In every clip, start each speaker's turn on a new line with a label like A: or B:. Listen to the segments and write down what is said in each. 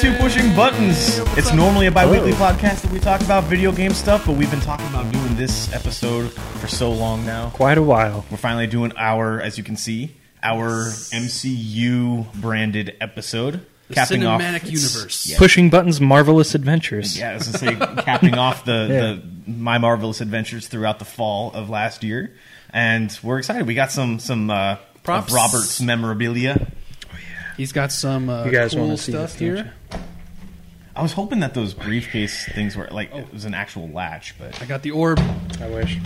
A: two pushing buttons. It's normally a bi-weekly
B: Oh.
A: podcast that we talk about video game stuff, but we've been talking about doing this episode for so long now.
C: Quite a while.
A: We're finally doing our, as you can see, our MCU branded episode,
B: The cinematic universe.
A: Yeah.
C: Pushing buttons, marvelous adventures.
A: Yeah, I was gonna say capping off the,
C: Yeah.
A: the my marvelous adventures throughout the fall of last year, and we're excited. We got some some uh,
B: Props.
A: of Robert's memorabilia.
B: He's got some uh,
C: You guys
B: cool
C: wanna see
B: stuff
C: this, don't
B: here.
A: I was hoping that those briefcase things were like it was an actual latch, but
B: I got the orb.
C: I wish.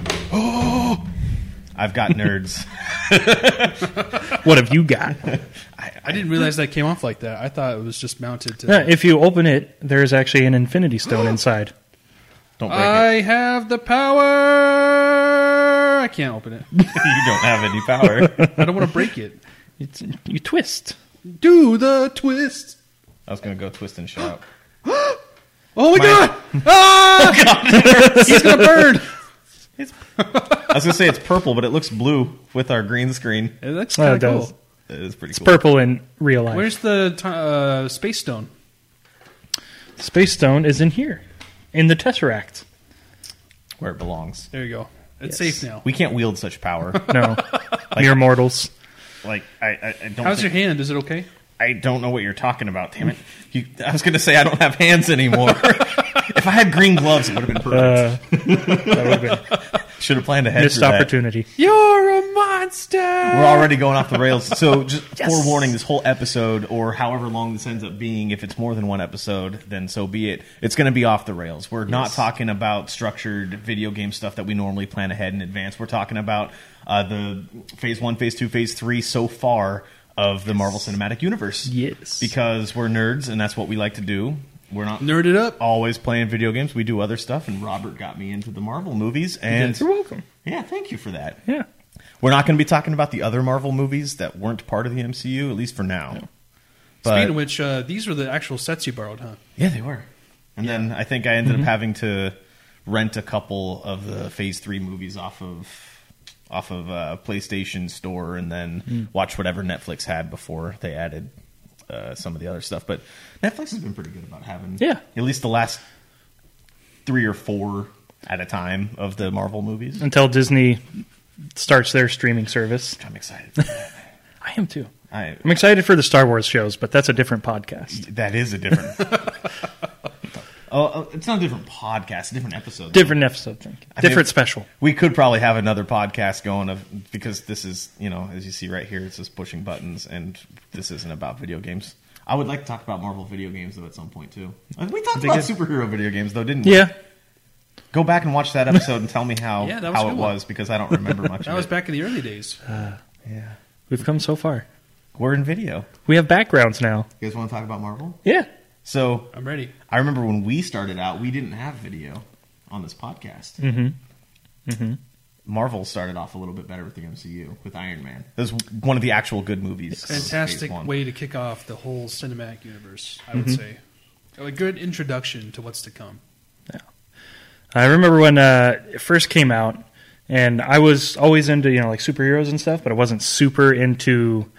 A: I've got nerds.
C: What have you got?
B: I didn't realize that came off like that. I thought it was just mounted to.
C: No, if you open it, there's actually an infinity stone inside.
A: Don't break it.
B: I have the power. I can't open it.
A: You don't have any power.
B: I don't want to break it.
C: It's, you twist.
B: Do the twist.
A: I was gonna go twist and shout.
B: Oh my, god! Ah! He's gonna burn.
A: It's, I was gonna say it's purple, but it looks blue with our green screen.
B: It looks
C: Oh, it
B: kind of
C: does.
B: cool.
A: It is pretty
C: It's
A: cool.
C: purple in real life.
B: Where's the t- uh, space stone?
C: Space stone is in here, in the tesseract.
A: Where it belongs.
B: There you go. It's
C: Yes.
B: safe now.
A: We can't wield such power.
C: No, mere mortals.
A: like I, I, I don't.
B: How's
A: think-
B: your hand? Is it okay?
A: I don't know what you're talking about. Damn it! You, I was going to say I don't have hands anymore. if I had green gloves, it would have been perfect.
C: Uh, that would have been
A: Should have planned ahead.
C: missed
A: for that.
C: opportunity.
B: You're a monster.
A: We're already going off the rails. So, just forewarning: this whole episode, or however long this ends up being, if it's more than one episode, then so be it. It's going to be off the rails. We're not talking about structured video game stuff that we normally plan ahead in advance. We're talking about uh, the phase one, phase two, phase three so far of the Marvel Cinematic Universe.
C: Yes.
A: because we're nerds, and that's what we like to do. We're not
B: Nerd it up.
A: always playing video games. We do other stuff, and Robert got me into the Marvel movies. And
C: You're welcome.
A: yeah, thank you for that.
C: Yeah.
A: We're not going to be talking about the other Marvel movies that weren't part of the MCU, at least for now. But
B: Speaking of which, uh, these were the actual sets you borrowed, huh?
A: yeah, they were. And then I think I ended
B: Mm-hmm.
A: up having to rent a couple of the Phase Three movies off of off of uh, PlayStation Store, and then
B: Hmm.
A: watch whatever Netflix had before they added uh, some of the other stuff. But Netflix has been pretty good about having
C: Yeah.
A: at least the last three or four at a time of the Marvel
B: Mm.
A: movies.
C: Until Disney starts their streaming service.
A: I'm excited.
C: I am too.
A: I,
C: I'm excited for the Star Wars shows, but that's a different podcast.
A: That is a different. oh, oh, it's not a different podcast, a different episode.
C: Different episode, thank you.
A: I think
C: different special.
A: We could probably have another podcast going of because this is, you know, as you see right here, it's just pushing buttons, and this isn't about video games. I would like to talk about Marvel video games though at some point too. Uh, We talked about superhero video games though, didn't we?
C: Yeah,
A: Go back and watch that episode and tell me how
B: Yeah, that was
A: how
B: a
A: it
B: good one.
A: was because I don't remember much.
B: That
A: of
B: was
A: it.
B: back in the early days.
A: Yeah,
C: we've come so far.
A: we're in video.
C: We have backgrounds now.
A: You guys want to talk about Marvel?
C: Yeah.
A: So
B: I'm ready.
A: I remember when we started out, we didn't have video on this podcast. Mm-hmm. Mm-hmm. Marvel started off a little bit better with the MCU with Iron Man. That was one of the actual good movies. of
B: Fantastic
A: Phase One.
B: way to kick off the whole cinematic universe, I
C: Mm-hmm.
B: would say. A good introduction to what's to come.
C: I remember when uh, it first came out, and I was always into you know like superheroes and stuff, but I wasn't super into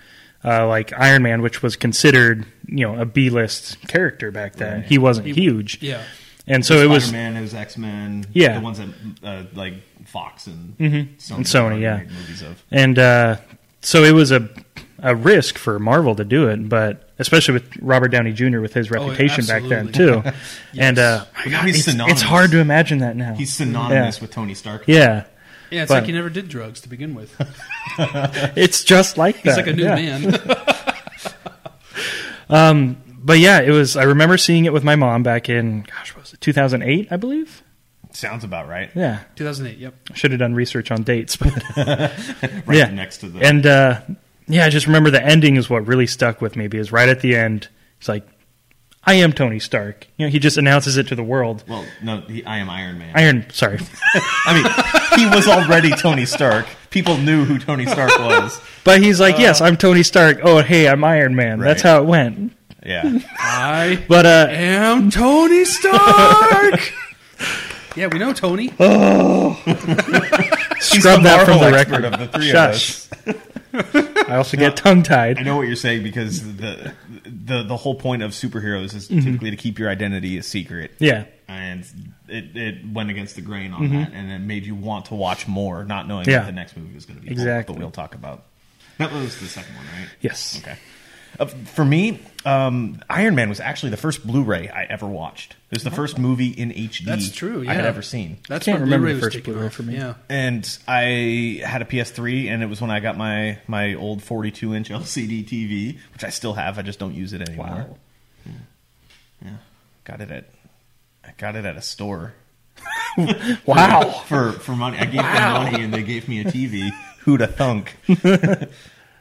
C: uh, like Iron Man, which was considered you know a B list character back then. He wasn't huge,
B: Yeah.
C: and so it was
A: Spider-Man, it was X-Men.
C: Yeah. Mm-hmm.
A: the ones that uh, like Fox and Sony,
C: And Sony,
A: made
C: yeah.
A: movies of.
C: and uh, so it was a a risk for Marvel to do it, but especially with Robert Downey Jr. with his reputation back then too,
B: absolutely.
C: and uh,
A: But now Oh, he's
C: it's,
A: synonymous.
C: it's hard to imagine that now.
A: He's synonymous with Tony Stark.
C: yeah.
B: Yeah, it's
C: But-
B: like he never did drugs to begin with.
C: It's just like that.
B: He's like a new
C: yeah.
B: man.
C: But yeah, it was. I remember seeing it with my mom back in, gosh, what was it 2008, I believe.
A: Sounds about right.
C: Yeah,
B: 2008, yep.
C: I should have done research on dates, but
A: Right
C: yeah.
A: next to the
C: and uh, yeah, I just remember the ending is what really stuck with me because right at the end, it's like, "I am Tony Stark." You know, he just announces it to the world.
A: well, no, he, I am Iron Man.
C: Iron, sorry,
A: I mean, he was already Tony Stark. People knew who Tony Stark was.
C: but he's like, "Yes, I'm Tony Stark." Oh, hey, I'm Iron Man. That's
A: Right.
C: how it went.
A: Yeah.
B: I
C: But uh,
B: am Tony Stark! yeah, we know Tony.
C: scrub that from the
A: expert
C: record.
A: of the three
C: Shush.
A: of us.
C: I also get
A: I
C: tongue tied.
A: know what you're saying because the the the the whole point of superheroes is typically to keep your identity a secret.
C: Mm-hmm. Yeah. Mm-hmm.
A: And it, it went against the grain on that, and it made you want to watch more, not knowing
C: Yeah.
A: what the next movie was going to be.
C: Exactly.
A: But we'll talk about that was the second one, right?
C: Yes.
A: Okay. Uh, for me, um, Iron Man was actually the first Blu-ray I ever watched. It was the first movie in HD
B: That's true,
A: I had
B: yeah.
A: ever seen.
B: That's
C: Can't
B: when
C: remember
B: Blu-ray
C: the
B: was
C: first
B: taken
C: Blu-ray
B: off.
C: for me.
B: Yeah.
A: And I had a PS3, and it was when I got my my old 42 inch LCD TV, which I still have. I just don't use it anymore. Hmm.
C: Wow.
A: Yeah, got it at I got it at a store
C: Wow.
A: for for money. I gave them money, and they gave me a TV. Who'da thunk?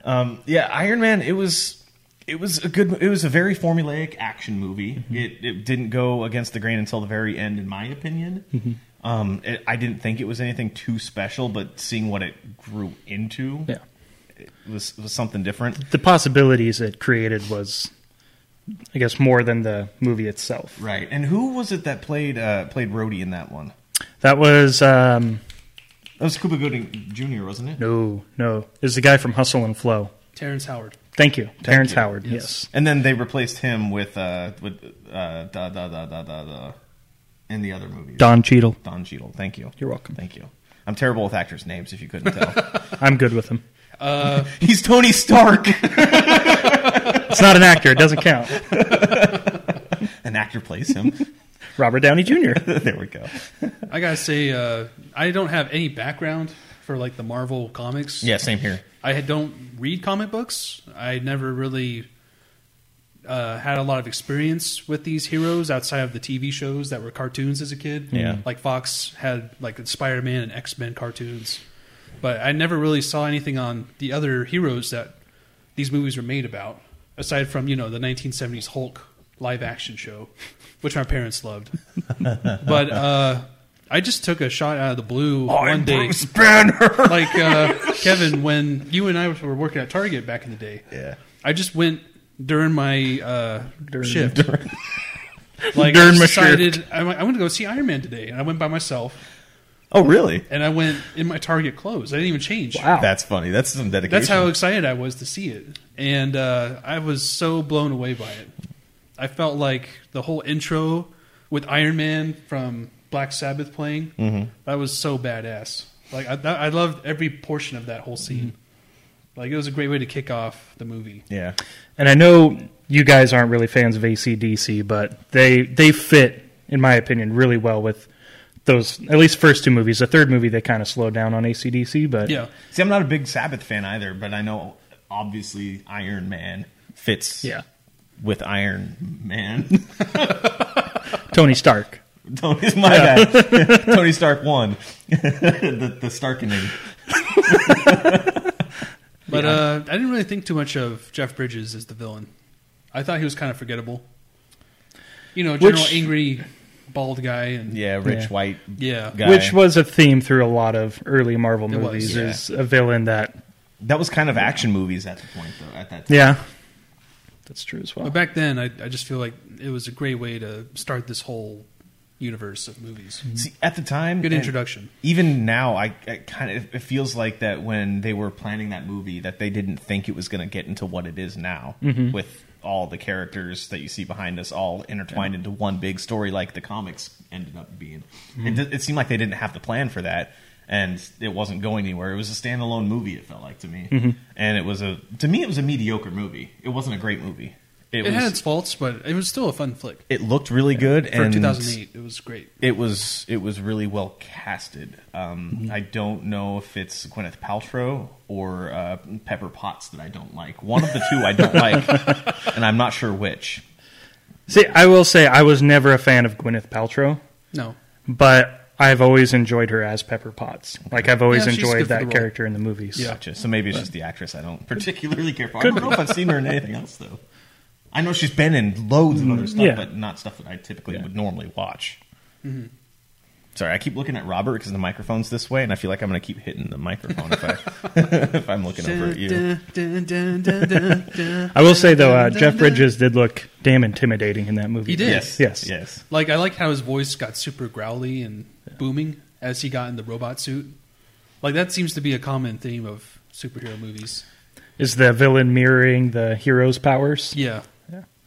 A: um, yeah, Iron Man. It was it was a good. It was a very formulaic action movie. It it didn't go against the grain until the very end, in my opinion. Um, it, I didn't think it was anything too special, but seeing what it grew into,
C: Yeah.
A: it was was something different.
C: The possibilities it created was, I guess, more than the movie itself.
A: Right. And who was it that played uh, played Rhodey in that one?
C: That was um,
A: That was Cuba Gooding Jr., wasn't it?
C: no, no. It was the guy from Hustle and Flow.
B: Terrence Howard.
C: Thank you, Terrence
A: you.
C: Howard. Yes.
A: And then they replaced him with uh with uh da da da da da da in the other movies.
C: Don Cheadle.
A: Don Cheadle. Thank you.
C: You're welcome.
A: Thank you. I'm terrible with actors' names. If you couldn't tell,
C: I'm good with him.
A: he's Tony Stark,
C: It's not an actor. It doesn't count.
A: an actor plays him.
C: Robert Downey Jr.
A: there we go.
B: I gotta say, uh, I don't have any background for like the Marvel comics.
A: Yeah, same here.
B: I had- don't read comic books. I never really uh, had a lot of experience with these heroes outside of the TV shows that were cartoons as a kid.
A: Yeah.
B: like Fox had like the Spider Man and X Men cartoons, but I never really saw anything on the other heroes that these movies were made about, aside from you know the 1970s Hulk live action show, which my parents loved. but uh, I just took a shot out of the blue
A: Oh,
B: one day
A: Banner.
B: like uh, Kevin, when you and I were working at Target back in the day,
A: Yeah.
B: I just went during my uh,
C: During-
B: shift. like
C: During
B: I
C: my
B: decided I went, I went to go see Iron Man today, and I went by myself,
A: Oh, really?
B: and I went in my Target clothes. I didn't even change.
C: Wow.
A: That's funny. That's some dedication.
B: That's how excited I was to see it, and uh, I was so blown away by it. I felt like the whole intro with Iron Man from Black Sabbath playing that was so badass. Like I, that, I loved every portion of that whole scene. Like it was a great way to kick off the movie.
A: Yeah.
C: And I know you guys aren't really fans of ACDC, but they they fit, in my opinion, really well with those at least first two movies. The third movie they kind of slowed down on ACDC, but
B: Yeah,
A: See, I'm not a big Sabbath fan either, but I know obviously Iron Man fits.
C: yeah.
A: With Iron Man.
C: Tony Stark.
A: Tony's my bad. Tony Stark won. the the Starkening.
B: but uh, I didn't really think too much of Jeff Bridges as the villain. I thought he was kind of forgettable. You know, general
C: Which-
B: angry bald guy and
A: Yeah, rich
C: Yeah.
A: white
B: yeah.
A: guy.
C: Which was a theme through a lot of early Marvel
B: It was,
C: movies
A: yeah.
C: is a villain that
A: that was kind of action movies at the point though. At that time.
C: yeah. That's true as well.
B: But back then, I, I just feel like it was a great way to start this whole universe of movies.
A: See, at the time,
B: Good
A: and
B: introduction.
A: Even now, I, I kind of it feels like that when they were planning that movie, that they didn't think it was going to get into what it is now,
B: Mm-hmm.
A: with all the characters that you see behind us all intertwined into one big story, like the comics ended up being. It,
B: Mm-hmm.
A: di- it seemed like they didn't have the plan for that, and it wasn't going anywhere. It was a standalone movie. It felt like to me,
B: Mm-hmm.
A: and it was a to me it was a mediocre movie. It wasn't a great movie. It,
B: It,
A: was.
B: had its faults, but it was still a fun flick.
A: it looked really good
B: For
A: and
B: 2008, it was great.
A: it was it was really well casted. Um, I don't know if it's Gwyneth Paltrow or uh, Pepper Potts that I don't like. One of the two I don't like, and I'm not sure which.
C: See, I will say I was never a fan of Gwyneth Paltrow,
B: No,
C: but I've always enjoyed her as Pepper Potts. Like I've always
B: Yeah, she's good
C: enjoyed
B: for the
C: that
B: role.
C: character in the movies.
B: Yeah.
A: Gotcha. So maybe it's just the actress I don't particularly care for. I don't know if I've seen her in anything else though. I know she's been in loads of other stuff,
C: yeah.
A: but not stuff that I typically would normally watch. Sorry, I keep looking at Robert because the microphone's this way, and I feel like I'm going to keep hitting the microphone if, I, if I'm looking over at you.
C: I will say though, uh, Jeff Bridges did look damn intimidating in that movie.
B: He did.
A: Yes,
C: Yes.
A: yes.
B: like I like how his voice got super growly and booming as he got in the robot suit. Like that seems to be a common theme of superhero movies.
C: Is the villain mirroring the hero's powers?
B: Yeah,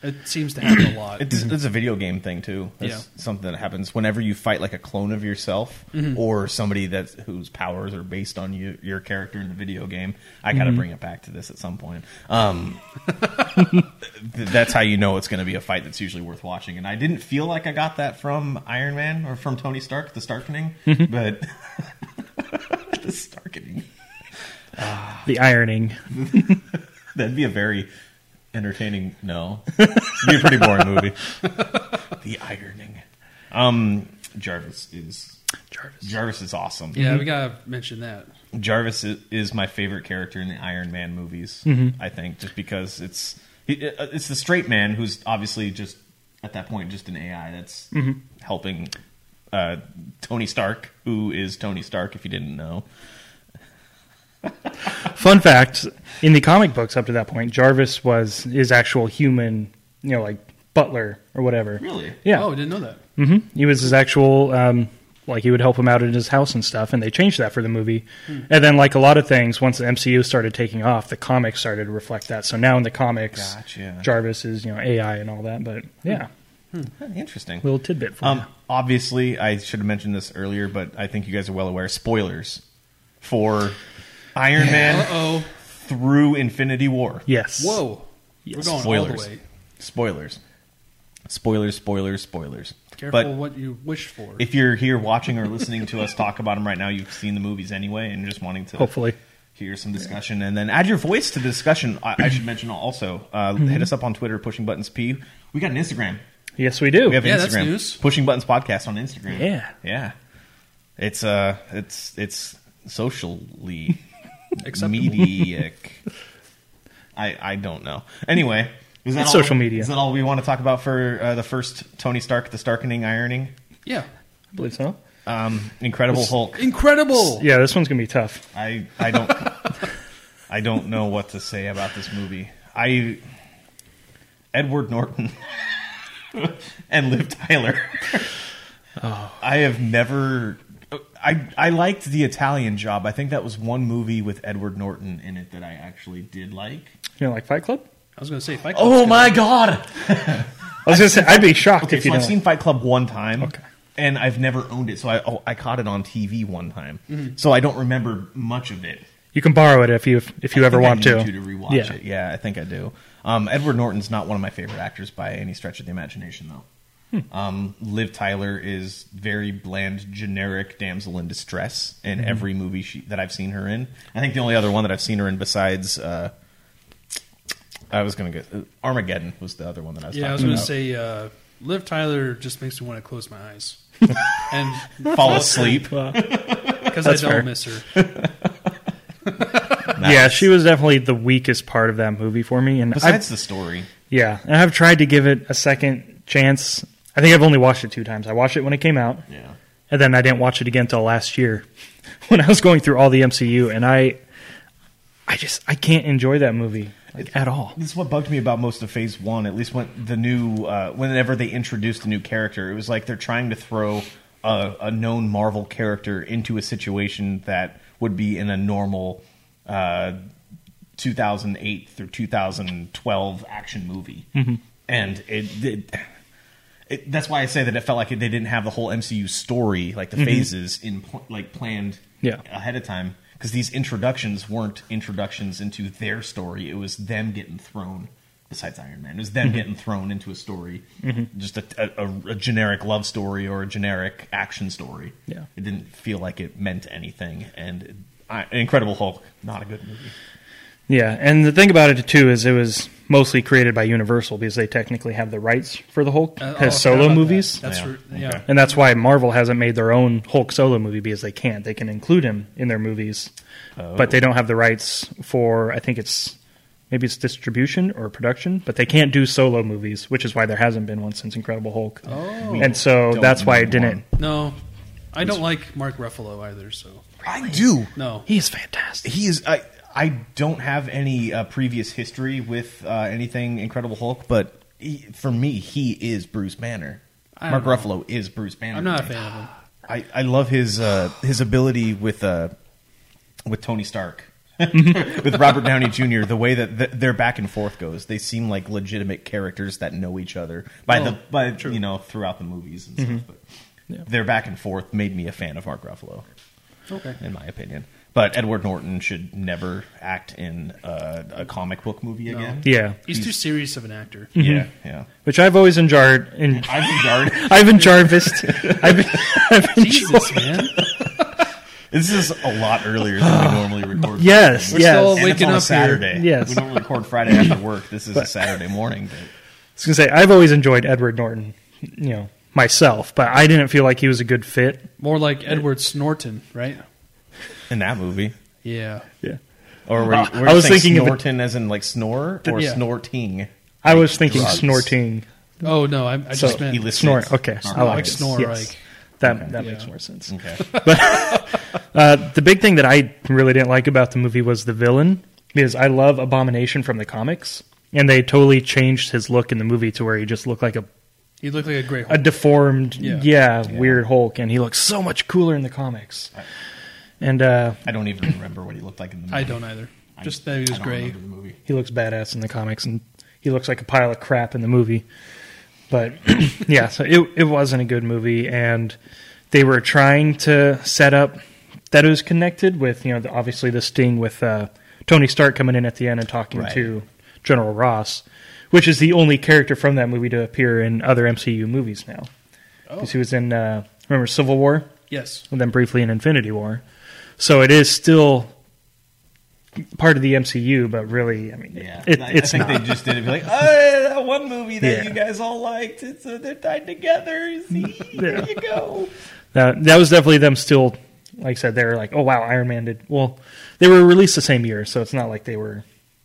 B: It seems to happen a lot.
A: It's, it's a video game thing too. It's
B: Yeah. Mm-hmm.
A: something that happens whenever you fight like a clone of yourself or somebody that whose powers are based on you, your character in the video game. I
B: Mm-hmm.
A: got to bring it back to this at some point. Um, th- that's how you know it's going to be a fight that's usually worth watching. And I didn't feel like I got that from Iron Man or from Tony Stark, the Starkening,
B: Mm-hmm.
A: but the Starkening.
C: The ironing.
A: That'd be a very entertaining. No, It'd be a pretty boring movie. the ironing. Um, Jarvis is
C: Jarvis.
A: Jarvis is awesome.
B: yeah, we gotta mention that.
A: Jarvis i- is my favorite character in the Iron Man movies. I think just because it's he- uh, it's the straight man who's obviously just at that point just an AI that's helping uh, Tony Stark, who is Tony Stark if you didn't know.
C: Fun fact: in the comic books up to that point, Jarvis was his actual human, you know, like butler or whatever.
A: Really?
C: Yeah.
B: Oh, I didn't know that.
C: hmm He was his actual, um, like he would help him out at his house and stuff, and they changed that for the movie.
B: Hmm.
C: And then, like a lot of things, once the MCU started taking off, the comics started to reflect that. So now in the comics,
A: Gotcha.
C: Jarvis is you know AI and all that. But yeah,
A: Interesting.
C: little tidbit for
A: Um,
C: you.
A: obviously, I should have mentioned this earlier, but I think you guys are well aware. Spoilers for Iron
B: Uh
A: Man
B: oh.
A: through Infinity War.
C: Yes.
B: Whoa. We're going all
A: Spoilers.
B: the way.
A: Spoilers. Spoilers. Spoilers. Spoilers.
B: Careful
A: But
B: what you wish for.
A: if you're here watching or listening to us talk about them right now, you've seen the movies anyway, and just wanting to
C: Hopefully.
A: hear some discussion and then add your voice to the discussion. I, I should mention also uh, hit us up on Twitter, pushing buttons p. We got an Instagram.
C: Yes, we do.
A: We have
B: Yeah,
A: Instagram.
B: that's news.
A: Pushing Buttons Podcast on Instagram.
C: Yeah.
A: Yeah. It's uh it's it's socially
B: Acceptable.
A: mediac. I I don't know. Anyway, is that
C: It's
A: all-
C: social media.
A: Is that all we want to talk about for uh, the first Tony Stark the Starkening ironing?
B: Yeah.
C: I believe so.
A: Um Incredible Hulk.
B: Incredible.
C: Yeah, this one's gonna be tough.
A: I I don't I don't know what to say about this movie. I Edward Norton and Liv Tyler. I have never I I liked the Italian job. I think that was one movie with Edward Norton in it that I actually did like.
C: You know, like Fight Club.
B: I was gonna say Fight Club's
A: Oh
B: good.
A: my god.
C: I was gonna say I'd be shocked
A: Okay,
C: if you
A: so
C: don't.
A: I've seen Fight Club one time.
C: Okay.
A: And I've never owned it, so I oh, I caught it on TV one time.
C: Mm-hmm.
A: So I don't remember much of it.
C: you can borrow it if you if you
A: I
C: ever
A: think I
C: want
A: need
C: to.
A: You to rewatch
C: yeah.
A: it. Yeah, I think I do. Um, Edward Norton's not one of my favorite actors by any stretch of the imagination,
C: Hmm.
A: though. Um, Liv Tyler is very bland, generic damsel in distress in
C: Mm-hmm.
A: every movie she, that I've seen her in. I think the only other one that I've seen her in besides. Uh, I was gonna get Armageddon was the other one that I was.
B: Yeah, I was
A: talking
B: gonna
A: about.
B: say uh, Liv Tyler just makes me want to close my eyes, and
A: fall asleep.
B: because I don't
C: That's fair.
B: miss her.
C: Yeah, she was definitely the weakest part of that movie for me, and I
A: Besides the story,
C: yeah, and I've tried to give it a second chance. I think I've only watched it two times. I watched it when it came out,
A: yeah,
C: and then I didn't watch it again till last year when I was going through all the MCU, and I I just I can't enjoy that movie like, at all.
A: This is what bugged me about most of Phase One. At least when the new, uh, whenever they introduced a new character, it was like they're trying to throw a, a known Marvel character into a situation that would be in a normal uh, 2008 through 2012 action movie, and it. it it, that's why I say that it felt like they didn't have the whole MCU story, like the phases, in pl- like planned
C: Yeah.
A: ahead of time because these introductions weren't introductions into their story. It was them getting thrown. Besides Iron Man, it was them getting thrown into a story, just a, a, a generic love story or a generic action story.
C: Yeah.
A: it didn't feel like it meant anything. And I, Incredible Hulk, not a good movie.
C: Yeah, and the thing about it too is it was mostly created by Universal because they technically have the rights for the Hulk
B: Uh, oh, I forgot
C: as solo
B: about
C: movies.
B: That. That's
A: Yeah.
B: r- yeah.
A: Okay.
C: And that's why Marvel hasn't made their own Hulk solo movie because they can't. They can include him in their movies,
B: Oh.
C: but they don't have the rights for. I think it's maybe it's distribution or production, but they can't do solo movies, which is why there hasn't been one since Incredible Hulk.
B: Oh.
C: and so
A: Don't
C: that's why
A: need
C: it didn't.
A: one.
B: No, I don't like Mark Ruffalo either. So
A: I do.
B: no,
C: He is fantastic.
A: he is. I I don't have any uh, previous history with uh, anything Incredible Hulk, but he, for me, he is Bruce Banner.
B: I
A: Mark
B: don't
A: Ruffalo is Bruce Banner.
B: I'm not a
A: to me.
B: fan of him.
A: I, I love his uh, his ability with uh, with Tony Stark with Robert Downey Jr. The way that th- their back and forth goes, they seem like legitimate characters that know each other by
B: Oh,
A: the by you know throughout the movies and
B: Mm-hmm.
A: stuff. But their back and forth made me a fan of Mark Ruffalo,
B: Okay.
A: in my opinion. But Edward Norton should never act in uh, a comic book movie again.
C: Yeah,
B: He's too serious of an actor.
A: Yeah, yeah.
C: which I've always enjoyed. In,
A: I've guarded.
C: I've enjoyed. I've, been, I've enjoyed.
B: Jesus, man.
A: This is a lot earlier than we normally record.
C: Yes,
B: We're
C: yes.
B: still-
A: And it's
B: Waking
A: on a
B: up here.
A: Saturday.
C: Yes.
A: We don't record Friday after work. This is a Saturday morning. But
C: I was gonna say I've always enjoyed Edward Norton, you know myself, but I didn't feel like he was a good fit.
B: More like Edward Snorton, right?
A: in that movie.
B: Yeah.
C: Yeah,
A: Or were,
C: Uh,
A: were I was thinking
C: of it-
A: snorting as in like snore or
B: Yeah.
A: snorting.
C: I was thinking
A: Drugs.
C: snorting,
B: Oh no, I, I just
C: So,
B: meant
A: He listens.
C: snort. Okay,
A: Snort.
C: I like,
B: like
C: it.
B: snore,
C: Yes.
B: like-
C: that that
B: Yeah.
C: makes more sense.
A: Okay.
C: Uh, the big thing that I really didn't like about the movie was the villain, because I love Abomination from the comics, and they totally changed his look in the movie to where he just looked like a
B: he looked like a great.
C: a deformed,
B: Yeah.
C: yeah, weird Hulk, and he looks so much cooler in the comics. And uh,
A: I don't even remember what he looked like in the movie.
B: I don't either.
A: I-
B: Just that he
A: I
B: was
A: don't
B: great.
A: remember the movie.
C: he looks badass in the comics, and he looks like a pile of crap in the movie. But yeah, so it it wasn't a good movie, and they were trying to set up that it was connected with you know the, obviously the sting with uh, Tony Stark coming in at the end and talking
A: Right.
C: to General Ross, which is the only character from that movie to appear in other MCU movies now, because he was in uh, remember Civil War
B: Yes.
C: and then briefly in Infinity War. So it is still part of the MCU, but really, I mean,
A: Yeah,
C: it,
A: I, I
C: it's
A: think
C: not.
A: they just did it. Be like, oh, that one movie that
C: Yeah.
A: you guys all liked. It's uh, they're tied together. See,
C: Yeah.
A: there you go.
C: that, that was definitely them still. Like I said, they were like, oh wow, Iron Man did well. They were released the same year, so it's not like they were.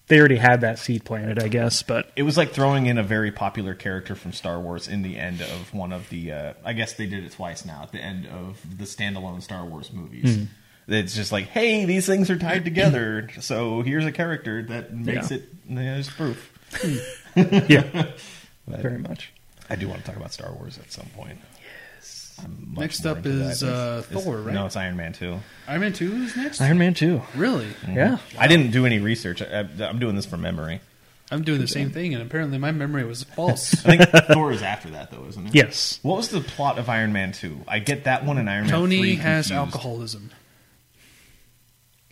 C: They already had that seed planted, I guess. But
A: It was like throwing in a very popular character from Star Wars in the end of one of the. Uh, I guess they did it twice now at the end of the standalone Star Wars movies.
C: Hmm.
A: It's just like, hey, these things are tied together, so here's a character that makes
C: Yeah.
A: it. There's proof.
C: yeah,
A: But
C: very much.
A: I do want to talk about Star Wars at some point. Yes.
B: Next up is, uh, Thor, right?
A: No, it's Iron Man two.
B: Iron Man Two is next.
C: Iron Man two.
B: Really?
C: Yeah,
A: I didn't do any research. I, I- I'm doing this from memory.
B: I'm doing the same thing, and apparently my memory was false.
A: I think Thor is after that, though, isn't it?
C: yes.
A: What was the plot of Iron Man 2? I get that one in Iron Man 3.
B: Tony has
A: confused.
B: alcoholism.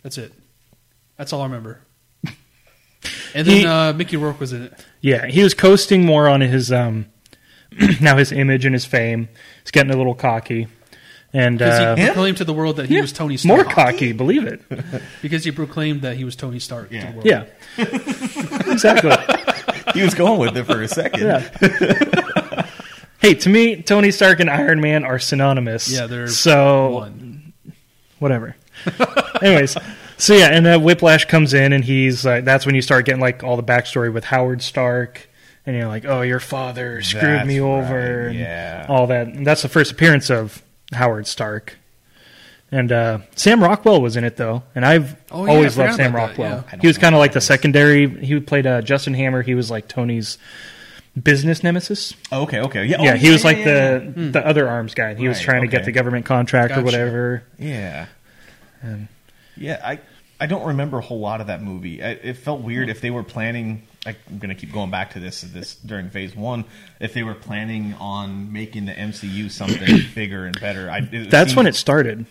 B: That's it. That's all I remember. And then
C: He-
B: uh, Mickey Rourke was in it.
C: Yeah, he was coasting more on his um now his image and his fame. He's getting a little cocky, and uh,
B: Because he proclaimed to the world that he
C: yeah,
B: was Tony
C: more
B: Stark.
C: cocky. Believe it.
B: Because he proclaimed that he was Tony Stark to
A: Yeah.
B: the world.
C: Yeah. exactly.
A: He was going with it for a second.
C: Yeah. hey, to me, Tony Stark and Iron Man are synonymous.
B: Yeah, they're
C: so
B: one.
C: whatever. Anyways, so yeah, and uh, Whiplash comes in, and he's like, that's when you start getting like all the backstory with Howard Stark, and you're like, oh, your father screwed
A: That's
C: me over,
A: right,
C: and
A: yeah.
C: all that. And that's the first appearance of Howard Stark. And uh, Sam Rockwell was in it though, and I've
B: Oh, yeah,
C: always
B: I
C: loved
B: forgot
C: Sam
B: about that, yeah.
C: Rockwell.
A: I don't
C: He was kind
A: know who
C: of like
A: that
C: the
A: is.
C: secondary. He played uh, Justin Hammer. He was like Tony's business nemesis.
A: Oh, okay, okay. Yeah, oh,
C: yeah, he was like
A: yeah,
C: the the other arms guy. He was
A: Right,
C: trying to get
A: okay.
C: the government contract
B: Gotcha.
C: or whatever.
A: Yeah. Yeah. yeah, I I don't remember a whole lot of that movie. I, it felt weird if they were planning. I, I'm going to keep going back to this this during Phase One. If they were planning on making the MCU something bigger and better, I, it
C: That's when
A: seemed-
C: it started.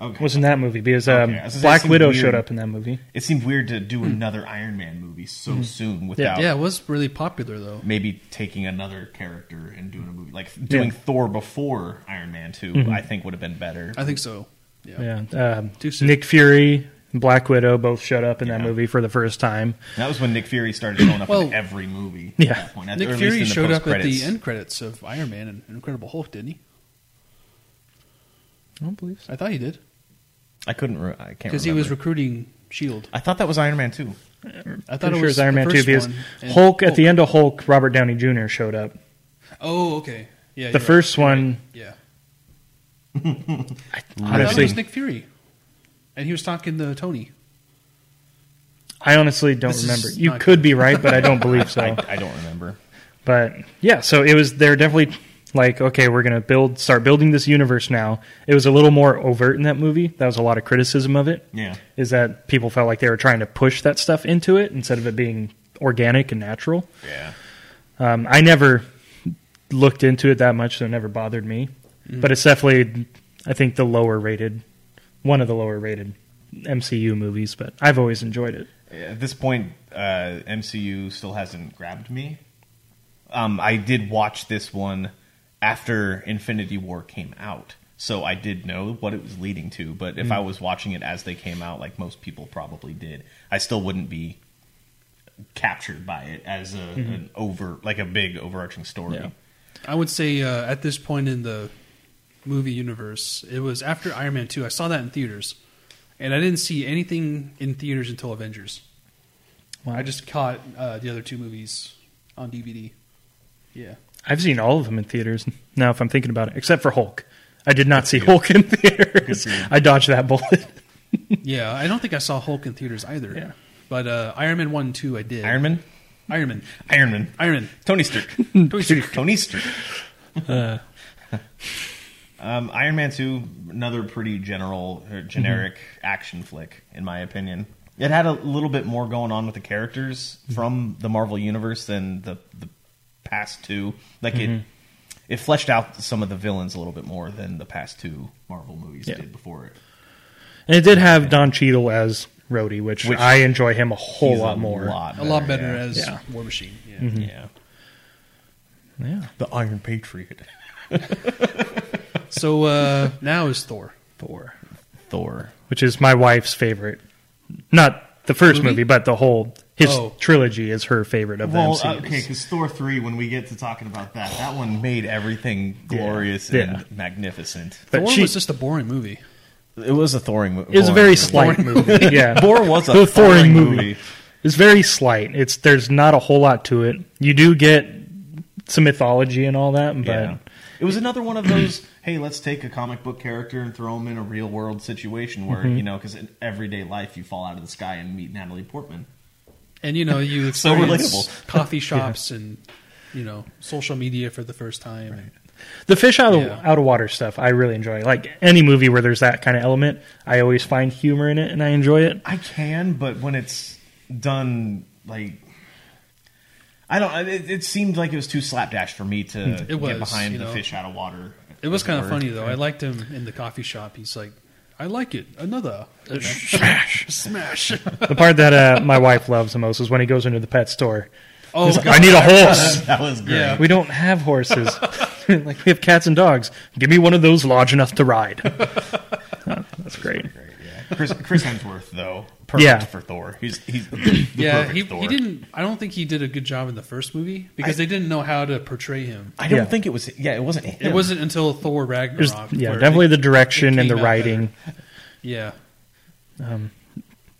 A: Okay.
C: Was in that movie because um,
A: Okay, I was gonna say, it
C: Black
A: seemed
C: Widow
A: weird.
C: showed up in that movie.
A: It seemed weird to do another Iron Man movie so
C: Mm-hmm.
A: soon without
B: Yeah, it was really popular though.
A: maybe taking another character and doing a movie like doing
C: Yeah.
A: Thor before Iron Man 2
B: Mm-hmm.
A: I think would have been better.
B: I think so. Yeah.
C: Yeah, um,
B: Too soon.
C: Nick Fury, and Black Widow both showed up in that
A: Yeah.
C: movie for the first time.
A: that was when Nick Fury started showing up
B: Well,
A: in every movie.
C: yeah.
A: at that point, at- or
B: Nick
A: at least
B: Fury
A: in the
B: showed up at the
A: post-credits.
B: end credits of Iron Man and Incredible Hulk, didn't he?
C: I don't believe so.
B: I thought he did
A: I couldn't. Re- I can't
B: because
A: because
B: he was recruiting Shield.
A: I thought that was Iron Man 2.
B: I thought
C: Pretty
B: it was,
C: sure it's Iron
B: the
C: Man two
B: first
C: because
B: one, and-
C: Hulk at the end of Hulk, Robert Downey Jr. showed up.
B: Oh, okay. Yeah,
C: The
B: you're right.
C: first one,
B: Yeah, I thought it
C: honestly,
B: was Nick Fury, and he was talking to Tony.
C: I honestly don't
B: This is
C: remember. You
B: not
C: could be right, but I don't believe so.
A: I don't remember.
C: But yeah, so it was. They're definitely like okay we're going to build start building this universe now it was a little more overt in that movie that was a lot of criticism of it
A: Yeah.
C: is that people felt like they were trying to push that stuff into it instead of it being organic and natural
A: Yeah.
C: um, i never looked into it that much so it never bothered me but it's definitely i think the lower rated one of the lower rated mcu movies but i've always enjoyed it
A: At this point, uh, MCU still hasn't grabbed me. Um, I did watch this one after Infinity War came out, so I did know what it was leading to. But if I was watching it as they came out, like most people probably did, I still wouldn't be captured by it as a, an over, like a big overarching story.
C: Yeah.
B: I would say uh, at this point in the movie universe, it was after Iron Man 2. I saw that in theaters. And I didn't see anything in theaters until Avengers.
C: Wow.
B: I just caught uh, the other two movies on DVD. Yeah.
C: I've seen all of them in theaters now, if I'm thinking about it, except for Hulk. I did not see Hulk in theaters. I dodged that bullet.
B: Yeah, I don't think I saw Hulk in theaters either.
C: Yeah.
B: But uh, Iron Man 1 and 2, I did.
A: Iron Man,
B: Iron Man.
A: Iron Man,
B: Iron Man.
A: Tony Stark,
C: Hmm.
B: Tony Stark.
A: Tony Stark.
C: Uh.
A: Um, Iron Man 2, another pretty general, or generic
C: Mm-hmm.
A: action flick, in my opinion. It had a little bit more going on with the characters
C: Mm-hmm.
A: from the Marvel Universe than the, the past two. Like,
C: Mm-hmm.
A: it, it fleshed out some of the villains a little bit more than the past two Marvel movies
C: Yeah.
A: did before it.
C: And it did have Don Cheadle as Rhodey, which,
A: Which-
C: I enjoy him a whole
A: He's
C: lot more.
B: A lot better
A: yeah.
B: as
C: Yeah. Mm-hmm.
B: War Machine. Yeah.
A: Yeah.
C: Yeah,
A: The Iron Patriot.
B: So uh, now is Thor.
C: Thor,
A: Thor.
C: which is my wife's favorite. Not the first
B: Movie?
C: movie, but the whole his
B: Oh.
C: trilogy is her favorite of
A: Well, uh,
C: the MCU.
A: okay, because Thor three, when we get to talking about that, that one made everything glorious
C: Yeah.
A: and magnificent.
C: But
B: Thor
C: she-
B: was just a boring movie.
A: It was a Thoring. movie.
C: It was a very slight movie. yeah,
A: Thor was a
C: The
A: Thoring
C: Thorin
A: movie.
C: It's very slight. It's there's not a whole lot to it. You do get some mythology and all that, but
A: Yeah. It was another one of those. hey, let's take a comic book character and throw him in a real world situation where
B: Mm-hmm.
A: you know, because in everyday life you fall out of the sky and meet Natalie Portman.
B: And you know, you
A: So
B: experience
A: relatable.
B: coffee shops and you know social media for the first time.
C: The fish out of
B: Yeah.
C: out of water stuff, I really enjoy. Like any movie where there's that kind of element, I always find humor in it and I enjoy it.
A: I can, but when it's done like. I don't. It, it seemed like it was too slapdash for me to
B: It was,
A: get behind
B: you
A: the
B: know.
A: fish out of water.
B: It was
A: as
B: kind of
A: were.
B: funny though. I liked him in the coffee shop. He's like, "I like it." Another you know? Uh, smash,
C: The part that uh, my wife loves the most is when he goes into the pet store.
B: Oh,
C: He's like,
B: God.
C: I need a horse.
A: That was great.
B: Yeah.
C: we don't have horses. like we have cats and dogs. Give me one of those large enough to ride. Uh, That's great.
A: Chris, Chris Hemsworth though, perfect
C: Yeah.
A: for Thor. He's he's the, the
B: yeah.
A: perfect
B: He,
A: Thor.
B: he didn't. I don't think he did a good job in the first movie because they didn't know how to portray him.
A: I don't
C: Yeah.
A: think it was. Yeah, it wasn't. Him.
B: It wasn't until Thor
C: There's-
B: Ragnarok.
C: yeah,
B: where
C: definitely
B: it-
C: the direction and the
B: came out better.
C: writing.
B: Yeah,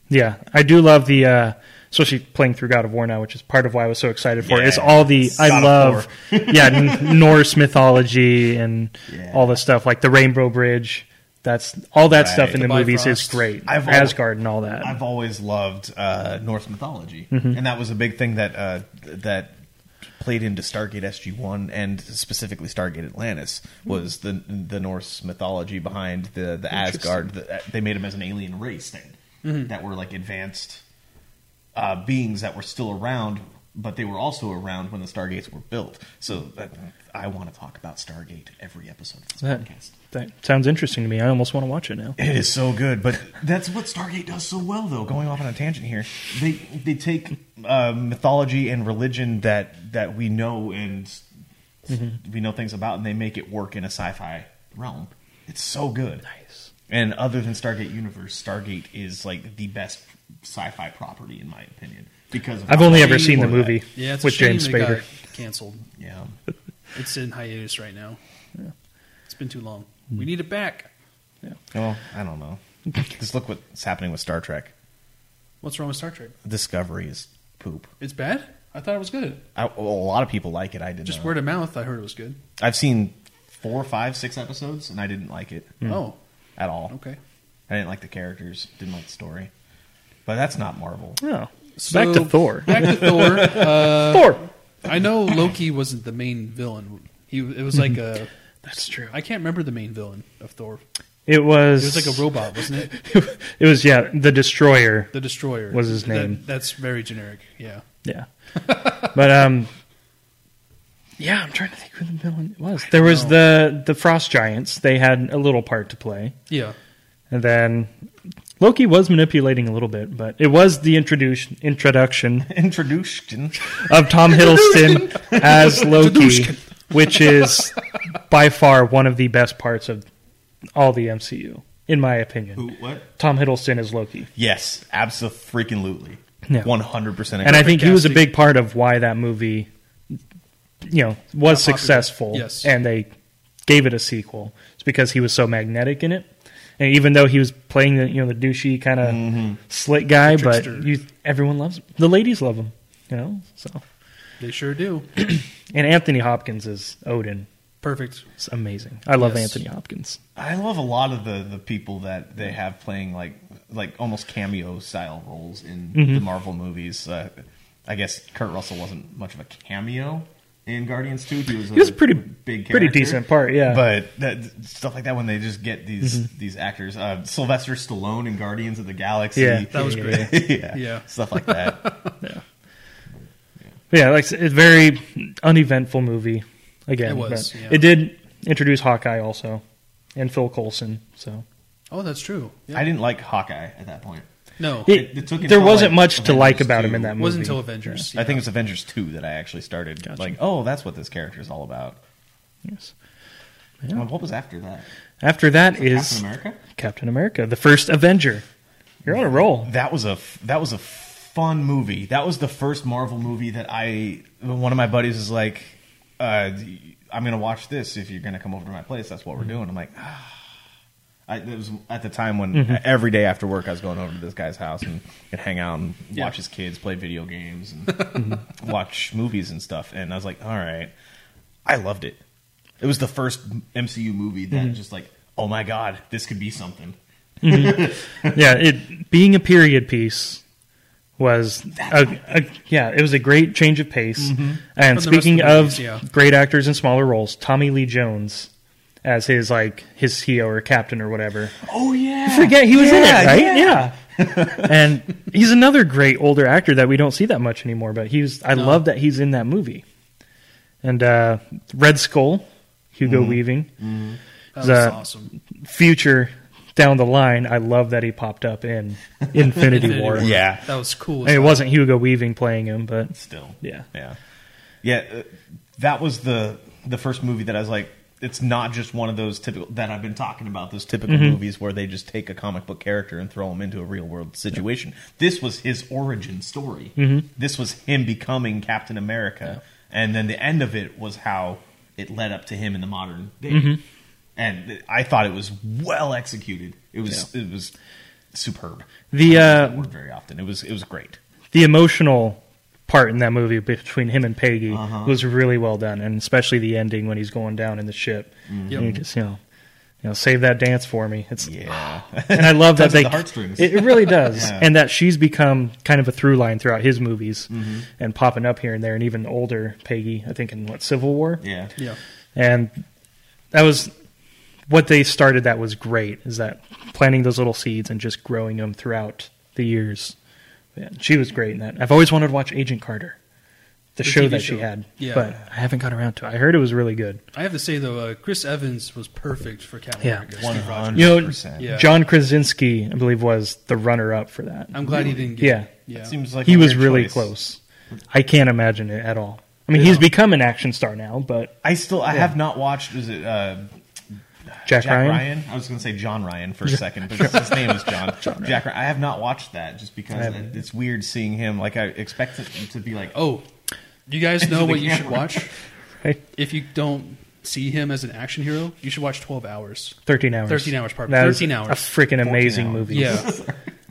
C: Yeah, I do love the uh, especially playing through God of War now, which is part of why I was so excited for it.
A: Yeah.
C: It's all the I
A: God of
C: love, yeah, N- Norse mythology and
A: Yeah.
C: all this stuff like the Rainbow Bridge. That's all that stuff
A: Right.
C: in
A: The
C: the, movies is
B: Bifrost.
C: great.
A: I've al-
C: Asgard and all that. Mm-hmm.
A: I've always loved uh, Norse mythology, and that was a big thing that uh, that played into Stargate SG One and specifically Stargate Atlantis
C: Mm-hmm.
A: was the the Norse mythology behind the the Asgard. The, uh, they made them as an alien race thing
C: Mm-hmm.
A: that were like advanced uh, beings that were still around, but they were also around when the Stargates were built. So uh, I want to talk about Stargate every episode of this
C: that,
A: podcast.
C: that sounds interesting to me. I almost want to watch it now.
A: It is so good, but that's what Stargate does so well, though. Going off on a tangent here, they they take uh, mythology and religion that that we know and we know things about, and they make it work in a sci-fi realm. It's so good.
C: Nice.
A: And other than Stargate Universe, Stargate is like the best sci-fi property in my opinion because of
C: I've
A: how
C: only
A: much
C: ever
A: they
C: seen the
A: explore that.
C: movie
B: yeah. It's
C: with
B: a shame
C: James
B: they
C: Spader.
B: got canceled.
A: Yeah,
B: It's in hiatus right now. It's been too long.
C: Hmm.
B: We need it back.
A: well, I don't know. Just look what's happening with Star Trek.
B: What's wrong with Star Trek?
A: Discovery is poop.
B: It's bad. I thought it was good.
A: I, a lot of people like it. I didn't.
B: Just
A: know.
B: word of mouth. I heard it was good.
A: I've seen four, five, six episodes, and I didn't like it
C: Hmm.
B: Oh,
A: at all.
B: okay.
A: I didn't like the characters, didn't like the story. But that's not Marvel.
C: Oh.
B: So-
C: back to Thor.
B: Back to Thor. Uh,
C: Thor.
B: I know Loki wasn't the main villain. He it was like a
C: That's true.
B: I can't remember the main villain of Thor.
C: It was.
B: It was like a robot, wasn't it?
C: it was yeah, the destroyer.
B: The Destroyer
C: Was his
B: That-
C: name.
B: that's very generic. Yeah,
C: Yeah. but um Yeah, I'm trying to think who the villain was. There was
B: know.
C: the the Frost Giants. They had a little part to play.
B: yeah.
C: And then Loki was manipulating a little bit, but it was the introduce, introduction
A: Introduced.
C: of Tom Hiddleston as Loki, which is by far one of the best parts of all the MCU, in my
A: Who?
C: opinion.
A: What?
C: Tom Hiddleston is Loki.
A: Yes, absolutely.
C: Yeah.
A: One hundred percent.
C: and I think he was a
B: casting.
C: big part of why that movie, you know, was
B: popular.
C: successful.
B: Yes.
C: and they gave it a sequel. It's because he was so magnetic in it, and even though he was playing the you know the douchey kind of slick guy, but
B: Mm-hmm. Trickster.
C: you, everyone loves him. the ladies love him, you know. So
B: They sure do.
C: and Anthony Hopkins is Odin.
B: Perfect.
C: It's amazing. I love
B: Yes.
C: Anthony Hopkins.
A: I love a lot of the, the people that they have playing like like almost cameo style roles in the
C: Mm-hmm.
A: Marvel movies. Uh, I guess Kurt Russell wasn't much of a cameo in Guardians Two. He was
C: He was
A: a
C: pretty
A: big,
C: pretty
A: character.
C: decent part, yeah. Mm-hmm.
A: But that, stuff like that when they just get these these actors, uh, Sylvester Stallone in Guardians of the Galaxy.
C: Yeah,
B: That was
C: Yeah,
B: great.
A: yeah,
B: Yeah.
A: stuff like that.
C: Yeah, like it's a very uneventful movie. Again,
B: It was,
C: but
B: yeah.
C: it did introduce Hawkeye also, and Phil Coulson. So
B: Oh, that's true.
A: I didn't like Hawkeye at that point.
B: No, it
C: It-
A: It- it took
C: there
A: until,
C: wasn't
A: like,
C: much to
A: Avengers
C: like about him
A: 2.
C: in that movie.
B: wasn't until Avengers.
A: I think it's Avengers Two that I actually started like, oh, that's what this character is all about.
C: Yes.
A: Well, What was after that?
C: After that is
A: Captain America.
C: Captain America, the first Avenger. You're on a roll.
A: that was a f- that was a fun movie. That was the first Marvel movie that I one of my buddies is like, uh, I'm gonna watch this if you're gonna come over to my place. That's what we're doing. I'm like, ah. I, it was at the time when
C: Mm-hmm.
A: every day after work I was going over to this guy's house and, and hang out and
B: Yeah.
A: watch his kids play video games and
C: Mm-hmm.
A: watch movies and stuff. And I was like, all right, I loved it. It was the first MCU movie that
C: Mm-hmm.
A: just like, oh my god, this could be something.
C: yeah, it being a period piece was a, a, yeah, it was a great change of pace.
A: Mm-hmm.
C: And
B: From the rest
C: speaking
B: of the
C: of,
B: movies, yeah.
C: great actors in smaller roles, Tommy Lee Jones as his like his CEO or captain or whatever.
A: Oh yeah,
C: Forget he was in it, right? Yeah. and he's another great older actor that we don't see that much anymore, but he's I love that he's in that movie. And uh, Red Skull, Hugo Weaving,
B: that was
C: the-
B: awesome.
C: Mm-hmm. future down the line, I love that he popped up in Infinity,
B: Infinity
C: War.
B: War.
A: Yeah.
B: That was cool.
C: And it wasn't Hugo Weaving playing him, but
A: still.
C: Yeah.
A: Yeah. Yeah, uh, that was the the first movie that I was like it's not just one of those typical that I've been talking about those typical
C: Mm-hmm.
A: movies where they just take a comic book character and throw him into a real world situation. This was his origin story.
C: Mm-hmm.
A: This was him becoming Captain America and then the end of it was how it led up to him in the modern day.
C: Mm-hmm.
A: And th- I thought it was well executed. It was it was superb.
C: the
A: That
C: uh,
A: word very often. It was it was great.
C: the emotional part in that movie between him and Peggy
A: Uh-huh.
C: was really well done, and especially the ending when he's going down in the ship.
A: Mm-hmm.
C: And you
B: Yep.
C: just you know, you know, save that dance for me. It's
A: Yeah.
C: and I love that
A: Tugs at
C: they
A: the heartstrings.
C: It, it really does,
A: Yeah.
C: and that she's become kind of a through line throughout his movies,
A: Mm-hmm.
C: and popping up here and there, and even older Peggy, I think in what Civil War,
A: yeah.
B: Yeah,
C: and that was what they started. That was great. Is that planting those little seeds and just growing them throughout the years? Yeah, she was great in that. I've always wanted to watch Agent Carter, the,
B: The
C: show
B: TV
C: that she
B: show.
C: had,
B: Yeah.
C: but I haven't got around to it. I heard it was really good.
B: I have to say though, uh, Chris Evans was perfect for Captain
C: Yeah.
B: America. Steve
A: One
B: Rogers.
A: hundred
C: You know,
A: percent.
B: Yeah.
C: John Krasinski, I believe, was the runner-up for that.
B: I'm glad he didn't get.
C: Yeah.
B: it. yeah.
A: That seems like
C: he
A: a
C: was
A: weird
C: really
A: choice.
C: close. I can't imagine it at all. I mean, he's become an action star now, but
A: I still I have not watched. Is it uh,
C: Jack, Ryan,
A: I was going to say John Ryan for a second, but his name is John. Jack Ryan. I have not watched that just because
C: haven't.
A: it's weird seeing him. Like I expect it to be like, oh,
B: oh, you guys know
A: the
B: what you should
A: camera.
B: watch.
C: right?
B: If you don't see him as an action hero, you should watch 12 Hours.
C: Thirteen hours.
B: 13 hours, pardon.
C: That is
B: 13
C: A
B: hours.
C: freaking amazing
A: hours.
C: movie.
B: Yeah,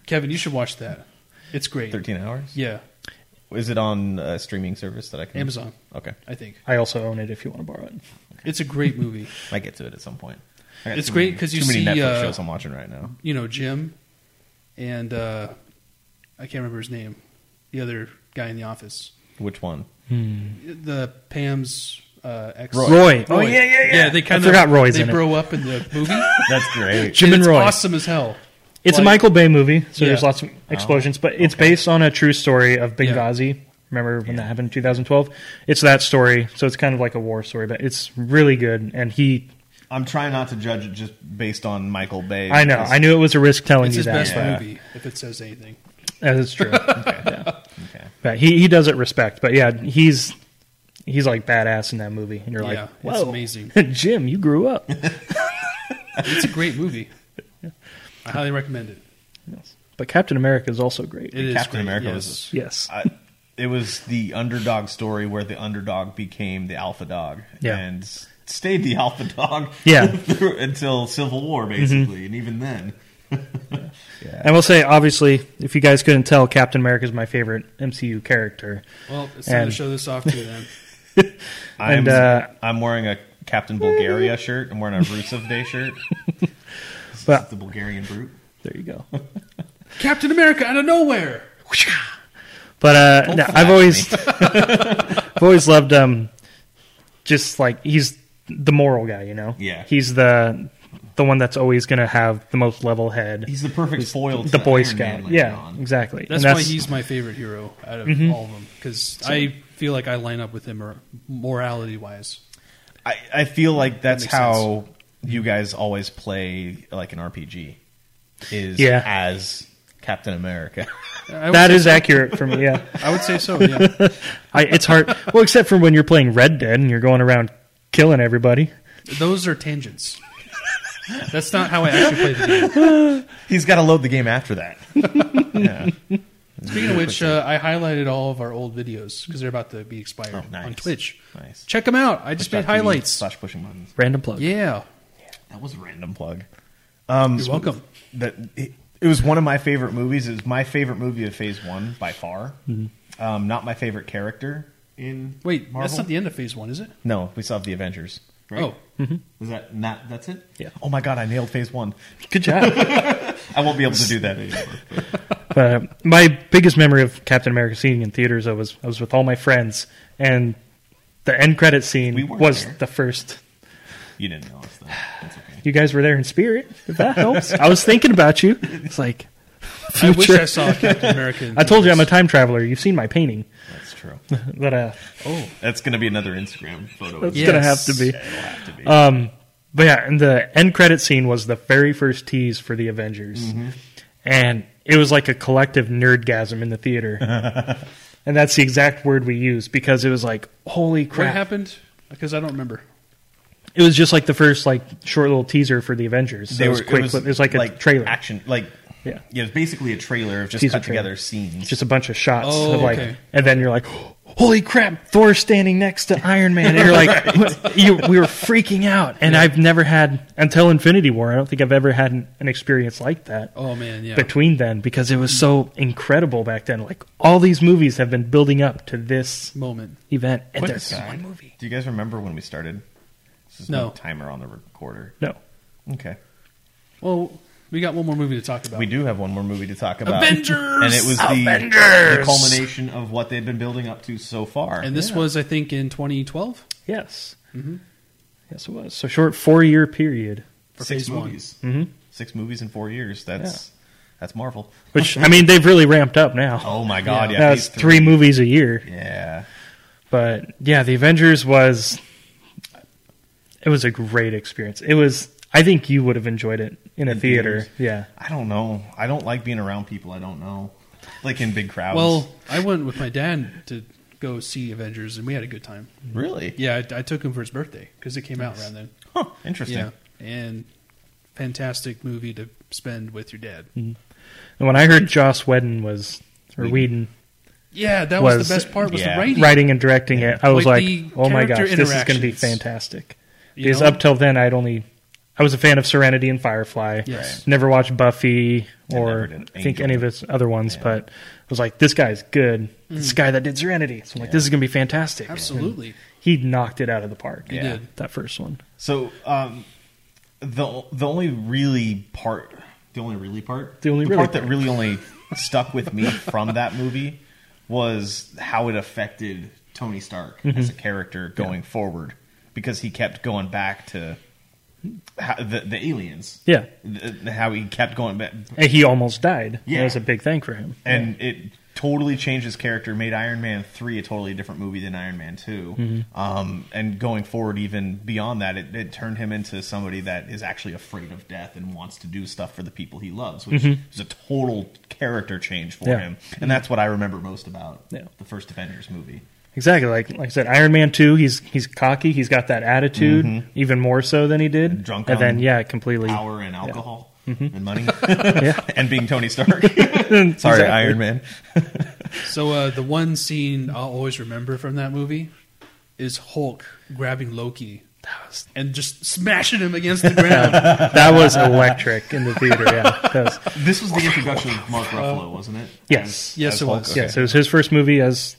B: Kevin, you should watch that. It's great.
A: thirteen hours.
B: Yeah,
A: Is it on a streaming service that I can?
B: Amazon.
A: Okay,
B: I think
C: I also own it if you want to borrow it.
B: it's a great movie.
A: I get to it at some point. I got
B: It's
A: too
B: great
A: many-
B: 'cause you
A: too many
B: see,
A: Netflix
B: uh,
A: shows I'm watching right now.
B: You know Jim, and uh, I can't remember his name. The other guy in the office,
A: Which one?
B: the Pam's uh, X.
C: Roy. Oh, yeah, yeah, yeah.
B: Yeah, they kind of
C: forgot Roy's
B: They
C: in it.
B: grow up in the movie.
A: That's great.
C: Jim and
B: it's
C: Roy.
B: awesome as hell.
C: It's a
B: Like-
C: Michael Bay movie, so
B: Yeah.
C: there's lots of explosions, but it's based on a true story of
B: Yeah.
C: Benghazi. Remember when that happened in 2012? It's that story, so it's kind of like a war story, but it's really good. And he,
A: I'm trying not to judge it just based on Michael Bay.
C: I know,
A: because-
C: I knew it was a risk telling
B: It's
C: you
B: his
C: that.
B: best
C: but-
B: movie if it says anything.
C: That is true.
A: Okay.
C: but he, he does it respect. But yeah, he's he's like badass in that movie, and you're
B: Yeah,
C: like,
B: it's
C: Whoa.
B: amazing.
C: Jim, you grew up.
B: It's a great movie. I highly recommend it.
C: but Captain America is also great.
B: It is
A: Captain
B: great,
A: America
B: yes.
A: was-
C: yes,
A: I, it was the underdog story where the underdog became the alpha dog
C: Yeah.
A: and s- stayed the alpha dog
C: Yeah. Mm-hmm.
A: through- until Civil War, basically. And even then,
C: I will say, obviously, if you guys couldn't tell, Captain America is my favorite MCU character.
B: Well, it's time
C: And-
B: to show this off to you then.
A: I'm,
C: And, uh,
A: I'm wearing a Captain Bulgaria shirt. I'm wearing a Rusev Day shirt. This
C: But-
A: is the Bulgarian brute.
C: There you go.
B: Captain America out of nowhere.
C: But uh,
A: Don't
C: no,
A: flash
C: I've always, I've always loved um, just like he's the moral guy, you know.
A: Yeah.
C: he's the the one that's always going to have the most level head.
A: He's the perfect foil to
C: the Boy
A: Iron
C: Scout.
A: Man later
C: yeah,
A: on.
C: exactly.
B: That's,
C: And Mm-hmm.
B: why he's my favorite hero out of all of them because I feel like I line up with him morality wise.
A: I, I feel like that's
B: makes
A: how you guys always play like an RPG is
C: Yeah.
A: as Captain America.
C: that is accurate for me. Yeah,
B: I would say so. Yeah,
C: I, it's hard. Well, except for when you're playing Red Dead and you're going around killing everybody.
B: those are tangents. That's not how I actually play the game.
A: He's got to load the game after that. yeah.
B: Speaking of which, uh, I highlighted all of our old videos because they're about to be expired
A: Oh, nice.
B: on Twitch.
A: Nice.
B: Check them out. I just made highlights.
A: Slash pushing buttons.
C: Random plug.
B: Yeah,
A: That was a random plug.
C: Um,
B: you're welcome.
A: That it, it was one of my favorite movies. It was my favorite movie of Phase One by far. Um, not my favorite character in
B: Mm-hmm. Wait,
A: Marvel.
B: that's not the end of Phase One, is it?
A: no, we saw the Avengers. Right?
B: Oh,
A: is that not? That's it.
C: Yeah.
A: Oh my god, I nailed Phase One.
C: Good job.
A: I won't be able to do that anymore.
C: But uh, my biggest memory of Captain America seeing in theaters, I was I was with all my friends, and the end credit scene
A: We weren't
C: was
A: there.
C: the first.
A: You didn't notice that. That's okay.
C: You guys were there in spirit. If that helps, I was thinking about you. It's like
B: I wish
C: future-
B: I saw Captain America. in
C: I told you I'm a
B: theaters.
C: time traveler. You've seen my painting,
A: That's true.
C: but uh,
A: Oh, that's going to be another Instagram photo.
C: it's
A: It's
B: Yeah.
C: gonna have
B: Yes.
C: to be.
A: gonna have to be.
C: But yeah, and the end credit scene was the very first tease for the Avengers, and it was like a collective nerdgasm in the theater. And that's the exact word we used because it was like, holy
B: What
C: crap!
B: happened? Because I don't remember.
C: It was just like the first like short little teaser for the Avengers. So
A: They
C: it was
A: were-
C: quick. It was, like a trailer,
A: action, like
C: Yeah.
A: yeah, yeah. It's basically a trailer of just
C: Teaser
A: cut
C: trailer.
A: together scenes.
C: just a bunch of shots
B: Oh,
C: of like,
B: okay.
C: and then you're like, holy crap! Thor's standing next to Iron Man, and you're like, what- you, we were freaking out. And I've never had until Infinity War. I don't think I've ever had an, an experience like that.
B: Oh man, yeah.
C: Between then, because it was so incredible back then, like all these movies have been building up to this
B: Moment.
C: event, and
B: What
C: there's
B: is-
C: one movie.
A: Do you guys remember when we started? This is
B: No.
A: timer on the recorder.
C: No,
A: Okay,
B: Well, we got one more movie to talk about.
A: we do have one more movie to talk about.
B: Avengers!
A: and it was the, the culmination of what they've been building up to so far.
B: And this was, I think, in 2012
C: yes, yes, it was. So short four year period.
B: for
A: six
B: Phase One.
A: movies, mm-hmm. six movies in four years. That's that's Marvel.
C: Which I mean, they've really ramped up now.
A: Oh my god! Yeah,
C: Now
A: Phase
C: it's three movies a year.
A: Yeah,
C: But yeah, the Avengers was it was a great experience. It was I think you would have enjoyed it in a
A: In
C: theater.
A: theaters?
C: Yeah.
A: I don't know. I don't like being around people I don't know, like in big crowds.
B: Well, I went with my dad to go see Avengers, and we had a good time.
A: really?
B: Yeah, I, I took him for his birthday because it came out around then.
A: Huh, interesting.
B: Yeah, and fantastic movie to spend with your dad.
A: Mm-hmm.
C: And when I heard Joss Whedon was or Whedon
B: Yeah, that was,
C: Was-
B: the best part was
A: Yeah.
B: the writing.
C: writing and directing it, I was
B: Like
C: like,
B: the
C: "Oh my gosh,
B: character
C: this is going to be
B: interactions,
C: fantastic."
B: you
C: Because
B: know?
C: up till then, I'd only I was a fan of Serenity and Firefly.
B: Yes.
C: Never watched Buffy
A: never
C: or
A: did
C: I think
A: Angel.
C: any of his other ones, but I was like, "This guy's good. This guy that did Serenity." So I'm like, "This is going to be fantastic."
B: Mm. Absolutely.
C: he knocked it out of the park.
B: He Yeah. did.
C: that first one.
A: So um, the the only really part, the only really part,
C: The only really
A: part,
C: part.
A: that really only stuck with me from that movie was how it affected Tony Stark as
C: Mm-hmm.
A: a character going forward because he kept going back to how, the the aliens.
C: Yeah.
A: Th- th- how he kept going back,
C: And he almost died.
A: Yeah.
C: That was a big thing for him.
A: and it totally changed his character. Made Iron Man three a totally different movie than Iron Man 2
C: Mm-hmm.
A: Um, and going forward, even beyond that, it, it turned him into somebody that is actually afraid of death and wants to do stuff for the people he loves, which is a total character change for
C: Mm-hmm. Yeah. Mm-hmm.
A: him. And that's what I remember most about
C: Yeah.
A: the first Avengers movie.
C: Exactly. Like like I said, Iron Man two, he's he's cocky, he's got that attitude even more so than he did.
A: And Mm-hmm. drunk
C: and
A: on
C: then yeah, Mm-hmm. it completely
A: Power and alcohol and money
C: Yeah.
A: and being Tony Stark. Sorry,
C: Exactly.
A: Iron Man.
B: So uh, the one scene I'll always remember from that movie is Hulk grabbing Loki and just smashing him against the ground.
C: That was electric in the theater, yeah. That was-
A: This was the introduction of
C: Uh,
A: Mark Ruffalo, wasn't it?
C: yes.
B: yes, it
A: Hulk,
B: was.
A: okay.
C: Yes, it was his first movie as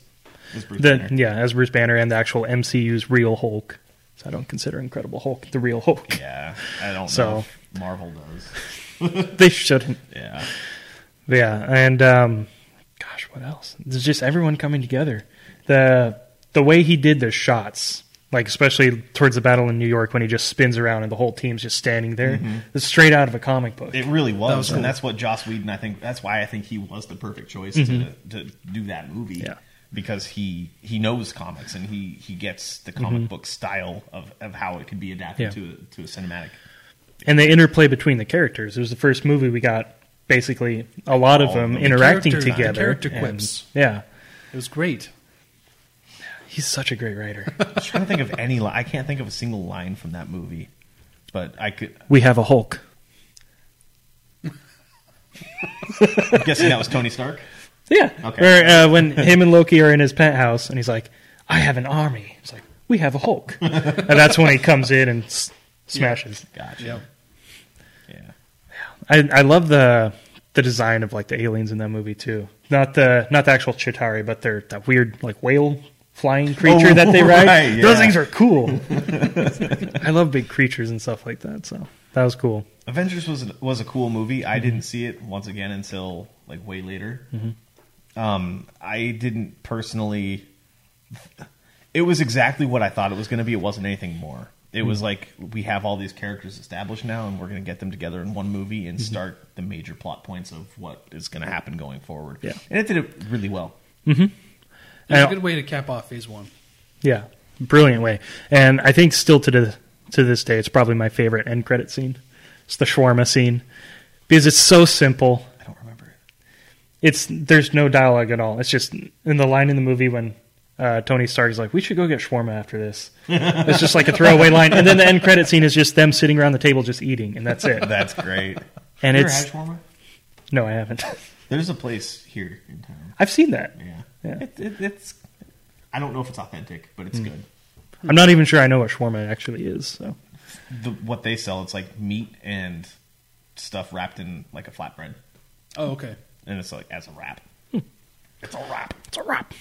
A: As Bruce
C: the
A: Banner.
C: yeah, as Bruce Banner and the actual MCU's real Hulk. So I don't consider Incredible Hulk the real Hulk.
A: Yeah, I don't
C: So-
A: know. If Marvel does.
C: They shouldn't.
A: Yeah,
C: Yeah, and um, gosh, what else? There's just everyone coming together. The the way he did the shots, like especially towards the battle in New York when he just spins around and the whole team's just standing there. It's straight out of a comic book.
A: it really was,
B: was cool.
A: and that's what Joss Whedon. I think that's why I think he was the perfect choice to to do that movie.
C: Mm-hmm. Yeah.
A: because he he knows comics and he he gets the comic book style of of how it could be adapted
C: Mm-hmm. Yeah.
A: to a, to a cinematic.
C: and the interplay between the characters. It was the first movie we got basically a lot of
A: All
C: them
A: of them.
C: interacting
B: character- the
C: together.
B: character
C: and-
B: quips.
C: yeah.
B: It was great.
C: He's such a great writer.
A: I'm trying to think of any. Li- I can't think of a single line from that movie, but I could.
C: we have a Hulk.
A: I'm guessing that was Tony Stark.
C: Yeah.
A: Okay.
C: Where uh, when him and Loki are in his penthouse, and he's like, "I have an army." He's like, "We have a Hulk," and that's when he comes in and s- smashes.
A: Gotcha.
B: Yeah.
A: Yeah.
C: I, I love the the design of like the aliens in that movie too. Not the not the actual Chitari, but they're that weird like whale flying creature that they ride.
A: Oh, right,
C: Those
A: yeah.
C: things are cool. I love big creatures and stuff like that. So that was cool.
A: Avengers was was a cool movie. I didn't see it once again until like way later.
C: Mm-hmm.
A: Um, I didn't personally. It was exactly what I thought it was going to be. It wasn't anything more. It
C: Mm-hmm.
A: was like we have all these characters established now, and we're going to get them together in one movie
C: Mm-hmm.
A: and start the major plot points of what is going to happen going forward.
C: Yeah.
A: and it did it really well.
B: It was a
C: And-
B: good way to cap off Phase One.
C: Yeah, brilliant way. And I think still to the, to this day, it's probably my favorite end credit scene. It's the shawarma scene because it's so simple.
A: I don't remember it.
C: It's there's no dialogue at all. It's just in the line in the movie when uh, Tony Stark is like, "We should go get shawarma after this." it's just like a throwaway line, and then the end credit scene is just them sitting around the table just eating, and that's it.
A: That's great.
C: And
A: You ever
C: it's
A: had shawarma?
C: no, I haven't.
A: There's a place here in town.
C: I've seen that.
A: Yeah,
C: Yeah. Mm.
A: It, it, it's. I don't know if it's authentic, but it's good.
C: I'm not even sure I know what shawarma actually is. So
A: the, what they sell it's like meat and stuff wrapped in like a flatbread
B: Oh, okay.
A: and it's like as a wrap it's a wrap
C: Hmm. it's a wrap.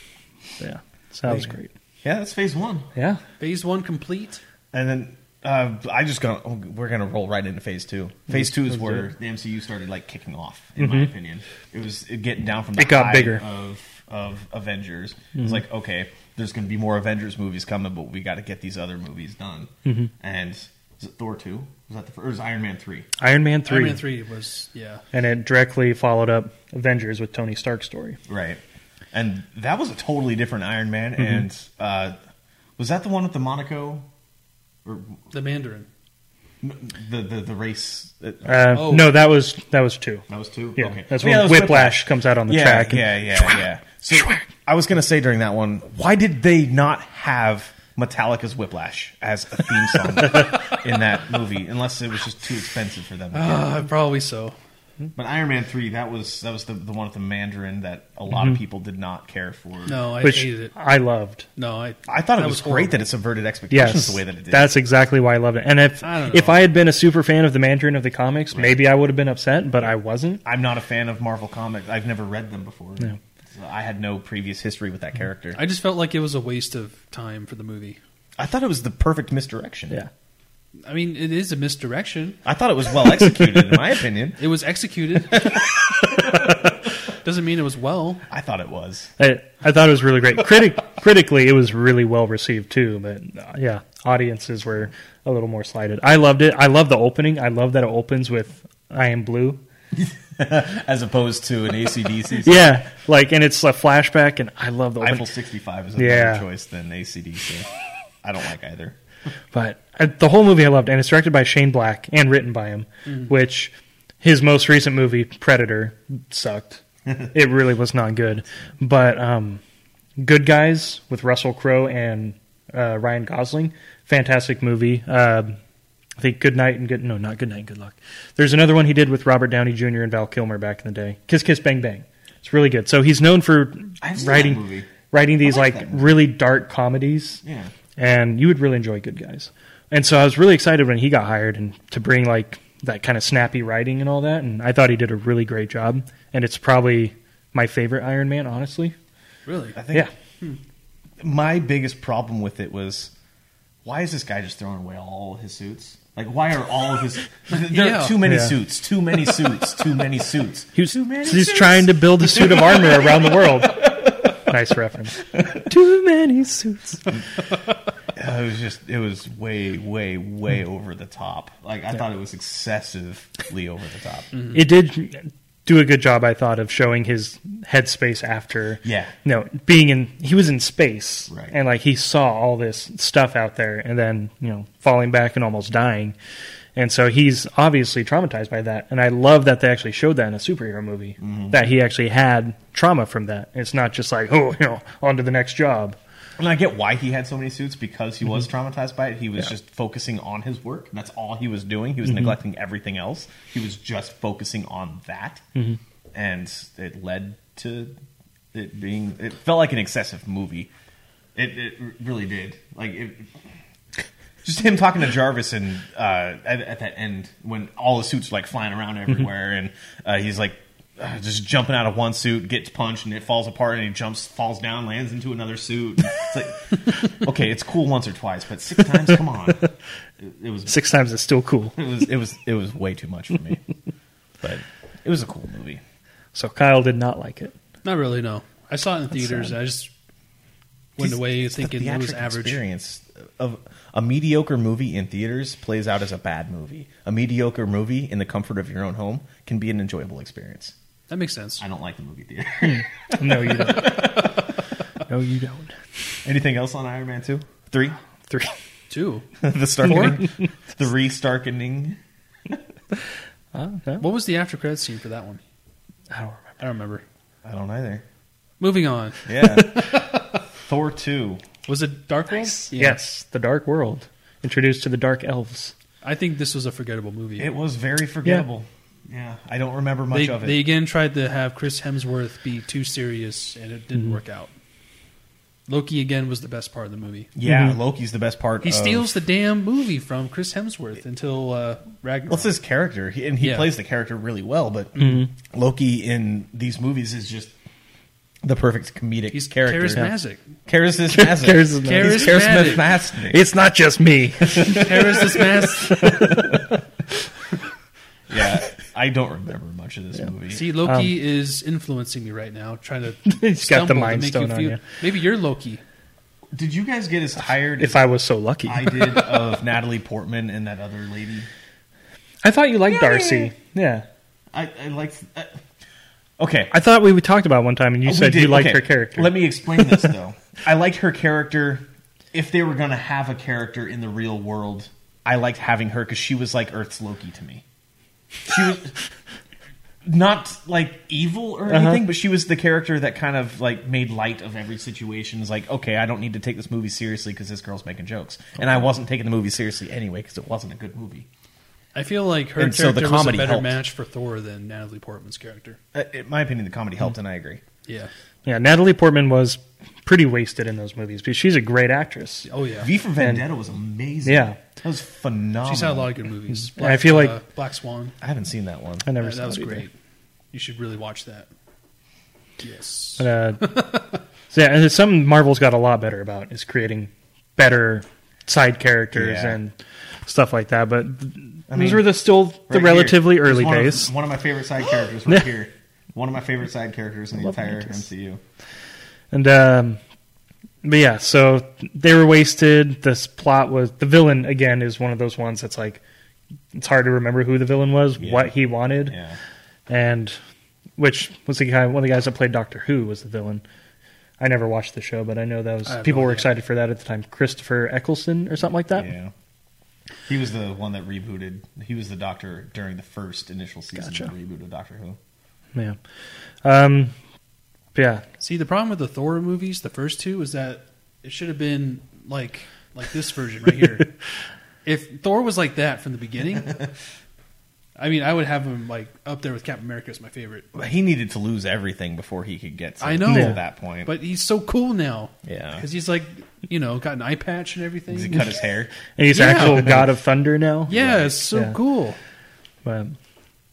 C: Yeah, sounds great.
A: yeah that's phase one
C: Yeah.
B: Phase One complete.
A: and then uh, i just gonna oh, we're gonna roll right into phase two
C: Mm-hmm.
A: phase two is where the mcu started like kicking off in my opinion it was it getting down from the
C: It got
A: high
C: bigger. Mm-hmm.
A: of of avengers it's like okay there's gonna be more avengers movies coming but we gotta get these other movies done
C: Mm-hmm.
A: and is it thor 2 was that the first or is it iron man 3
C: Iron Man 3.
B: Iron Man Three was yeah.
C: and it directly followed up Avengers with Tony Stark's story.
A: Right. And that was a totally different Iron Man.
C: Mm-hmm.
A: And uh, was that the one with the Monaco or
B: The Mandarin.
A: the the, the race? That,
C: Uh,
B: Oh.
C: No, that was that was two.
A: that was two.
C: Yeah,
A: okay.
C: that's
A: Oh,
C: when
A: that was
C: Whiplash, comes out on the
A: Yeah,
C: track. and-
A: yeah, yeah, yeah. So I was gonna say during that one, why did they not have Metallica's Whiplash as a theme song in that movie? Unless it was just too expensive for
C: Uh-huh.
A: them. to get.
B: Ah, probably so.
A: But Iron Man three, that was that was the, the one with the Mandarin that a lot
C: Mm-hmm.
A: of people did not care for.
B: No, I
C: which
B: hated it.
C: I loved.
B: No, I.
A: I thought it
B: that
A: was,
B: horrible.
A: great that it subverted expectations
C: Yes,
A: the way that it did.
C: that's exactly why I loved it. And if
B: I don't
C: if
B: know.
C: I had been a super fan of the Mandarin of the comics, maybe I would have been upset, but I wasn't.
A: I'm not a fan of Marvel comics. I've never read them before.
C: No.
A: So I had no previous history
C: Mm-hmm.
A: with that character. I,
B: I just felt like it was a waste of time for the movie.
A: thought it was the perfect misdirection.
C: Yeah,
B: I mean, it is a misdirection.
A: I thought it was well executed, in my opinion.
B: It was executed. Doesn't mean it was well.
A: I thought it was.
C: I, I thought it was really great. Critic, critically, it was really well received too. But uh, yeah, audiences were a little more slighted. I loved it. I love the opening. I love that it opens with "I Am Blue."
A: As opposed to an ACDC.
C: Yeah, like and it's a flashback, and I love the
A: Eiffel
C: opening.
A: 65 is a
C: Yeah.
A: better choice than ACDC. I don't like either.
C: But uh, the whole movie I loved, and it's directed by Shane Black and written by him,
A: Mm-hmm.
C: which his most recent movie Predator sucked. it really was not good. But um, Good Guys with Russell Crowe and uh, Ryan Gosling, fantastic movie. Uh, I think Good Night and Good No, not Good Night and Good Luck. There's another one he did with Robert Downey Jr. and Val Kilmer back in the day. Kiss Kiss Bang Bang. It's really good. So he's known for
A: I've seen that
C: writing
A: movie.
C: writing these
A: like
C: like
A: that movie.
C: really dark comedies
A: Yeah.
C: and you would really enjoy Good Guys. And so I was really excited when he got hired and to bring like that kind of snappy writing and all that. And I thought he did a really great job. And it's probably my favorite Iron Man, honestly.
B: Really?
A: I think
C: Yeah,
A: my biggest problem with it was why is this guy just throwing away all of his suits? Like, why are all of his. There
B: Yeah.
A: are too many
C: Yeah.
A: suits, too many suits, too many suits.
C: he was,
A: too many
C: he's
A: suits.
C: trying to build a suit of armor around the world. nice reference. Too many suits.
A: It was just, it was way, way, way over the top. Like, I thought it was excessively over the top.
C: It did do a good job, I thought, of showing his headspace after.
A: Yeah.
C: No, being in, he was in space,
A: Right.
C: and like he saw all this stuff out there, and then you know falling back and almost dying, and so he's obviously traumatized by that. And I love that they actually showed that in a superhero movie
A: Mm-hmm.
C: that he actually had trauma from that. It's not just like oh you know on to the next job.
A: And I get why he had so many suits because he was traumatized by it. He was just focusing on his work. That's all he was doing. He was neglecting everything else. He was just focusing on that, and it led to it being. It felt like an excessive movie. It, it really did. Like it, just him talking to Jarvis and uh, at, at that end when all the suits are like flying around everywhere and uh, he's like uh, just jumping out of one suit, gets punched and it falls apart and he jumps, falls down, lands into another suit. It's like okay, it's cool once or twice, but six times, come on. It, it was
C: Six times is still cool.
A: it was it was it was way too much for me. But it was a cool movie.
C: So Kyle did not like it.
B: Not really. No, I saw it in theaters.
C: sad.
B: and I just went
A: It's-
B: away
A: it's the
B: thinking it was
A: theatrical
B: average.
A: Experience of a mediocre movie in theaters plays out as a bad movie. A mediocre movie in the comfort of your own home can be an enjoyable experience.
B: That makes sense.
A: I don't like the movie theater.
C: No, you don't. no, you don't.
A: Anything else on Iron Man two, three,
C: Three.
B: Too.
A: the Starkening, the restarkening?
B: What was the after credits scene for that one?
C: I don't remember.
B: I don't remember.
A: I don't either.
B: Moving on.
A: Yeah, Thor two.
B: Was it Dark World? Yeah.
C: Yes, the Dark World, introduced to the Dark Elves.
B: I think this was a forgettable movie.
A: It was very forgettable. Yeah, I don't remember much
B: they,
A: of it.
B: they again tried to have Chris Hemsworth be too serious, and it
A: Mm-hmm.
B: didn't work out. Loki again was the best part of the movie.
A: yeah, Loki's the best part.
B: Mm-hmm. He
C: Um,
A: of-
B: steals the damn movie from Chris Hemsworth until uh, Ragnarok.
A: Well, it's his character, he, and he
B: Yeah. Mm-hmm.
A: plays the character really well. But Loki in these movies is just the perfect comedic
B: He's
A: character.
B: charismatic.
A: Charismatic.
C: Charismatic.
A: He's
B: Charismatic.
A: charismatic.
C: It's not just me.
B: Charismatic.
A: yeah, I don't remember much of this movie.
B: See, Loki is influencing me right now, trying to.
C: Um, He's got the
B: stumble to
C: Mind
B: make
C: Stone on
B: feel-
C: you.
B: Maybe you're Loki.
A: Did you guys get as tired
C: If
A: as
C: I was so lucky,
A: I
C: I,
A: did of Natalie Portman and that other lady?
C: thought you liked
A: Yeah.
C: Darcy. Yeah,
A: I, I liked. Uh, okay,
C: I thought we talked about it one time, and you
A: Oh, We
C: said
A: did-
C: you liked
A: okay,
C: her character.
A: Let me explain this though. I liked her character. If they were going to have a character in the real world, I liked having her because she was like Earth's Loki to me. She was not like evil
C: Uh-huh.
A: or anything, but she was the character that kind of like made light of every situation. It's like, okay, I don't need to take this movie seriously because this girl's making jokes, and I wasn't taking the movie seriously anyway because it wasn't a good movie.
B: I feel like her
A: And
B: character
A: so the comedy
B: was a better
A: helped.
B: match for Thor than Natalie Portman's character.
A: Uh, in my opinion, the comedy
C: Mm.
A: helped, and I agree.
B: Yeah.
C: Yeah, Natalie Portman was pretty wasted in those movies, but she's a great actress.
B: Oh yeah.
A: V for Vendetta was amazing.
C: Yeah.
A: that was phenomenal.
B: She's had a lot of good movies.
C: And I feel like-
B: uh, Black Swan.
A: I haven't seen that one.
C: I never
B: Uh,
C: saw
B: that was
C: it either.
B: great. You should really watch that. Yes.
C: But, uh, so yeah, and it's something Marvel's got a lot better about is creating better side characters
A: Yeah.
C: and stuff like that. But
A: I
C: these
A: mean,
C: were the still the
A: Right
C: relatively
A: here.
C: early
A: It's one of-
C: days.
A: one of my favorite side characters right here. One of my favorite side characters in the
C: love
A: entire
C: Mantis.
A: MCU.
C: And um, but yeah, so they were wasted. This plot was the villain again is one of those ones that's like it's hard to remember who the villain was,
A: Yeah.
C: what he wanted,
A: Yeah.
C: and which was the guy one of the guys that played Doctor Who was the villain. I never watched the show, but I know that was
B: I have
C: people
B: no
C: were
B: idea.
C: excited for that at the time. Christopher Eccleston or something like that.
A: Yeah. He was the one that rebooted. He was the doctor during the first initial season
C: Gotcha.
A: of the reboot of Doctor Who.
C: Yeah. Um, but yeah.
B: See, the problem with the Thor movies, the first two, is that it should have been like like this version right here. if Thor was like that from the beginning, I mean, I would have him like up there with Captain America as my favorite.
A: But he needed to lose everything before he could get.
B: I
A: something
B: know.
A: at that point,
B: But he's so cool now.
A: Yeah.
B: because he's like you know got an eye patch and everything.
A: he cut his hair.
C: And he's
B: Yeah.
C: actual god of thunder now.
B: yeah, it's so
C: Yeah.
B: cool.
C: But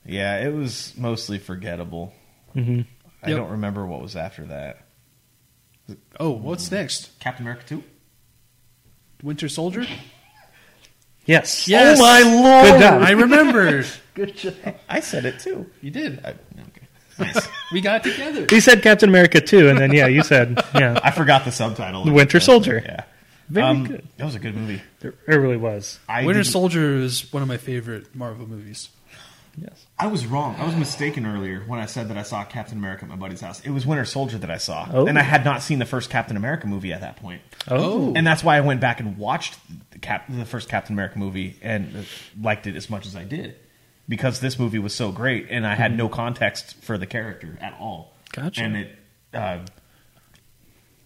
A: Yeah, it was mostly forgettable.
C: Mhm.
A: I
B: Yep.
A: don't remember what was after that.
B: Oh, what's next?
A: Captain America two.
B: Winter Soldier.
C: yes.
B: Yes.
A: Oh my lord!
C: Good job.
B: I remember.
A: I said it too.
B: you did.
A: I, okay. Nice.
B: We got together.
C: He said Captain America too, and then yeah, you said yeah.
A: I forgot the subtitle.
C: The Winter Soldier.
A: Yeah.
C: Very
A: Um,
C: good.
A: That was a good movie.
C: It really was.
A: I
B: Winter
A: didn't-
B: Soldier is one of my favorite Marvel movies.
C: Yes.
A: I was wrong. I was mistaken earlier when I said that I saw Captain America at my buddy's house. It was Winter Soldier that I saw,
C: Oh.
A: and I had not seen the first Captain America movie at that point.
B: Oh.
A: And that's why I went back and watched the, Cap- the first Captain America movie and uh, liked it as much as I did because this movie was so great, and I had no context for the character at all.
C: Mm-hmm. Gotcha.
A: And it, uh,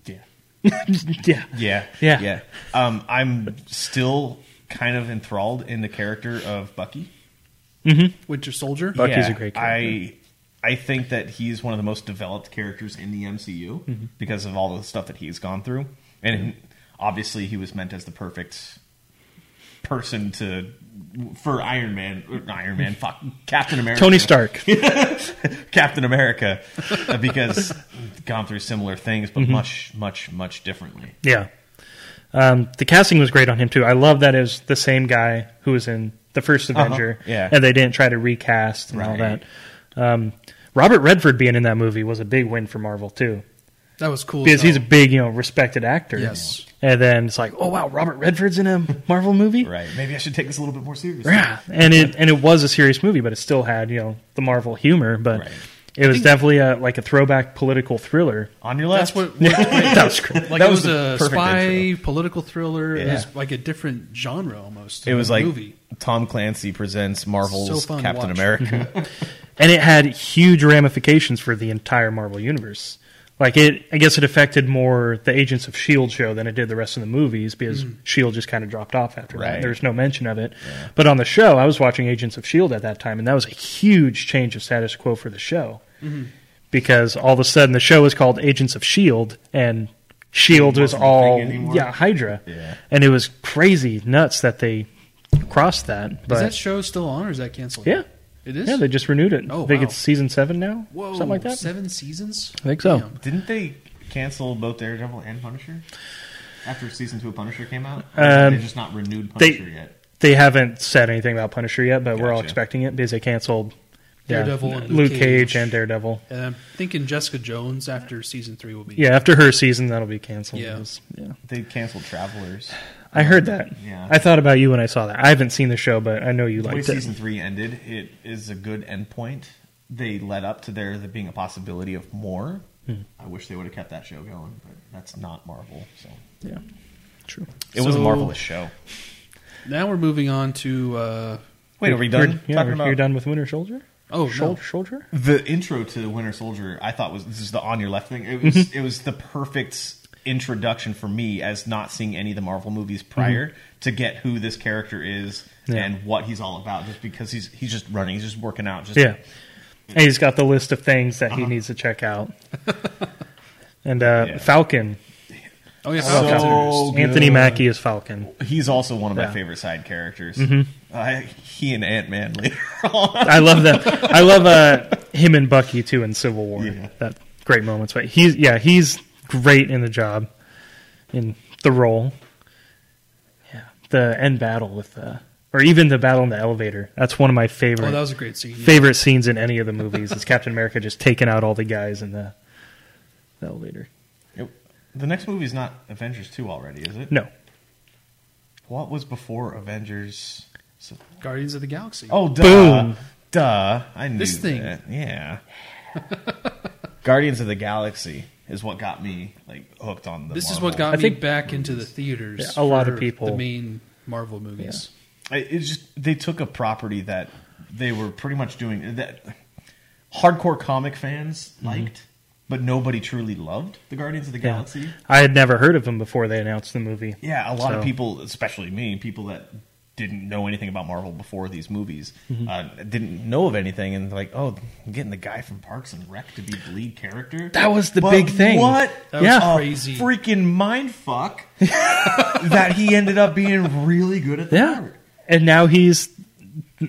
A: yeah,
C: yeah.
A: yeah,
C: Yeah.
A: yeah. Um, I'm still kind of enthralled in the character of Bucky.
B: Winter Soldier.
C: Bucky's a great character.
A: I I think that he's one of the most developed characters in the MCU because of all the stuff that he's gone through, and obviously he was meant as the perfect person to for Iron Man, or not Iron Man, fuck, Captain America,
C: Tony Stark.
A: Captain America, uh, because gone through similar things, but much, much, much differently.
C: Yeah. Um, the casting was great on him too. I love that it was the same guy who was in the first Avenger.
A: Yeah.
C: And they didn't try to recast and all
A: Right.
C: that. Um, Robert Redford being in that movie was a big win for Marvel too.
B: That was cool.
C: Because
B: though.
C: he's a big, you know, respected actor.
B: Yes.
C: And then it's like, oh wow, Robert Redford's in a Marvel movie?
A: Right? Maybe I should take this a little bit more seriously.
C: Yeah, and it and it was a serious movie, but it still had you know the Marvel humor. But
A: Right.
C: it was definitely a like a throwback political thriller.
A: On your
B: That's
A: left,
B: what
C: that was great.
B: like
A: That
B: it
A: was
B: was,
A: the
B: a
A: perfect
B: spy
A: intro.
B: political thriller. It
A: Yeah.
B: was like a different genre almost.
A: it was like
B: movie.
A: Tom Clancy presents Marvel's
B: fun to
A: Captain
B: watch.
A: America.
C: and it had huge ramifications for the entire Marvel universe. Like it, I guess it affected more the Agents of Shield E show than it did the rest of the movies because Shield E just kind of dropped off after
A: Hmm. Right.
C: that. There was no mention of it. But on the show, I was watching Agents of Shield at that time, and that was a huge change of status quo for the show
A: Mm-hmm.
C: because all of a sudden the show was called Agents of Shield, E and Shield E
A: wasn't
C: was
A: a thing
C: all
A: anymore.
C: yeah Hydra,
A: Yeah.
C: and it was crazy nuts that they crossed that. But
B: is that show still on or is that canceled?
C: Yeah.
B: It is?
C: yeah, they just renewed it.
B: Oh,
C: I think
B: wow.
C: it's season seven now.
B: Whoa,
C: something like that.
B: seven seasons?
C: I think so.
B: Damn.
A: Didn't they cancel both Daredevil and Punisher after season two of Punisher came out?
C: Um,
A: they just not renewed
C: they-
A: Punisher yet.
C: They haven't said anything about Punisher yet, but we're all
A: Gotcha.
C: expecting it because they canceled yeah,
B: Daredevil and
C: Luke
B: Luke
C: Cage.
B: Cage.
C: and Daredevil.
B: And I'm thinking Jessica Jones after season three will be.
C: Yeah, after her season, that'll be canceled.
B: Yeah.
C: Yes. yeah.
A: They canceled Travelers.
C: I heard that.
A: Yeah.
C: I thought about you when I saw that. I haven't seen the show, but I know you
A: The way
C: liked it.
A: season three ended, it is a good endpoint. They led up to there there being a possibility of more.
C: Hmm.
A: I wish they would have kept that show going, but that's not Marvel. So
C: Yeah, true.
A: it was a
B: So-
A: marvelous show.
B: Now we're moving on to. Uh,
A: Wait, are we
C: You're-
A: done
C: yeah,
A: talking
C: you're,
A: about
C: you're done with Winter Soldier.
B: oh, no.
C: Shol- Soldier.
A: the intro to Winter Soldier? I thought was this is the on your left thing. It
C: Mm-hmm.
A: was it was the perfect introduction for me as not seeing any of the Marvel movies prior to get who this character is
C: Mm-hmm. Yeah.
A: and what he's all about. Just because he's he's just running, he's just working out. Just
C: Yeah, and he's got the list of things that
B: Uh-huh.
C: he needs to check out. and uh,
A: Yeah.
C: Falcon.
B: Oh, yeah.
A: So-
B: Falcon.
A: good.
C: Anthony Mackie is Falcon.
A: He's also one of my
C: Yeah. Mm-hmm.
A: favorite side characters. Uh, I, he and Ant Man later on.
C: I love that. I love uh, him and Bucky too in Civil War.
A: Yeah.
C: That great moments. But he's yeah, he's great in the job, in the role. Yeah, the end battle with uh, or even the battle in the elevator. That's one of my favorite
B: Oh, that was a great scene. yeah.
C: favorite scenes in any of the movies. is Captain America just taking out all the guys in the, the elevator?
A: It- the next movie is not Avengers two already, is it?
C: No,
A: What was before Avengers? So-
B: Guardians of the Galaxy.
A: Oh, duh.
C: Boom.
A: Duh. I knew
B: This thing.
A: that. Yeah. Guardians of the Galaxy is what got me like hooked on the.
B: this is
A: Marvel.
B: what got
C: I
B: me
C: think-
B: back into the theaters.
C: Yeah, a lot of
B: for
C: people-
B: The main Marvel movies.
A: I- It's just they took a property that they were pretty much doing that hardcore comic fans
B: Mm-hmm.
A: liked, but nobody truly loved the Guardians of the
C: Yeah.
A: Galaxy.
C: I had never heard of him before they announced the movie.
A: Yeah, a lot of
C: So-
A: people, especially me, people that didn't know anything about Marvel before these movies,
C: Mm-hmm.
A: uh, didn't know of anything, and like, oh, I'm getting the guy from Parks and Rec to be the lead character.
C: That was the
A: But
C: big thing.
A: What?
B: That was
C: yeah,
A: a
B: Crazy.
A: freaking mind fuck that he ended up being really good at the
C: yeah.
A: part.
C: And now he's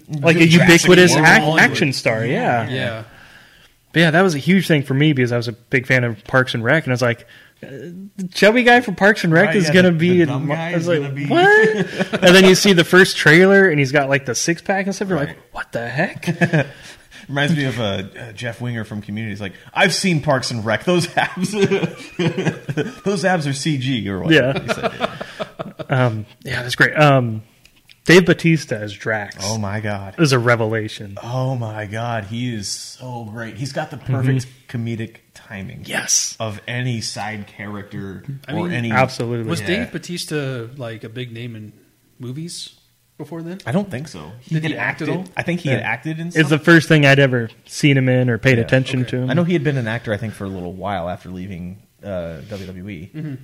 C: like a
A: Jurassic
C: ubiquitous
A: World.
C: ac- action star. Yeah.
B: Yeah.
C: But yeah, that was a huge thing for me because I was a big fan of Parks and Rec, and I was like, uh, the chubby guy from Parks and Rec
A: Right,
C: is
A: yeah,
C: gonna
A: the-
C: be.
A: the
C: in
A: dumb
C: Mar-
A: guy
C: I was
A: is
C: like,
A: gonna be-
C: what? and then you see the first trailer, and he's got like the six pack and stuff. You're like,
A: Right.
C: what the heck?
A: Reminds me of uh, uh, Jeff Winger from Community. He's like, I've seen Parks and Rec. Those abs, those abs are CG or whatever.
C: Yeah.
A: he said.
C: um, yeah, that's great. Um, Dave Batista as Drax
A: Oh my god.
C: is a revelation.
A: Oh my god, he is so great. He's got the
C: Mm-hmm.
A: perfect comedic timing.
C: Yes.
A: Of any side character
B: I
A: or
B: mean,
A: any
C: Absolutely.
B: Was
A: Yeah.
B: Dave Batista like a big name in movies before then?
A: I don't think so. He
B: Did
A: had
B: he act at
A: acted-
B: all?
A: I think he had
C: Yeah.
A: acted in
C: It's the
A: something.
C: first thing I'd ever seen him in or paid
A: Yeah,
C: attention
B: okay.
C: to him.
A: I know he had been an actor I think for a little while after leaving uh, WWE.
B: Mm-hmm.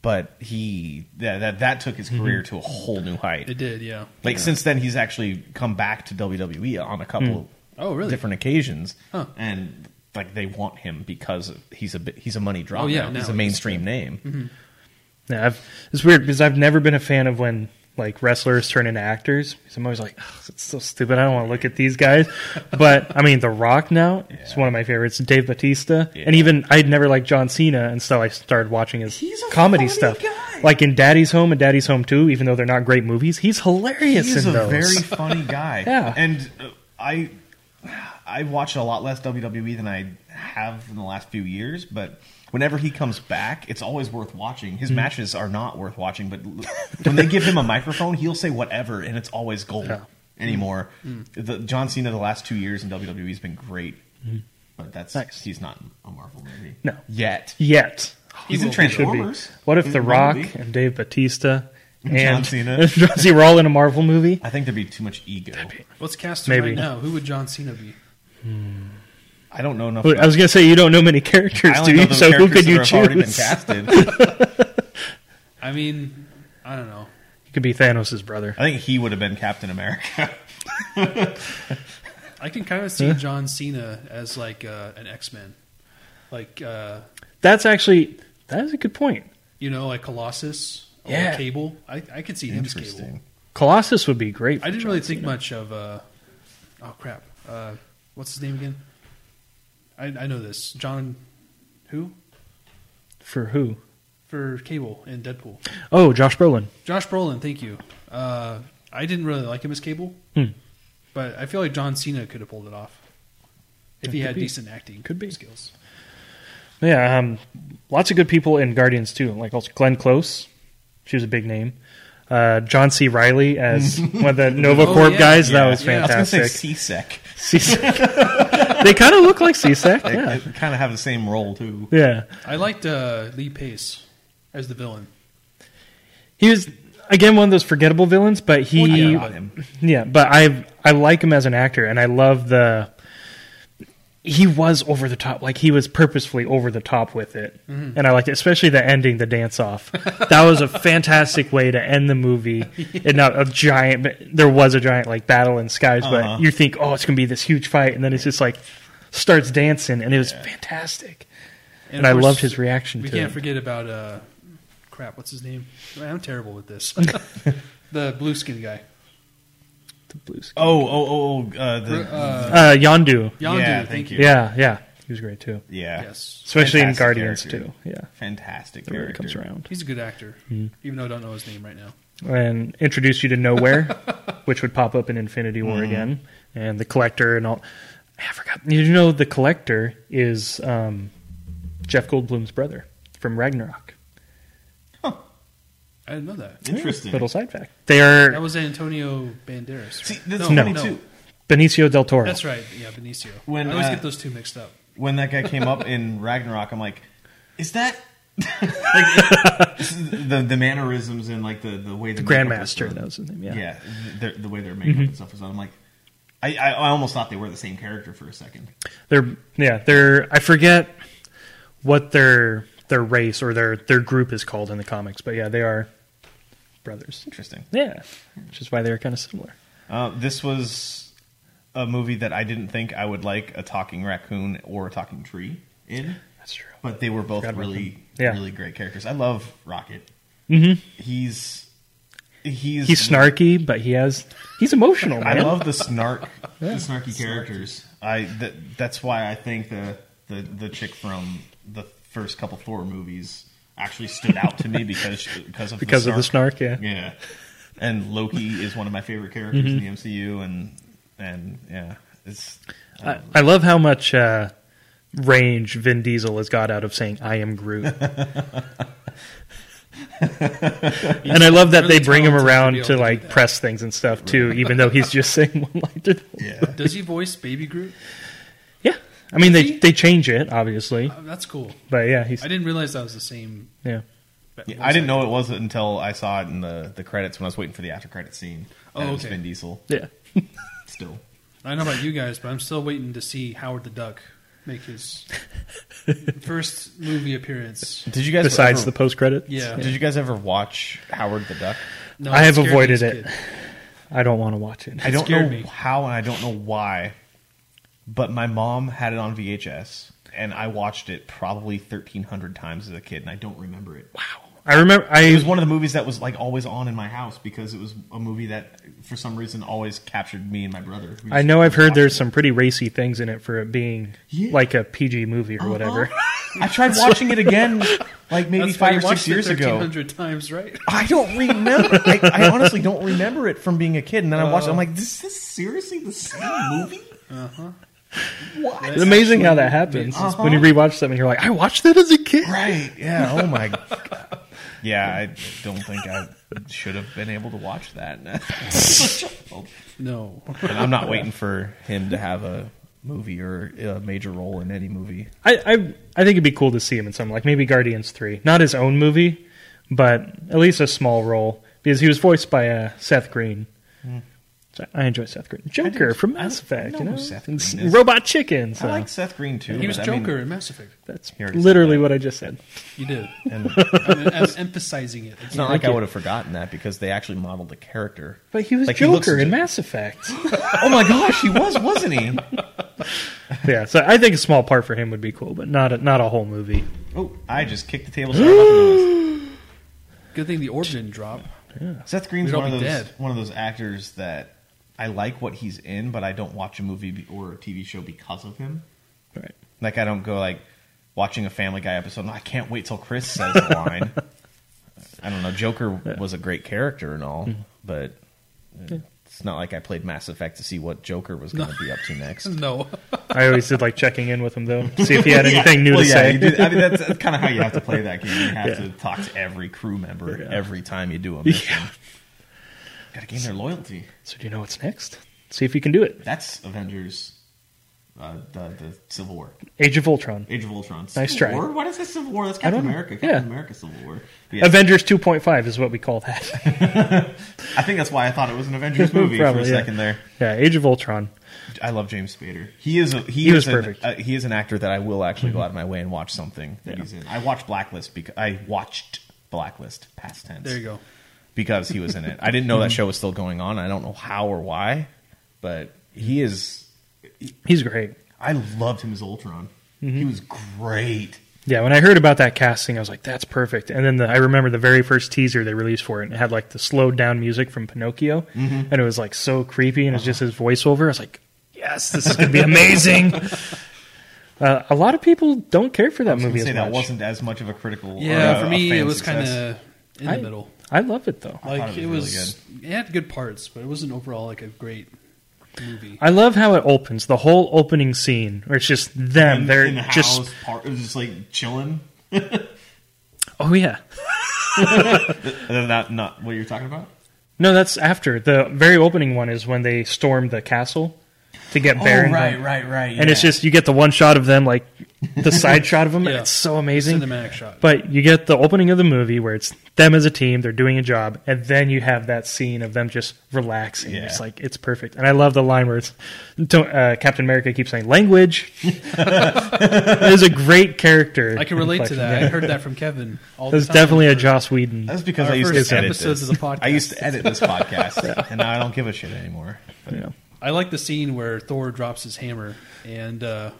A: But he that, that that took his
C: Mm-hmm.
A: career to a whole new height.
B: It did, yeah.
A: Like since then, he's actually come back to WWE on a couple.
B: Oh, really?
A: Different occasions,
B: Huh.
A: and like they want him because he's a bi- he's a money draw.
B: Oh, yeah,
A: now. he's
B: now
A: a mainstream name.
B: Mm-hmm.
C: Yeah, I've, it's weird because I've never been a fan of when like wrestlers turn into actors. Because I'm always like, "Ugh, it's so stupid. I don't want to look at these guys. But I mean, The Rock now is
A: Yeah.
C: one of my favorites. Dave Batista,
A: Yeah.
C: and even I'd never liked John Cena until I started watching his
A: He's a
C: comedy
A: funny
C: stuff,
A: guy.
C: like in Daddy's Home and Daddy's Home Too. Even though they're not great movies, he's hilarious
A: He's
C: in
A: a
C: those.
A: very funny guy.
C: Yeah.
A: and uh, I I watch a lot less WWE than I have in the last few years, but. Whenever he comes back, it's always worth watching.
C: Hmm.
A: His matches are not worth watching, but l- when they give him a microphone, he'll say whatever, and it's always gold
C: Yeah. Hmm.
A: anymore. The, John Cena, the last two years in WWE, has been great, but that's
C: Nice.
A: he's not a Marvel movie.
C: Hmm. No.
A: yet.
C: Yet
A: He's
C: He
A: in
C: will- he should be.
A: Transformers.
C: What if
A: He's
C: The
A: in one
C: Rock
A: movie.
C: and Dave Batista and
A: Cena.
C: and John Cena were all in a Marvel movie?
A: I think there'd be too much ego.
B: Let's cast him
C: Maybe.
B: right now. Who would John Cena be?
A: I don't know enough.
C: Wait, I was gonna say you don't know many characters,
A: I only
C: do
A: know
C: you?
A: the
C: So who
A: characters
C: could
A: that
C: you
A: have already been
C: choose?
A: casted.
B: I mean, I don't know.
C: It could be Thanos' brother.
A: I think he would have been Captain America.
B: I can kind of see John Cena as like uh, an X Men, like uh,
C: That's actually that is a good point.
B: you know, like Colossus or
C: Yeah.
B: Cable. I, I could see him as Cable.
A: Interesting.
C: Colossus would be great. for
B: I didn't
C: John
B: really think
C: Cena.
B: much of. Uh, oh crap! Uh, what's his name again? I, I know this John, who
C: for who.
B: for Cable and Deadpool.
C: Oh, Josh Brolin.
B: Josh Brolin, thank you. Uh, I didn't really like him as Cable,
C: Hmm.
B: but I feel like John Cena could have pulled it off if
C: It
B: he
C: could
B: had
C: be.
B: decent acting
C: Could be.
B: skills.
C: Yeah, um, lots of good people in Guardians too. Like also Glenn Close, she was a big name. Uh, John C. Riley as one of the Nova
B: Oh,
C: Corp
B: yeah.
C: guys. That
A: Yeah.
C: was
B: Yeah, I was
A: I was
C: fantastic.
A: going to say CSEC.
C: C-Sec. they kind of look like C-Sec.
A: They,
C: Oh, Yeah,
A: kind of have the same role too.
C: yeah.
B: I liked uh, Lee Pace as the villain.
C: He was again one of those forgettable villains, but he
A: I forgot about him.
C: Yeah, but I I like him as an actor, and I love the. He was over the top, like he was purposefully over the top with it,
A: Mm-hmm.
C: and I liked it, especially the ending, the dance off. that was a fantastic way to end the movie, and not a giant. But there was a giant like battle in skies,
A: Uh-huh.
C: but you think, oh, it's gonna be this huge fight, and then it's just like starts dancing, and it was fantastic. And
B: of
C: I
B: course,
C: loved his reaction
B: We
C: to
B: can't
C: it.
B: forget about uh, crap. What's his name? Man, I'm terrible with this. the blue skin guy,
C: The blues.
A: Oh, oh, oh, uh, the,
B: uh,
C: Uh, Yondu,
B: Yondu.
A: Yeah,
B: thank,
A: thank
B: you.
A: you.
C: yeah, yeah, he was great too,
A: yeah,
B: Yes,
C: especially
A: Fantastic
C: in Guardians
A: character.
C: too. Yeah,
A: fantastic
C: the way
A: character.
C: it comes around. Hmm.
B: he's a good actor, even though I don't know his name right now.
C: and introduce you to Nowhere, which would pop up in Infinity War again, and the Collector and all. I forgot. You know, the Collector is um, Jeff Goldblum's brother from Ragnarok.
B: I didn't know that.
A: Interesting.
C: Little side fact. They are
B: That was Antonio Banderas.
A: See,
B: right?
A: that's
C: No.
A: funny
C: No.
A: too.
C: Benicio del Toro.
B: That's right. Yeah, Benicio.
A: When,
B: I always
A: uh,
B: get those two mixed up.
A: When that guy came up in Ragnarok, I'm like, is that like it's- the the mannerisms and like the the way the
C: Grandmaster. That was his name.
A: yeah,
C: Yeah. Mm-hmm.
A: yeah the, the way their makeup and stuff is on. I'm like, I, I I almost thought they were the same character for a second.
C: They're yeah. They're I forget what their their race or their their group is called in the comics, but yeah, they are brothers.
A: Interesting.
C: Yeah, which is why they're kind of similar.
A: Uh, this was a movie that I didn't think I would like a talking raccoon or a talking tree in,
C: That's true.
A: but they were both
C: Forgot about
A: really
C: them. Yeah.
A: really great characters. I love Rocket. Mm-hmm. He's he's
C: He's snarky, but he has he's emotional.
A: I
C: Man.
A: love the snark, the snarky characters. I th- that's why I think the, the the chick from the first couple Thor movies actually stood out to me because because of
C: because
A: the
C: of the snark. Yeah.
A: yeah, and Loki is one of my favorite characters
B: Mm-hmm.
A: in the MCU, and and yeah, it's
C: I, I love how much uh, range Vin Diesel has got out of saying "I am Groot," and I love that
B: really
C: they bring him
B: talented to be
C: around
B: able
C: to
B: to do
C: like
B: that.
C: press things and stuff too, even though he's just saying one line. To
A: yeah.
B: Does he voice Baby Groot?
C: yeah, I mean
B: Does
C: they
B: he?
C: they change it obviously,
B: Oh, that's cool.
C: but yeah, he's
B: I didn't realize that was the same.
C: yeah.
A: Yeah, I didn't know it was until I saw it in the, the credits when I was waiting for the after credit scene.
B: Oh,
A: That it was
B: okay.
A: Vin Diesel
C: Yeah,
A: still.
B: I don't know about you guys, but I'm still waiting to see Howard the Duck make his first movie appearance.
A: Did you guys
C: besides
A: ever-
C: the post credits,
B: Yeah.
A: Did you guys ever watch Howard the Duck?
B: No,
C: I have
B: scared me
C: avoided
B: as a
C: it.
B: kid.
C: I don't want to watch it.
A: I don't know
B: scared me.
A: how and I don't know why, but my mom had it on VHS and I watched it probably 1300 times as a kid and I don't remember it. Wow.
C: I remember
A: It
C: I
A: was one of the movies that was like always on in my house because it was a movie that for some reason always captured me and my brother. We
C: I
A: just-
C: know I've heard
A: watched
C: there's
A: it.
C: some pretty racy things in it for it being
A: Yeah. Uh-huh.
C: like a PG movie or whatever.
A: I tried watching it again like maybe
B: That's why
A: 5
B: you
A: or
B: watched
A: 6 years
B: it
A: ago.
B: 1,300 times, right?
A: I don't remember. I, I honestly don't remember it from being a kid, and then I
B: Uh.
A: watched. it. I'm like, this is seriously the same movie.
B: Uh-huh.
A: What?
C: It's amazing how that happens is when you
A: Uh-huh.
C: rewatch something. You're like, I watched that as a kid.
A: Right? Yeah. Oh my. God. Yeah, I don't think I should have been able to watch that. and
B: No.
A: I'm not waiting for him to have a movie or a major role in any movie.
C: I, I I think it'd be cool to see him in something like maybe Guardians Three, not his own movie, but at least a small role because he was voiced by uh, Seth Green. So I enjoy Seth Green, Joker from Mass
A: Hmm. I don't know
C: Effect, you
A: who
C: know,
A: Seth
C: and
A: Green is.
C: Robot Chicken. So
A: I like Seth Green too.
B: He was
A: but I mean-
B: Joker in Mass Effect.
C: that's
A: He already said
C: literally
A: that.
C: what I just said.
B: You did.
A: and
B: I'm, I'm emphasizing it.
A: it's not like I would have forgotten that because they actually modeled the character.
C: But he was
A: Like, he looks
C: Joker in
A: Joker.
C: Mass Effect.
A: Oh my gosh, he was, wasn't he?
C: yeah, so I think a small part for him would be cool, but not a, not a whole movie.
A: Oh, I just kicked the table. so I wasn't noticed.
B: Good thing the orb didn't drop.
A: Seth Green's
B: We'd all
A: one of those
B: be dead.
A: one of those actors that I like what he's in, but I don't watch a movie be- or a TV show because of him.
C: Right.
A: Like I don't go like watching a Family Guy episode. I can't wait till Chris says a line. I don't know. Joker was a great character and all,
C: Mm-hmm.
A: but uh, it's not like I played Mass Effect to see what Joker was going to be up to next.
B: No.
C: I always did like checking in with him though, to see if he had anything new
A: Well,
C: to
A: yeah,
C: say.
A: you do- I mean, that's, that's kind of how you have to play that game. You have
C: Yeah.
A: to talk to every crew member
C: Yeah.
A: every time you do a
C: Yeah.
A: mission. Got to gain their loyalty.
C: So do you know what's next? See if you can do it.
A: That's Avengers, uh, the, the Civil War,
C: Age of Ultron.
A: Age of Ultron. Civil
C: Nice try.
A: War? What is this Civil War? That's
C: I
A: Captain
C: don't know.
A: America. Captain
C: Yeah.
A: America Civil War. But yeah,
C: Avengers 2.5 is what we call that.
A: I think that's why I thought it was an Avengers movie for
C: Probably,
A: a
C: yeah.
A: second there.
C: yeah, Age of Ultron.
A: I love James Spader. He is a, he,
C: He
A: is
C: was
A: an-
C: perfect. Mhm.
A: uh, he is an actor that I will actually go out of my way and watch something that he's in. I watched Blacklist because I watched Blacklist past tense.
B: There you go.
A: Because he was in it. I didn't know that show was still going on. I don't know how or why, but he is.
C: He's great.
A: I loved him as Ultron.
C: Mm-hmm.
A: He was great.
C: Yeah, when I heard about that casting, I was like, that's perfect. And then the, I remember the very first teaser they released for it, and it had like the slowed down music from Pinocchio,
A: Mm-hmm.
C: and it was like so creepy, and it was
A: Uh-huh.
C: just his voiceover. I was like, yes, this is going to be amazing. uh, a lot of people don't care for that
A: I was
C: movie
A: gonna
C: as
A: say
C: much.
A: that wasn't as much of a critical. or
B: Yeah,
A: a-
B: for
A: a
B: me,
A: fan
B: it was kind
A: success.
B: of in the
C: I-
B: middle.
C: I love it though.
A: thought
B: Like
A: it
B: it
A: was
B: was, it had good parts, but it wasn't overall like a great movie.
C: I love how it opens the whole opening scene where it's just them.
A: In-
C: They're
A: in the
C: just
A: house, part, it was just like chilling.
C: oh yeah.
A: Uh, That not what you're talking about.
C: No, that's after the very opening one is when they storm the castle to get Baron. done.
A: Oh, right, right.
C: And it's just you get the one shot of them, like the side shot of them. and
B: Yeah.
C: It's so amazing.
B: Cinematic shot.
C: But you get the opening of the movie where it's them as a team, they're doing a job, and then you have that scene of them just relaxing.
A: Yeah.
C: It's like it's perfect, and I love the line where it's don't, uh, Captain America keeps saying "language." That is a great character.
B: I can relate to
C: inflection.
B: that. I
C: Yeah.
B: heard that from Kevin. All
C: That's
B: the time.
C: definitely a Joss Whedon.
A: that's because
B: Our
A: I used
B: first
A: to edit
B: episodes
A: this.
B: of the podcast.
A: I used to edit this podcast, and now I don't give a shit anymore. But
C: Yeah.
B: I like the scene where Thor drops his hammer and uh,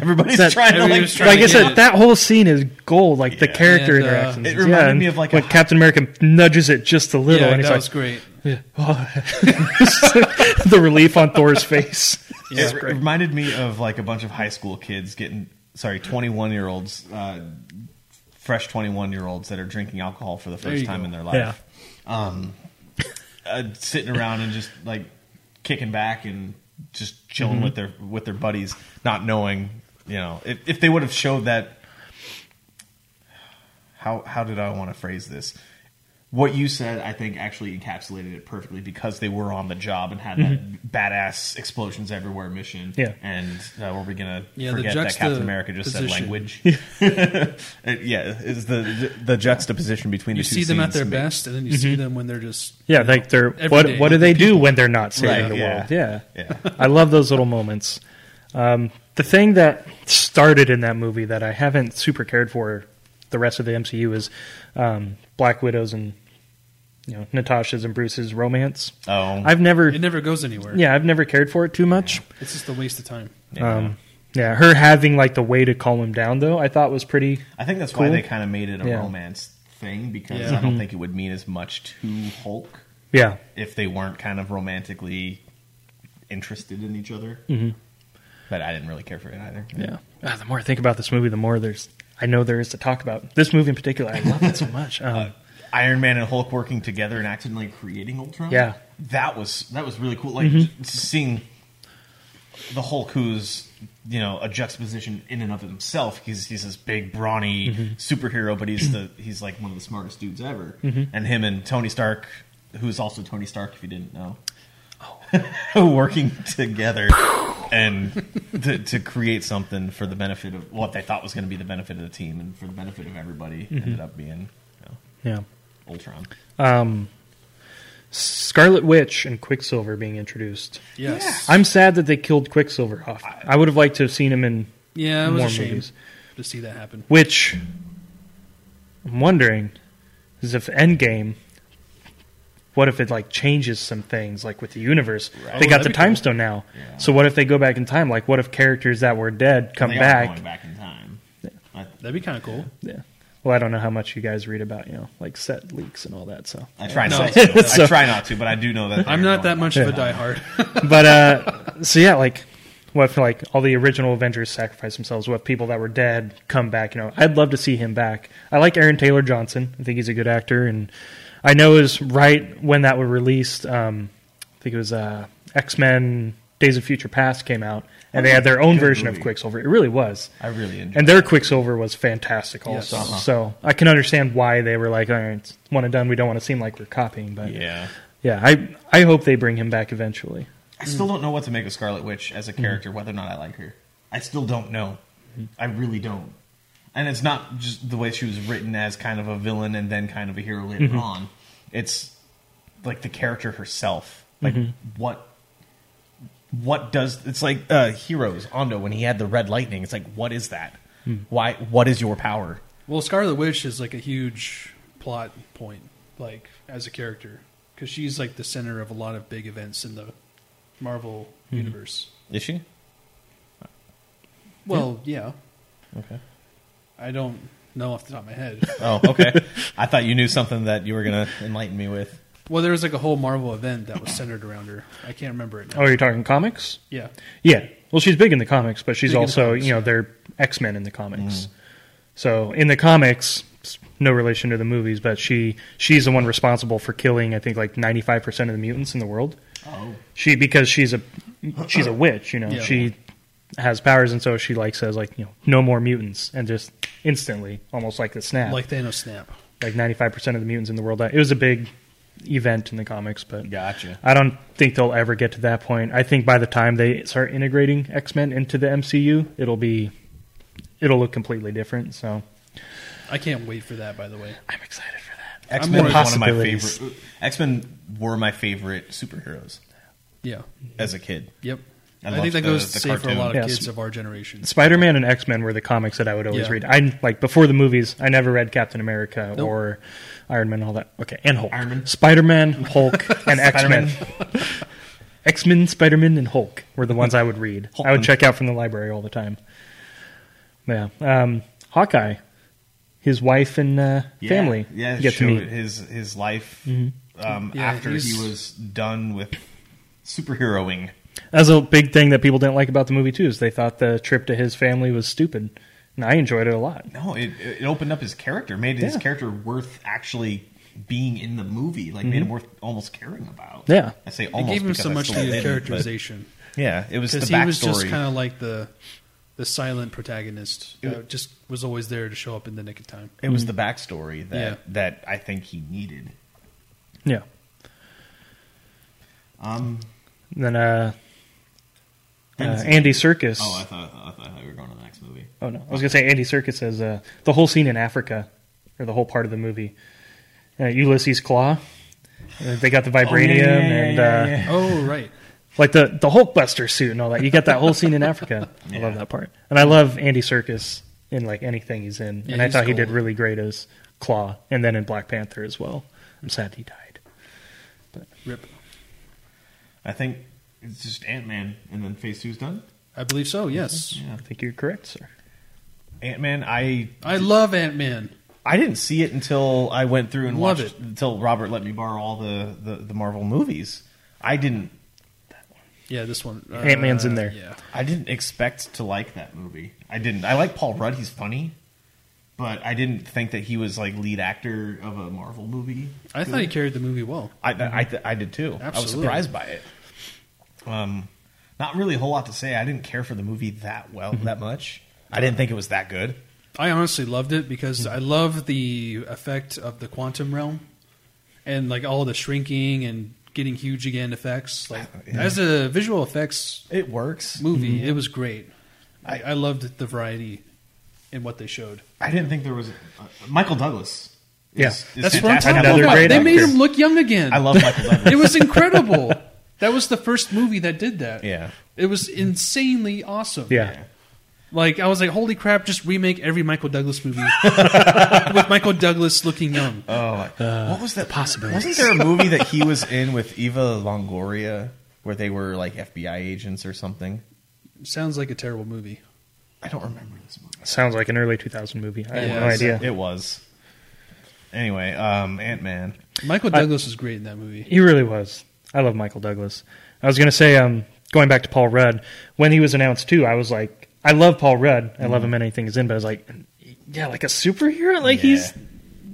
A: Everybody's
C: That-
A: trying to like.
B: everybody's
C: Like I
B: to
C: said,
B: get-
C: that whole scene is gold. Like the
A: Yeah.
C: character
B: And, uh,
C: interactions.
A: it reminded
C: and
A: me of, like, a
C: when
A: hi-
C: Captain America nudges it just a little,
B: yeah,
C: and
B: that
C: he's like, oh.
B: was great.
C: the relief on Thor's face.
A: it re- reminded me of like a bunch of high school kids getting sorry, twenty one year olds, uh, fresh twenty one year olds that are drinking alcohol for the first
B: you
A: time
B: go.
A: in their life. Um, uh, sitting around and just like kicking back and just chilling
C: Mm-hmm.
A: with their with their buddies, not knowing you know if, if they would have showed that. How how did I want to phrase this? What you said, I think, actually encapsulated it perfectly because they were on the job and had that badass explosions everywhere mission.
C: Mm-hmm. Yeah.
A: and uh, were we gonna
B: Yeah, the
A: forget that Captain
B: juxtaposition.
A: America just said language? Yeah, is the the juxtaposition between
B: You
A: the two
B: see them at
A: scenes
B: their
A: ma-
B: best, and then you
C: Mm-hmm.
B: see them when they're just
C: Yeah, like they're
B: Every
C: what
B: day,
C: what do
B: the
C: they do when they're not saving
A: Right,
C: the
A: yeah.
C: world? Yeah.
A: Yeah.
C: I love those little moments. Um, the thing that started in that movie that I haven't super cared for the rest of the MCU is um, Black Widow's and you know Natasha's and Bruce's romance.
A: Oh,
C: I've never
B: it never goes anywhere.
C: yeah, I've never cared for it too much.
B: It's just a waste of time.
A: yeah.
C: Um, yeah, her having like the way to calm him down though, I thought was pretty
A: I think that's why
C: cool.
A: they kind of made it a
C: Yeah. Mm-hmm.
A: romance thing because
B: Yeah.
A: I don't think it would mean as much to Hulk
C: yeah.
A: if they weren't kind of romantically interested in each other.
C: Mm-hmm.
A: But I didn't really care for it either.
C: Yeah. Ah, the more I think about this movie, the more there's I know there is to talk about. This movie in particular, I love it so much. Um,
A: Iron Man and Hulk working together and accidentally creating Ultron.
C: Yeah.
A: that was that was really cool. Like just seeing the Hulk, who's you know a juxtaposition in and of himself. He's he's this big brawny superhero, but he's the he's like one of the smartest dudes ever. And him and Tony Stark, who's also Tony Stark, if you didn't know, working together and to, to create something for the benefit of what they thought was going to be the benefit of the team and for the benefit of everybody ended up being. You know,
C: yeah.
A: Ultron.
C: Scarlet Witch and Quicksilver being introduced.
B: Yes.
C: I'm sad that they killed Quicksilver off. I would have liked to have seen him in
B: Yeah, it was
C: more
B: a shame
C: movies.
B: to see that happen.
C: Which I'm wondering is if Endgame. What if it like changes some things, like with the universe? They
B: Oh,
C: got
B: that'd
C: the
B: be
C: time
B: cool.
C: stone now.
A: Yeah.
C: So what if they go back in time? Like, what if characters that were dead come
A: They are
C: back?
A: going back in time. I,
B: That'd be kind of cool.
C: Yeah. Well, I don't know how much you guys read about, you know, like set leaks and all that. So,
A: I try
B: No.
A: not to.
C: So-
A: I try not to, but I do know that
B: I'm
A: they're going
B: not that much
A: back
B: of a
A: in time.
B: diehard.
C: but uh, so yeah, like what if like all the original Avengers sacrifice themselves? What if people that were dead come back? You know, I'd love to see him back. I like Aaron Taylor Johnson. I think he's a good actor, and I know it was right when that was released. Um, I think it was uh, X Men: Days of Future Past came out, and they had their own
A: Good
C: version of
A: movie.
C: Quicksilver. It really was.
A: I really enjoy.
C: And their Quicksilver was fantastic, also.
B: Yes.
A: Uh-huh.
C: So I can understand why they were like, "All right, it's one and done. We don't want to seem like we're copying." But
A: yeah.
C: yeah, I I hope they bring him back eventually.
A: I still don't know what to make of Scarlet Witch as a
C: Mm-hmm.
A: character, whether or not I like her. I still don't know. I really don't. And it's not just the way she was written as kind of a villain and then kind of a hero
C: Mm-hmm.
A: later on. It's like the character herself. Like
C: Mm-hmm.
A: what what does it's like uh heroes Ondo when he had the red lightning. It's like what is that?
C: Hmm.
A: Why what is your power?
B: Well, Scarlet Witch is like a huge plot point, like as a character, because she's like the center of a lot of big events in the Marvel universe.
A: Is she?
B: Well, yeah.
A: Okay.
B: I don't know off the top of my head.
A: Oh, okay. I thought you knew something that you were gonna enlighten me with.
B: well, there was like a whole Marvel event that was centered around her. I can't remember it now.
C: Oh, you're talking comics?
B: Yeah,
C: Yeah. Well, she's big in the comics, Mm-hmm. but she's
B: Big in the
C: also
B: comics,
C: you know they're X Men in the comics. So in the comics, no relation to the movies, but she she's the one responsible for killing I think like ninety five percent of the mutants in the world.
A: Oh.
C: She because she's a she's a witch, you know.
B: Yeah.
C: She has powers, and so she like says like you know no more mutants, and just instantly, almost like the snap,
B: Like Thanos snap.
C: like ninety five percent of the mutants in the world. die. It was a big event in the comics, but
A: Gotcha.
C: I don't think they'll ever get to that point. I think by the time they start integrating X Men into the MCU, it'll be it'll look completely different. So
B: I can't wait for that. By the way,
C: I'm excited for that.
A: X Men
B: more
A: is one of my
C: possibilities.
A: favorite. X Men were my favorite superheroes
B: yeah,
A: as a kid.
B: yep.
A: I
B: I,
A: loved
B: think that
A: the- the
B: goes to say for a
A: cartoon.
B: lot of
C: Yeah,
B: kids
C: sp-
B: of our generation.
C: Spider Man and X Men were the comics that I would always
B: Yeah.
C: read. I like before the movies, I never read Captain America
B: Nope.
C: or Iron Man, all that. Okay, and Hulk,
A: Iron Man.
C: Spider Man, Hulk, and X Men. X Men, Spider Man, and Hulk were the ones I would read. I would
A: Hulkman.
C: check out from the library all the time. Yeah, um, Hawkeye, his wife and uh,
A: Yeah,
C: family
A: Yeah, it
C: get to
A: showed
C: meet. Mm-hmm.
A: his his life um,
B: Yeah,
A: after he
B: he's-
A: was done with superheroing.
C: That's a big thing that people didn't like about the movie too. Is they thought the trip to his family was stupid, and I enjoyed it a lot.
A: No, it it opened up his character, made his
C: Yeah.
A: character worth actually being in the movie, like made him worth almost caring about.
C: Mm-hmm. Yeah.
A: I say
B: It
A: almost.
B: gave him
A: because
B: so
A: I
B: much
A: still
B: the
A: didn't,
B: characterization
A: but- Yeah, it was the
B: because
A: backstory.
B: he was just kind of like the the silent protagonist. that just was always there to show up in the nick of time.
A: it
C: Mm.
A: was the backstory that
B: Yeah.
A: that I think he needed.
C: Yeah.
A: Um,
C: And then uh, uh,
A: Things-
C: Andy Circus.
A: oh, I thought, I thought I thought we were going to the next movie.
C: Oh no, I was gonna say Andy Serkis as uh, the whole scene in Africa, or the whole part of the movie. Uh, Ulysses Claw. Uh, they got the
A: Oh,
C: vibranium
A: yeah, yeah,
C: and
A: yeah,
C: uh,
A: yeah.
B: Oh right,
C: like the the Hulkbuster suit and all that. You got that whole scene in Africa. I love that part, and I love Andy Serkis in like anything he's in.
B: Yeah,
C: and I
B: he's
C: thought he did
B: cool.
C: really great as Claw, and then in Black Panther as well. I'm sad he died.
B: rip.
A: I think it's just Ant Man, and then Phase Two's done.
B: I believe so. Yes,
A: Yeah,
C: I think you're correct, sir.
A: Ant Man. I
B: I love Ant Man.
A: I didn't see it until I went through and
B: Love
A: watched
B: it.
A: until Robert let me borrow all the, the, the Marvel movies. I didn't
B: Yeah, this one. Uh,
C: Ant-Man's in there.
B: Yeah,
A: I didn't expect to like that movie. I didn't. I like Paul Rudd. He's funny, but I didn't think that he was like lead actor of a Marvel movie.
B: I thought he carried the movie well.
A: I I, I, I did too. I was
B: Absolutely.
A: surprised by it. Um, not really a whole lot to say. I didn't care for the movie that well
B: Mm-hmm.
A: that much. I didn't think it was that good.
B: I honestly loved it because I love the effect of the quantum realm and like all the shrinking and getting huge again effects. Like
A: Yeah.
B: as a visual effects
A: It works.
B: movie, it was great. I, I loved the variety in what they showed.
A: I didn't think there was uh, Michael Douglas.
C: Yeah.
B: That's what I'm
A: fantastic.
B: talking
A: I love
C: Another
B: about.
A: Michael
C: great
B: they
A: Douglas.
B: made
C: actor.
B: him look young again.
A: I love Michael Douglas.
B: it was incredible. that was the first movie that did that.
A: Yeah.
B: It was insanely awesome.
C: Yeah.
B: Like I was like, holy crap! Just remake every Michael Douglas movie with Michael Douglas looking young.
A: Oh, my- what was that? Possible? Wasn't there a movie that he was in with Eva Longoria where they were like FBI agents or something?
B: Sounds like a terrible movie.
A: I don't remember this movie.
C: Sounds like an early 2000 movie. I
B: Yeah,
C: have no
B: it's-
C: idea.
A: It was. Anyway, um, Ant Man.
B: Michael
C: I-
B: Douglas is great in that movie.
C: He really was. I love Michael Douglas. I was going to say, um, going back to Paul Rudd, when he was announced too, I was like, I love Paul Rudd. I
A: Mm-hmm.
C: love him in anything he's in, but I was like, yeah, like a superhero. Like he's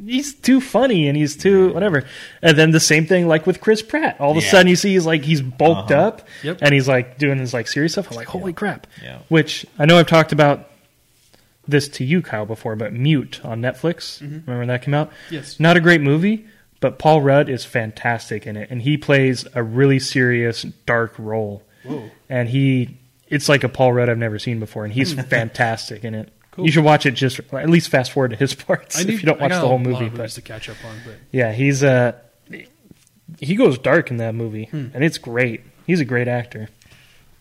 C: he's too funny and he's too whatever. And then the same thing like with Chris Pratt. All of a
A: Yeah.
C: sudden you see he's like he's bulked
A: Uh-huh.
C: up
B: Yep.
C: and he's like doing his like serious stuff. I'm like, holy crap.
A: Yeah.
C: Which I know I've talked about this to you, Kyle, before, but Mute on
A: Mm-hmm.
C: Netflix. Remember when that came out?
B: Yes.
C: Not a great movie, but Paul Rudd is fantastic in it, and he plays a really serious, dark role.
B: Whoa.
C: And he, it's like a Paul Rudd I've never seen before, and he's fantastic in it.
B: Cool.
C: You should watch it just at least fast forward to his parts if you don't
B: I
C: watch
B: got
C: the
B: a
C: whole
B: lot
C: movie.
B: of movies
C: But
B: to catch up on, but
C: yeah, he's uh, he goes dark in that movie,
B: Hmm.
C: and it's great. He's a great actor.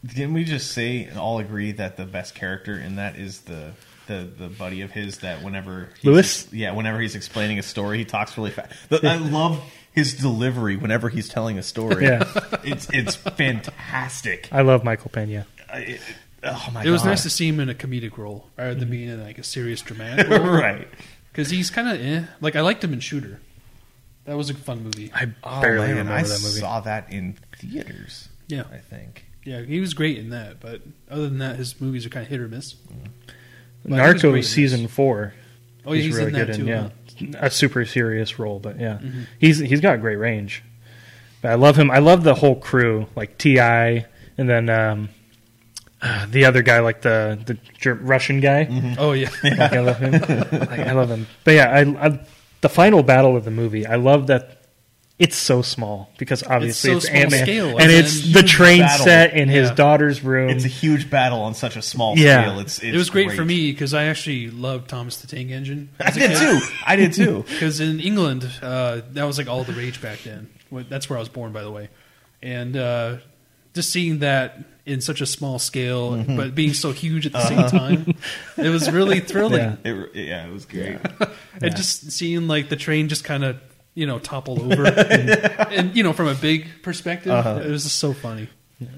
A: Didn't we just say and all agree that the best character in that is the the, the buddy of his that whenever he's
C: Lewis?
A: yeah, whenever he's explaining a story, he talks really fast. The, I love his delivery whenever he's telling a story.
C: Yeah.
A: it's it's fantastic.
C: I love Michael Pena.
A: I- it- oh my god,
B: it was nice to see him in a comedic role rather
C: Mm-hmm.
B: than being in like a serious dramatic role.
A: right.
B: Because he's kind of eh. like I liked him in Shooter. That was a fun movie.
C: I
A: Oh,
C: barely
A: man,
C: remember
A: I
C: that movie.
A: saw that in theaters.
B: Yeah.
A: I think.
B: Yeah, he was great in that. But other than that, his movies are kind of hit or miss. But I think he's great in
C: Narcos
B: this.
C: season four.
B: Oh yeah, he's,
C: really
B: in that
C: good
B: too.
C: in yeah.
B: huh? Mm-hmm.
C: a super serious role, but yeah, he's he's got great range. But I love him. I love the whole crew, like Ti, and then um, uh, the other guy, like the the Ger- Russian guy.
B: Oh yeah,
C: Like, I love him. Like, I love him. But yeah, I, I the final battle of the movie. I love that it's so small because obviously
B: so
C: it's,
B: small
C: Ant Man,
B: scale,
C: and
B: and
C: it's
B: then
C: the
A: huge
C: train
A: battle.
C: set in his
B: Yeah.
C: daughter's room.
A: It's a huge battle on such a small
C: Yeah.
A: scale. It's, it's
B: it was great, for me because I actually loved Thomas the Tank Engine.
A: I did too. I did too.
B: Because in England, uh, that was like all the rage back then. Wh- That's where I was born, by the way. And uh, just seeing that in such a small scale, but being so huge at the same time, it was really thrilling.
C: Mm-hmm. Uh-huh. Yeah.
A: It, yeah, it was great.
B: And just seeing like the train just kind of you know topple over, and, and, you know from a big perspective,
C: Uh-huh.
B: it was just so funny.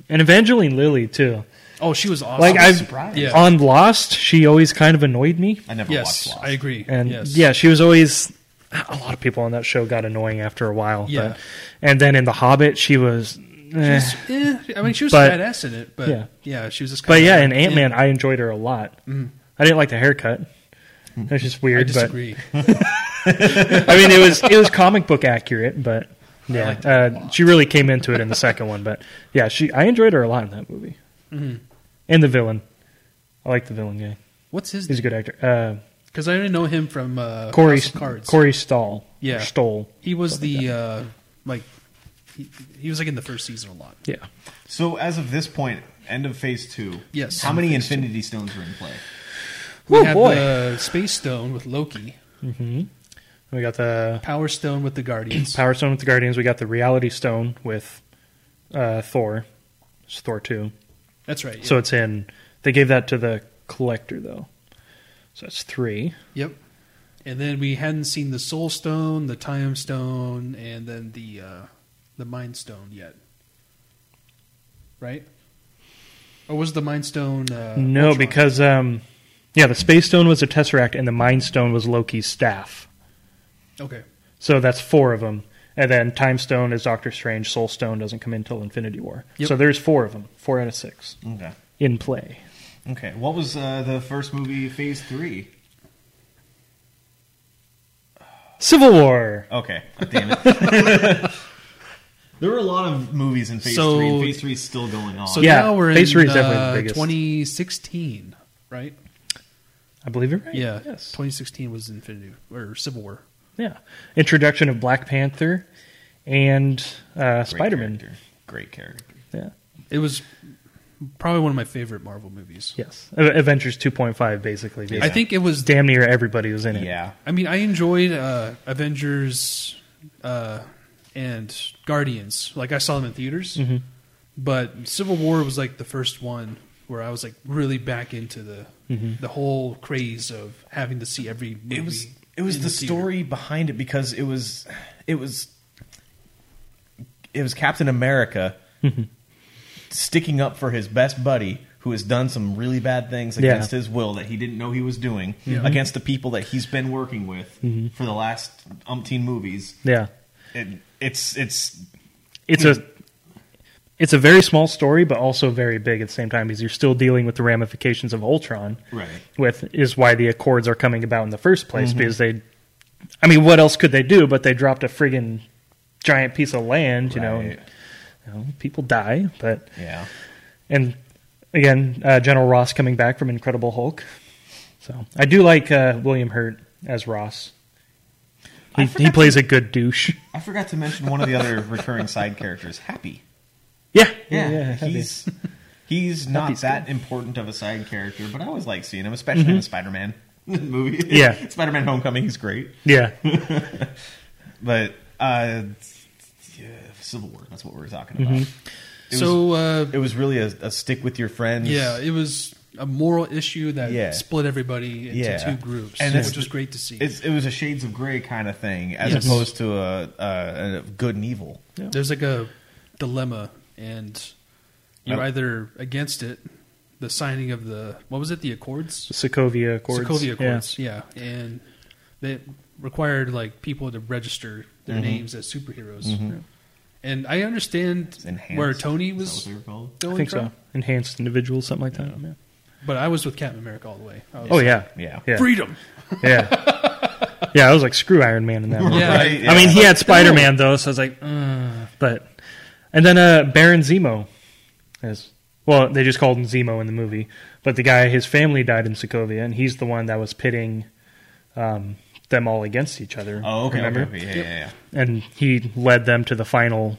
C: and Evangeline Lily too.
B: Oh, she was awesome.
C: Like
A: I was
C: I've
A: surprised.
B: Yeah.
C: on Lost, she always kind of annoyed me,
A: I never
B: yes,
A: watched Lost.
B: I agree.
C: and
B: yes.
C: yeah, she was always. A lot of people on that show got annoying after a while.
B: Yeah.
C: But, and then in The Hobbit, she was. eh.
B: She's- eh, I mean, she was
C: But-
B: badass in it, but
C: Yeah.
B: yeah, she was just.
C: But
B: kinda- eh,
C: yeah, in Ant Man, I enjoyed her a lot. I didn't like the haircut. It was just
B: Mm-hmm. I
C: weird. but
B: disagree.
C: I mean, it was it was comic book accurate, but yeah,
B: liked
C: uh, she really came into it in the second one. But yeah, she I enjoyed her a lot in that movie,
B: Mm-hmm.
C: and the villain. I like the villain guy.
B: What's his?
C: He's a good actor.
B: Because I only know him from uh,
C: Uh, Corey
B: House of Cards.
C: Corey Stahl.
B: Yeah.
C: Stoll.
B: He was the uh, like he, he was like in the first season a lot.
C: Yeah,
A: So as of this point, end of phase two.
B: Yes.
A: How many Infinity Stones are in play?
B: We
C: Woo,
B: have
C: boy.
B: the Space Stone with Loki, Mm-hmm.
C: we got the
B: Power Stone with the Guardians,
C: Power Stone with the Guardians. We got the Reality Stone with uh, Thor. It's Thor two.
B: That's right. Yeah.
C: So it's in. They gave that to the collector though, so that's three.
B: yep. And then we hadn't seen the Soul Stone, the Time Stone, and then the uh, the Mind Stone yet, right? Or was the Mind Stone? Uh,
C: No,
B: Ultron?
C: because um, yeah, the space stone was a tesseract, and the mind stone was Loki's staff.
B: okay,
C: So that's four of them, and then time stone is Doctor Strange. Soul stone doesn't come in till Infinity War.
B: Yep.
C: So there's four of them, four out of six
A: Okay.
C: in play.
A: Okay. What was uh, the first movie, phase three?
C: Civil War.
A: Okay. Damn it. there were a lot of movies in phase
B: So-
A: three, and phase three is still going on.
B: so
C: Yeah,
B: now we're
C: Phase
B: in
C: three is definitely the
B: uh,
C: biggest.
B: 2016, right?
C: I believe you're right.
B: Yeah,
C: Yes.
B: 2016 was Infinity or Civil War.
C: Yeah. Introduction of Black Panther and uh,
A: Great
C: Spider Man.
A: character. Great character.
C: Yeah.
B: It was probably one of my favorite Marvel movies.
C: Yes. A- Avengers 2.5 basically.
B: I
C: because
B: think it was.
C: damn near everybody was in it.
A: Yeah.
B: I mean, I enjoyed uh, Avengers uh, and Guardians. Like I saw them in theaters,
A: Mm-hmm.
B: but Civil War was like the first one where I was like really back into the
A: Mm-hmm.
B: the whole craze of having to see every. Movie
A: it was it was
B: in
A: the,
B: theater.
A: story behind it because it was it was it was Captain America sticking up for his best buddy who has done some really bad things
C: Yeah.
A: against his will that he didn't know he was doing against the people that he's been working with for the last umpteen movies.
C: Yeah.
A: It, it's it's
C: it's a it's a very small story, but also very big at the same time because you're still dealing with the ramifications of Ultron.
A: Right. Mm-hmm.
C: With is why the Accords are coming about in the first place because they, I mean, what else could they do? But they dropped a friggin' giant piece of land, you know. And,
A: Right.
C: you know, people die, but
A: yeah.
C: and again, uh, General Ross coming back from Incredible Hulk. So I do like uh, William Hurt as Ross.
A: I
C: He, he
A: forgot
C: plays a good douche.
A: I forgot to mention one of the other recurring side characters, Happy.
C: Yeah,
A: Yeah,
C: happy.
A: he's he's not
C: Happy's
A: that important of a side character, but I always like seeing him, especially in the Spider-Man movie.
C: Mm-hmm. Yeah.
A: Spider-Man: Homecoming, he's great.
C: yeah.
A: But uh, yeah, Civil War, that's what we were talking
C: Mm-hmm.
A: about. It was,
B: so uh,
A: it was really a, a stick with your friends.
B: yeah, it was a moral issue that
A: Yeah.
B: split everybody into
A: Yeah.
B: two groups,
A: And it's-
B: which was great to see.
A: It's, it was a Shades of Gray kind of thing, as
B: Yes.
A: opposed to a, a, a good and evil.
B: There's like a dilemma, and you're
A: Oh.
B: either against it, the signing of the what was it, the accords,
C: Sokovia Accords.
B: Sokovia
C: Yeah.
B: Accords, yeah, and that required like people to register their
A: Mm-hmm.
B: names as superheroes. And I understand
A: It's enhanced,
B: where Tony
A: is that
B: was
A: what they were called?
B: going
C: I think
B: from,
C: so. Enhanced individuals, something like that. Yeah.
B: but I was with Captain America all the way. I was
C: Oh
B: like,
C: yeah,
A: Yeah.
C: yeah,
B: freedom.
C: yeah. Yeah, I was like, screw Iron Man in that one.
B: Yeah.
A: Right,
C: I mean,
A: yeah.
C: he had Spider Man though, so I was like, Ugh. but and then uh, Baron Zemo is well, they just called him Zemo in the movie, but the guy, his family died in Sokovia, and he's the one that was pitting um, them all against each other.
A: Oh, okay.
C: remember?
A: okay. Yeah, yeah, yeah.
C: And he led them to the final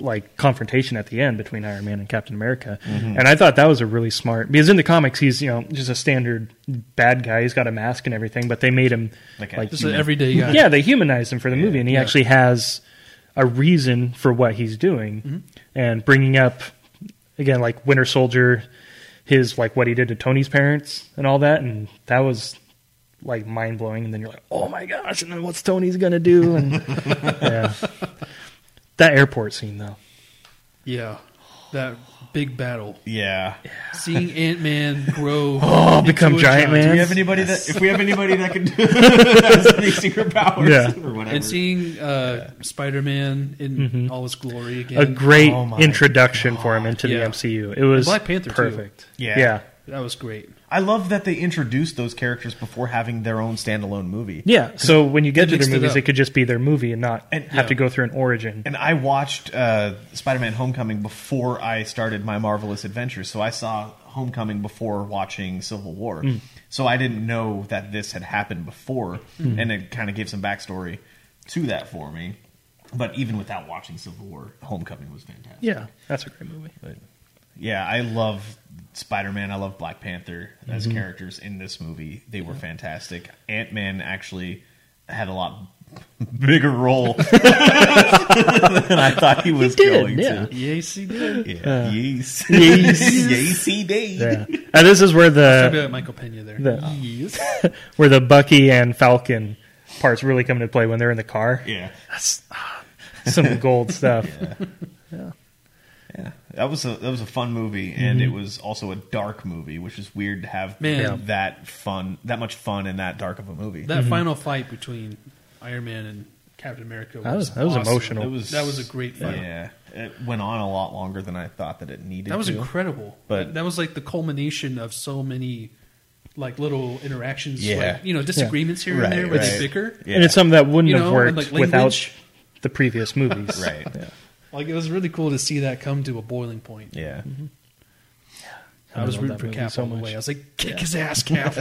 C: like confrontation at the end between Iron Man and Captain America.
A: Mm-hmm.
C: And I thought that was a really smart because in the comics he's, you know, just a standard bad guy. He's got a mask and everything, but they made him
A: Like
C: like,
A: a
B: Just an everyday guy.
C: yeah, they humanized him for the movie, and he
B: Yeah.
C: actually has a reason for what he's doing, and bringing up again like Winter Soldier, his like what he did to Tony's parents and all that, and that was like mind blowing. And then you're like, oh my gosh, and then what's Tony's gonna do? And yeah, that airport scene though,
B: Yeah. That big battle.
A: Yeah.
B: Seeing Ant Man grow.
C: oh,
B: into
C: become
B: a
C: giant man.
A: Do we have anybody that if we have anybody that can do has any secret powers
C: Yeah.
A: or whatever?
B: And seeing uh, Spider Man in all his glory again.
C: Mm-hmm. a great
A: Oh my
C: introduction for him into
B: Yeah.
C: the MCU. It was
B: Black Panther, too.
C: perfect.
A: Yeah.
C: yeah,
B: that was great.
A: I love that they introduced those characters before having their own standalone movie.
C: Yeah. So when you get
B: It
C: to their
B: mixed it
C: movies,
B: up.
C: it, could just be their movie and not
A: And-
C: have to
B: yeah.
C: go through an origin.
A: And I watched uh, Spider-Man: Homecoming before I started my Marvelous Adventures, so I saw Homecoming before watching Civil War. So I didn't know that this had happened before, and it kind of gave some backstory to that for me. But even without watching Civil War, Homecoming was fantastic.
C: Yeah, that's a great movie.
A: But yeah, I love Spider Man. I love Black Panther as characters in this movie. They were fantastic. Ant Man actually had a lot bigger role than I thought he was
C: did,
A: going
C: yeah.
A: to.
B: Yes, he did.
A: Yeah. yes.
C: Yes.
A: yes, he did.
C: Yeah. and this is where
B: Maybe
C: the
B: like Michael Pena there.
C: the-
B: Yes.
C: where the Bucky and Falcon parts really come into play when they're in the car.
A: Yeah.
C: That's some gold stuff.
A: Yeah. That was a that was a fun movie and it was also a dark movie, which is weird to have
B: Man. Yeah.
A: that fun that much fun in that dark of a movie.
B: That
C: Mm-hmm.
B: final fight between Iron Man and Captain America was,
C: That was- that was
B: awesome.
C: emotional.
A: It was-
B: that was a great fight.
A: yeah. It went on a lot longer than I thought that it needed
B: That was
A: to.
B: incredible.
A: But-
B: that was like the culmination of so many like little interactions,
A: Yeah.
B: like, you know, disagreements here
A: Right,
B: and there where
A: right.
B: they bicker.
A: Yeah.
C: And it's something that wouldn't
B: You know,
C: have
B: and,
C: worked
B: like,
C: without
B: language.
C: the previous movies.
A: Right.
C: Yeah.
B: Like it was really cool to see that come to a boiling point.
A: Yeah.
B: I,
C: I
B: was
C: love
B: rooting
C: that
B: for
C: movie
B: Cap
C: so
B: all the
C: much.
B: way. I was like, kick his ass, Cap,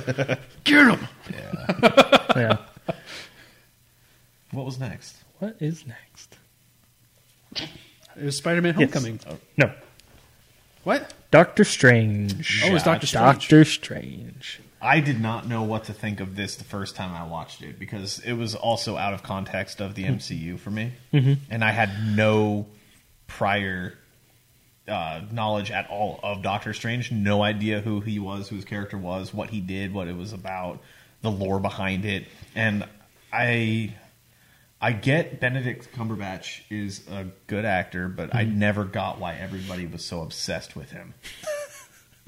B: get him.
C: yeah.
A: What was next?
C: What is next?
B: It was Spider-Man:
C: Yes.
B: Homecoming.
A: Oh,
C: No.
B: What?
C: Doctor Strange.
B: Oh, it was Doctor Strange.
C: Doctor Strange.
A: I did not know what to think of this the first time I watched it because it was also out of context of the MCU for me, and I had no prior uh, knowledge at all of Doctor Strange. No idea who he was, who his character was, what he did, what it was about, the lore behind it, and I I get Benedict Cumberbatch is a good actor, but I never got why everybody was so obsessed with him.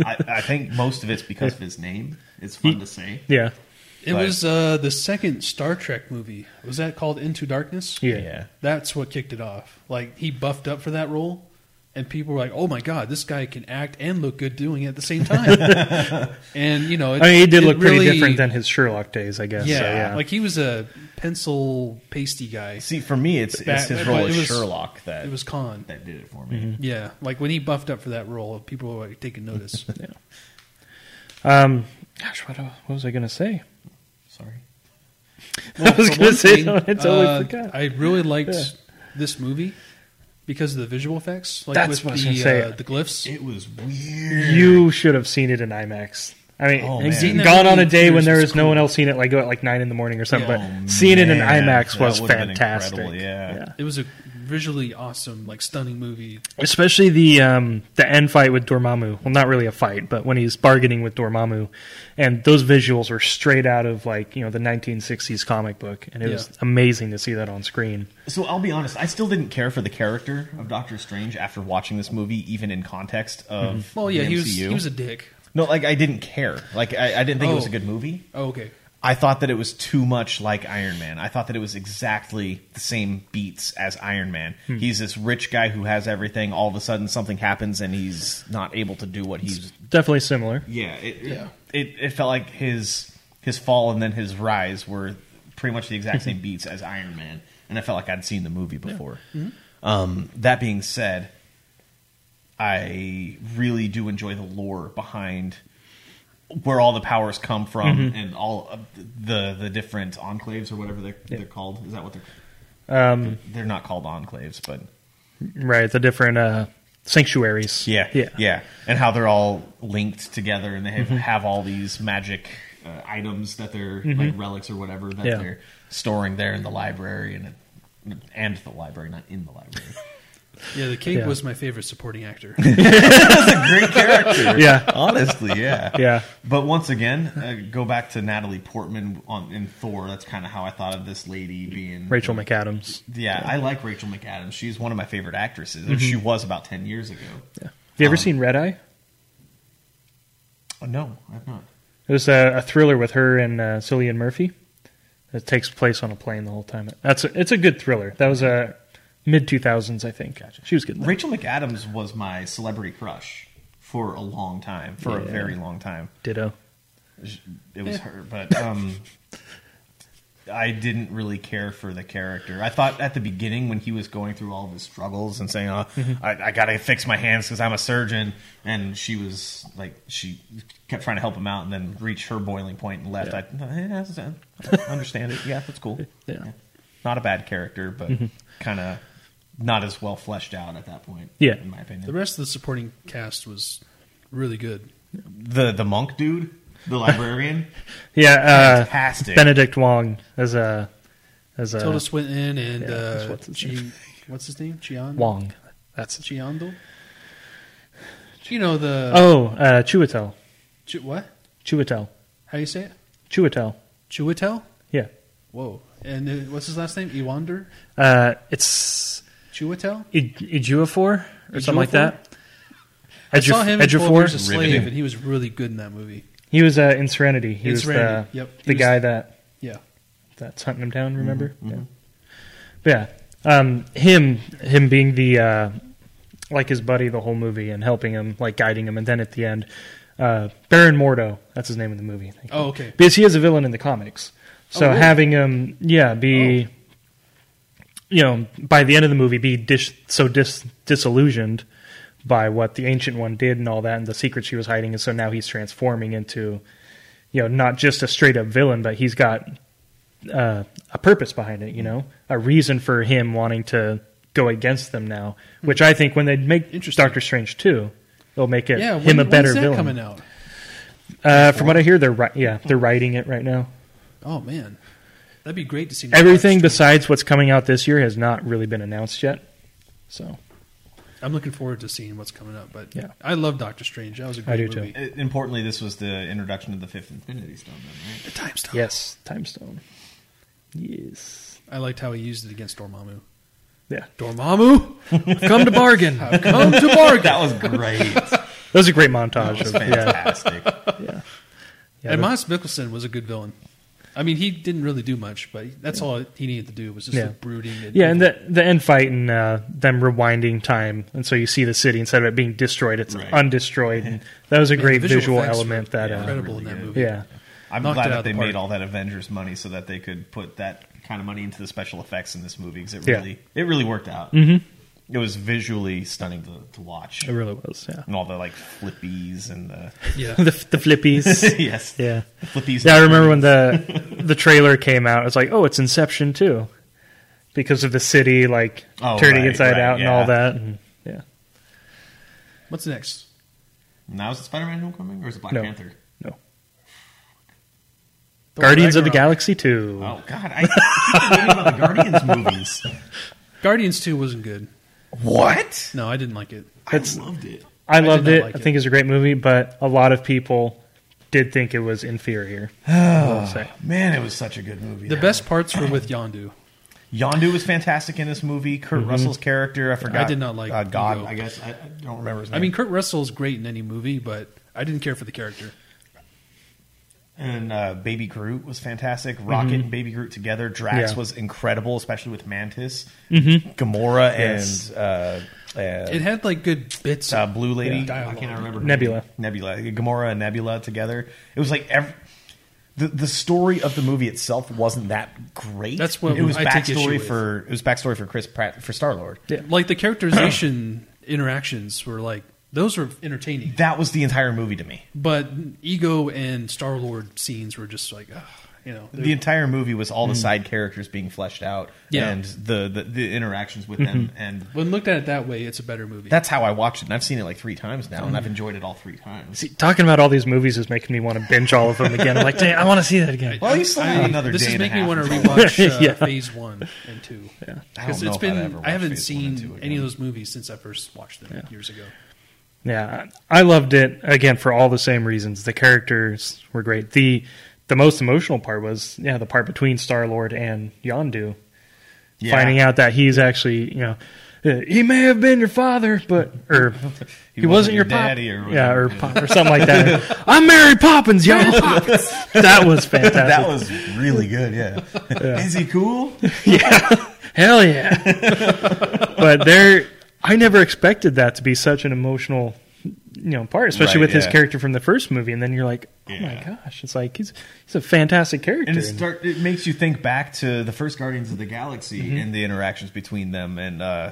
A: I, I think most of it's because of his name. It's fun to say.
C: Yeah.
B: It
A: Right.
B: was uh, the second Star Trek movie. Was that called Into Darkness?
C: Yeah.
B: That's what kicked it off. Like he buffed up for that role, and people were like, "Oh my god, this guy can act and look good doing it at the same time." and you know, it,
C: I mean, he did
B: it
C: look pretty
B: really-
C: different than his Sherlock days, I guess.
B: Yeah,
C: so, yeah.
B: like he was a pencil pasty guy.
A: See, for me, it's, it's
B: Bat-
A: his
B: but
A: role
B: it
A: as
B: was-
A: Sherlock that
B: It was Mm-hmm. Khan.
A: that did it for me.
B: Yeah, like when he buffed up for that role, people were like taking notice.
C: Um, gosh, what, what was I going to say?
A: Sorry.
C: I was
B: for
C: going
B: one
C: to say
B: thing,
C: something. I totally
B: uh,
C: forgot.
B: I really liked
C: Yeah.
B: this movie because of the visual effects, like
C: That's
B: with
C: what I was
B: the
C: gonna say.
B: Uh, the glyphs.
A: It was weird.
C: you should have seen it in IMAX. I mean,
A: Oh,
C: and
A: man. Seeing
B: that
C: gone
B: movie
C: on a
B: in
C: day when
B: theaters
C: there
B: was
C: was no
B: cool.
C: one else seeing it, like go at like nine in the morning or something.
B: Yeah.
C: But
A: Oh,
C: seeing it in
A: man.
C: IMAX
A: That
C: was
A: would've been incredible,
C: fantastic.
A: yeah.
B: It was a visually awesome, like stunning movie.
C: especially the um, the end fight with Dormammu. Well, not really a fight, but when he's bargaining with Dormammu, and those visuals were straight out of like you know the 1960s comic book, and it
B: Yeah.
C: was amazing to see that on screen.
A: So I'll be honest. I still didn't care for the character of Doctor Strange after watching this movie, even in context of
B: Mm-hmm. Well, yeah,
A: the
B: he was
A: MCU.
B: he was a dick.
A: no, like I didn't care. Like I, I didn't think it was a
B: Oh.
A: good movie.
B: Oh, okay.
A: I thought that it was too much like Iron Man. I thought that it was exactly the same beats as Iron Man.
B: Hmm.
A: He's this rich guy who has everything. All of a sudden, something happens, and he's not able to do what he's.
C: Definitely similar.
A: Yeah, it,
B: Yeah.
A: It, it felt like his his fall and then his rise were pretty much the exact same beats as Iron Man, and I felt like I'd seen the movie before. Um, that being said, I really do enjoy the lore behind where all the powers come from and all of the the different enclaves or whatever they're, they're called. Is that what they're? Um, they're not called enclaves, but
C: right? The different uh, sanctuaries.
A: yeah, Mm-hmm.
C: yeah,
A: yeah, and how they're all linked together, and they have, have all these magic uh, items that they're like relics or whatever that
C: Yeah.
A: they're storing there in the library and and the library, not in the library.
B: Yeah, the cape
C: Yeah.
B: was my favorite supporting actor.
A: Great character,
C: Yeah.
A: Honestly, yeah,
C: Yeah.
A: But once again, uh, go back to Natalie Portman on, in Thor. That's kind of how I thought of this lady being
C: Rachel McAdams.
A: Yeah, Mm-hmm. I like Rachel McAdams. She's one of my favorite actresses. Or She was about ten years ago.
C: Have you ever seen Red Eye?
A: Oh, no, I've not.
C: There's a, a thriller with her and uh, Cillian Murphy. It takes place on a plane the whole time. That's a, it's a good thriller. That was a mid two thousands, I think. She was good. in that.
A: Rachel McAdams was my celebrity crush for a long time, for a
C: Yeah.
A: very long time.
C: Ditto.
A: It was her, but um, I didn't really care for the character. I thought at the beginning when he was going through all of his struggles and saying, "Oh,
C: Mm-hmm.
A: I, I got to fix my hands because I'm a surgeon," and she was like, she kept trying to help him out, and then reached her boiling point and left. I, eh, that's- I understand it. Yeah, that's cool.
C: Yeah. Mm-hmm.
A: not a bad character, but kind of not as well fleshed out at that point.
C: Yeah.
A: in my opinion,
B: the rest of the supporting cast was really good.
A: the the monk dude, the librarian,
C: Yeah. Uh,
A: fantastic.
C: Benedict Wong as a as uh, a
B: Tilda Swinton and
C: yeah,
B: uh,
C: what's his
B: Chi-
C: name?
B: what's his name? Chian
C: Wong. That's
B: Chiando. You know the
C: oh uh, Chiwetel.
B: Chi- what?
C: Chiwetel.
B: How do you say it?
C: Chiwetel.
B: Chiwetel.
C: Yeah.
B: Whoa. And uh, what's his last name? Ewander
C: Uh, it's
B: Chiwetel.
C: I- Ijuafor or something like
B: Ijuafor?
C: that.
B: I saw him in
C: Ejiofor?
B: 12 Years a Slave,
A: Riveting.
B: and he was really good in that movie.
C: He was uh, in Serenity. He
B: In
C: was
B: Serenity,
C: the,
B: yep.
C: the
B: He was-
C: guy that
B: Yeah.
C: that's hunting him
B: Mm-hmm,
C: down. Remember? Yeah. But yeah, um, him him being the uh, like his buddy the whole movie and helping him, like guiding him, and then at the end, uh, Baron Mordo. That's his name in the movie. I think.
B: Oh, okay. Oh,
C: Because he is a villain in the comics, so
B: really? Oh.
C: having him, yeah, be. You know, by the end of the movie, be dis- so dis- disillusioned by what the ancient one did and all that, and the secret she was hiding, and so now he's transforming into, you know, not just a straight up villain, but he's got uh, a purpose behind it, you know, a reason for him wanting to go against them now, which I think when they make
B: Hmm. Interesting.
C: Doctor Strange 2, it'll make it
B: Yeah.
C: him
B: when-
C: a better
B: when's that
C: villain.
B: coming out? Hmm.
C: Uh, from what I hear, they're ri- yeah, they're writing it right now.
B: Oh man, that'd be great to see.
C: Everything besides what's coming out this year has not really been announced yet. So
B: I'm looking forward to seeing what's coming up. But
C: Yeah.
B: I love Doctor Strange. That was a great
C: do, too.
B: movie.
A: Uh, Importantly, this was the introduction of the fifth Infinity Stone. Then, right?
B: The time stop.
C: yes, Time Stone. Yes.
B: I liked how he used it against Dormammu.
C: Yeah,
B: Dormammu,
C: I've come to bargain.
B: I've come to bargain.
A: That was great. That
C: That was a great montage.
A: was
C: Of, yeah,
A: fantastic.
C: yeah, yeah. that-
B: and Miles Mickelson was a good villain. I mean, he didn't really do much, but that's all he needed to do was just
C: Yeah.
B: look brooding. And
C: Yeah, and the the end fight and uh, them rewinding time, and so you see the city instead of it being destroyed, it's
A: Right.
C: undestroyed, and that was a
B: Man,
C: great
B: the
C: visual,
B: effects
C: element.
B: were
C: That yeah, uh,
B: incredible
A: really
B: in that
A: good.
B: movie.
C: yeah,
A: I'm
B: Knocked
A: glad
B: it out
A: that
B: of
A: they
B: the
A: made
B: park.
A: all that Avengers money so that they could put that kind of money into the special effects in this movie because it
C: Yeah. Mm-hmm.
A: really, it really worked out. It was visually stunning to, to watch,
C: it really was. Yeah,
A: and all the like flippies and the
B: yeah.
C: the the flippies.
A: yes,
C: yeah,
A: the flippies.
C: yeah. I remember when the the trailer came out. It's like, oh, it's Inception too, because of the city like
A: Oh,
C: turning
A: right,
C: inside
A: right,
C: out and
A: yeah.
C: all that. And, yeah,
B: What's next?
A: Now is it Spider-Man: Homecoming or is it Black
C: No.
A: Panther?
C: no. Guardians of the
B: Ragnarok.
C: Galaxy two.
A: Oh God, I keep forgetting about the Guardians movies.
B: Guardians Two wasn't good.
A: What?
B: No, I didn't like it.
C: That's-
A: I loved it.
C: I
B: did
C: loved
B: not
C: it.
B: like
C: I
B: it.
C: think it's a great movie, but a lot of people did think it was inferior. I will say.
A: Man, it was such a good movie.
B: The best parts were with Yondu.
A: Yondu was fantastic in this movie. Kurt Russell's character, I forgot.
B: I did not like
A: uh, God.
B: Hugo.
A: I guess I, I don't remember his name.
B: I mean, Kurt Russell's great in any movie, but I didn't care for the character.
A: and uh, Baby Groot was fantastic.
B: Mm-hmm.
A: Rocket and Baby Groot together. Drax
C: Yeah.
A: was incredible, especially with Mantis, mm-hmm. Gamora,
C: Yes.
A: and uh, uh,
B: It had like good bits.
A: uh, Blue Lady.
B: Yeah.
A: I can't remember. her
C: Nebula.
A: name. Nebula. Gamora and Nebula together. It was like every. the, the story of the movie itself wasn't that great.
B: That's what
A: it was
B: I take issue
A: backstory
B: with.
A: for. It was backstory for Chris Pratt for Star Lord.
B: Like the characterization interactions were like those were entertaining,
A: That was the entire movie to me.
B: but Ego and Star Lord scenes were just like, ugh, you know,
A: The entire movie was
C: Mm.
A: all the side characters being fleshed out
B: Yeah.
A: and the, the the interactions with
C: Mm-hmm.
A: them, and
B: when looked at it that way, it's a better movie.
A: that's how I watched it. And I've seen it like three times now, and I've enjoyed it all three times.
C: See, talking about all these movies is making me want to binge all of them again. I'm like, dang, I want to see that again.
A: Well, you still have another
B: this
A: day
B: is
A: and a
B: making me
A: half
B: want to
A: until-
B: rewatch uh,
C: Yeah.
B: Phase One and Two.
A: I
B: Yeah,
A: don't
B: because
A: know if
B: it's
A: I've ever
B: been I
A: watched
B: haven't
A: Phase One and Two
B: seen any
A: again.
B: of those movies since I first watched them years ago.
C: Yeah, I loved it again for all the same reasons. The characters were great. the The most emotional part was yeah the part between Star Lord and Yondu,
A: Yeah.
C: finding out that he's actually you know uh, he may have been your father, but or he, wasn't, your pop-
A: daddy or
C: yeah
A: whatever.
C: or pop, or something like that. I'm Mary Poppins, y'all. that was fantastic.
A: That was really good. Yeah, is he cool?
C: Hell yeah. but there I never expected that to be such an emotional you know part, especially
A: Right,
C: with his
A: yeah.
C: character from the first movie, and then you're like, Oh my
A: Yeah.
C: gosh, it's like he's he's a fantastic character.
A: And it
C: And-
A: start it makes you think back to the first Guardians of the Galaxy
C: Mm-hmm.
A: and the interactions between them, and uh,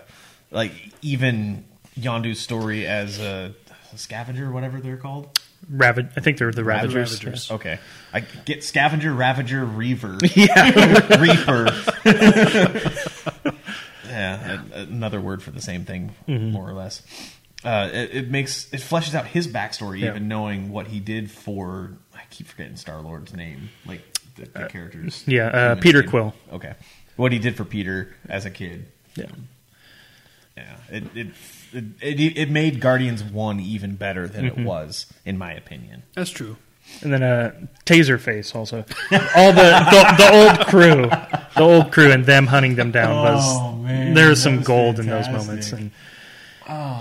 A: like even Yondu's story as a scavenger, whatever they're called.
C: Ravi- I think they're the Ravagers.
B: Ravagers.
A: Okay, I get scavenger, ravager, reaver, reaper. yeah, a- another word for the same thing,
C: Mm-hmm.
A: more or less. Uh, it, it makes it fleshes out his backstory,
C: Yeah.
A: even knowing what he did for. I keep forgetting Star Lord's name, like the, the characters.
C: yeah, uh,
A: human
C: Peter
A: name.
C: Quill.
A: Okay, what he did for Peter as a kid.
C: Yeah.
A: Yeah, it it it, it, it made Guardians One even better than
C: Mm-hmm.
A: it was, in my opinion.
B: That's true.
C: And then uh Taserface also. All the, the the old crew. The old crew and them hunting them down
A: Oh,
C: was
A: man,
C: there
A: that
C: was some
A: was
C: gold in those
A: fantastic. Oh.
C: moments and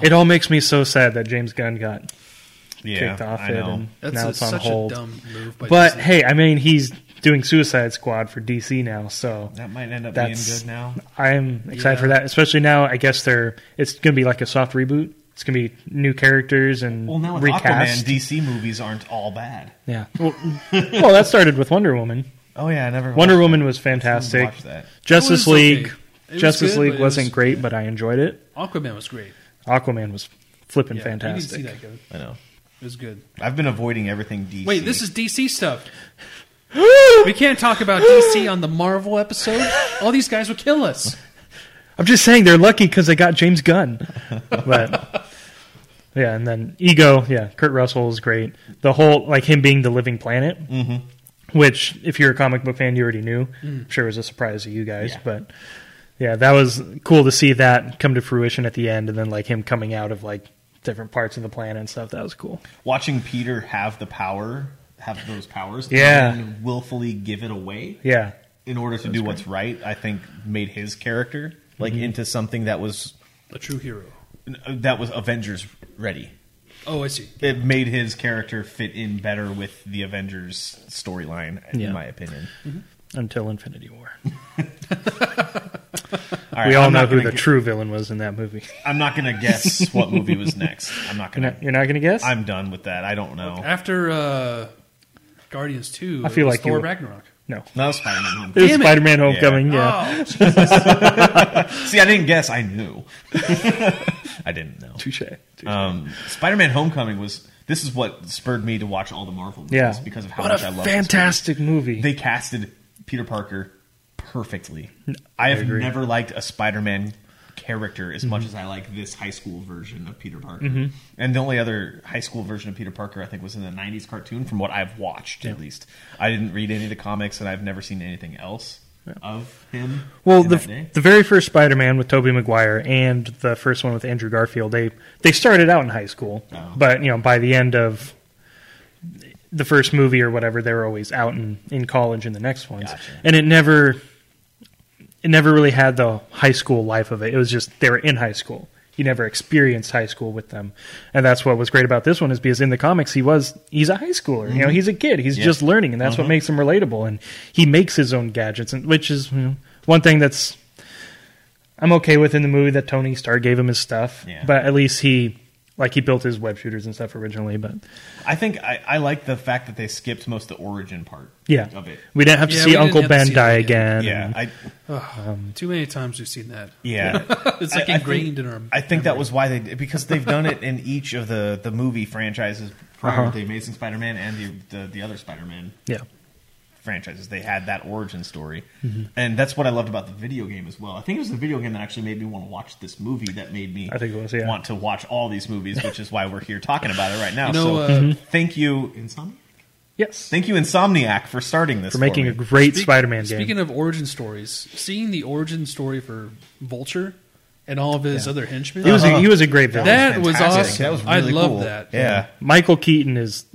C: it all makes me so sad that James Gunn got
A: Yeah,
C: kicked off
A: I
C: it
A: know.
C: and
B: That's
C: now
B: a-
C: it's on
B: such
C: hold.
B: a dumb move. By
C: But
B: Disney.
C: hey, I mean he's doing Suicide Squad for DC now, so
A: That might end up being
C: That's-
A: good now.
C: I'm excited
B: Yeah.
C: for that. Especially now, I guess they're it's going to be like a soft reboot. It's going to be new characters and
A: Well, now with Aquaman,
C: recast.
A: DC movies aren't all bad.
C: yeah. Well, well, that started with Wonder Woman.
A: Oh yeah, I never.
C: Wonder Woman was
A: I
C: fantastic.
A: watched that.
B: It
C: Justice
B: was okay.
C: League.
B: It was
C: Justice
B: good,
C: League
B: but it
C: wasn't
B: was-
C: great, but I enjoyed it.
B: Aquaman was great.
C: Aquaman was flipping
B: Yeah,
C: fantastic.
B: You didn't see that. Kevin.
A: I know.
B: It was good.
A: I've been avoiding everything DC.
B: Wait, this is DC stuff. we can't talk about DC on the Marvel episode. All these guys will kill us.
C: I'm just saying they're lucky because they got James Gunn. But yeah, and then Ego, yeah, Kurt Russell is great. The whole like him being the living planet, which if you're a comic book fan, you already knew. I'm sure it was a surprise to you guys,
A: Yeah.
C: but yeah, that was cool to see that come to fruition at the end, and then like him coming out of like different parts of the planet and stuff. That was cool.
A: watching Peter have the power, have those powers,
C: Yeah.
A: and willfully give it away
C: Yeah,
A: in order to do what's right. I think made his character like
C: Mm-hmm.
A: into something that was
B: A true hero.
A: that was Avengers ready.
B: Oh, I see.
A: It made his character fit in better with the Avengers storyline,
C: Yeah.
A: in my opinion.
C: until Infinity War,
A: All right,
C: we all
A: I'm
C: know
A: not
C: who
A: gonna
C: the
A: gu-
C: true villain was in that movie.
A: I'm not going to guess what movie was next. I'm not going
C: You're not,
A: to.
C: you're not gonna guess?
A: I'm done with that. I don't know.
B: After uh, Guardians Two,
C: I feel
B: it was
C: like you
B: Thor
C: would-
B: Ragnarok.
C: no.
A: No, it's fine.
C: It was
B: Damn it.
C: Spider-Man: Homecoming. Yeah.
B: Oh,
A: See, I didn't guess. I knew. I didn't know.
C: Touche.
A: Um, Spider-Man: Homecoming was. This is what spurred me to watch all the Marvel movies
C: Yeah.
A: because of how
C: what
A: much
C: a
A: I love.
C: fantastic movie.
A: They casted Peter Parker perfectly. I have
C: agree. Mm-hmm.
A: never liked a Spider-Man character as much as I like this high school version of Peter Parker. And the only other high school version of Peter Parker I think was in the 90s cartoon from what I've watched at least. I didn't read any of the comics and I've never seen anything else of him.
C: well,
A: in
C: the,
A: that day.
C: the very first Spider-Man with Tobey Maguire and the first one with Andrew Garfield, they they started out in high school,
A: Oh.
C: but you know by the end of the first movie or whatever, they were always out in, in college in the next ones,
A: Gotcha.
C: and it never it never really had the high school life of it. It was just they were in high school. You never experienced high school with them, and that's what was great about this one is because in the comics he was he's a high schooler. You know, he's a kid. He's
A: Mm-hmm. Yeah. Mm-hmm.
C: just learning, and that's what makes him relatable. And he makes his own gadgets, and which is you know, one thing that's I'm okay with in the movie that Tony Starr gave him his stuff,
A: Yeah.
C: but at least he Like he built his web shooters and stuff originally, but
A: I think I, I like the fact that they skipped most of the origin part.
C: yeah,
A: Of it.
C: we didn't have to
B: Yeah, we
C: see
B: didn't
C: Uncle
B: have to
C: Ben
B: see
C: die
B: that
C: again.
B: again.
A: Yeah. I
B: Oh, Too many times we've seen that.
A: yeah.
B: It's like
A: I- I
B: ingrained
A: think-
B: in our.
A: I think that was why they did- because they've done it in each of the the movie franchises prior
C: Uh-huh.
A: to the Amazing Spider-Man and the the, the other Spider-Man
C: yeah,
A: franchises. They had that origin story,
B: Mm-hmm.
A: and that's what I loved about the video game as well. I think it was the video game that actually made me want to watch this movie. That made me
C: I think it was, yeah.
A: want to watch all these movies, which is why we're here talking about it right now.
B: You know,
A: so
B: uh,
C: Mm-hmm.
A: thank you, Insomniac.
C: yes,
A: Thank you, Insomniac, for starting this
C: for making
A: me.
C: a great
B: Speak-
C: Spider-Man game.
B: Speaking of origin stories, seeing the origin story for Vulture and all of his other henchmen,
C: he was a, he was a great villain.
B: Uh-huh. that was
A: Fantastic.
B: awesome.
A: That was
B: I
A: really
B: love
A: cool.
B: that.
A: Yeah.
C: Michael Keaton is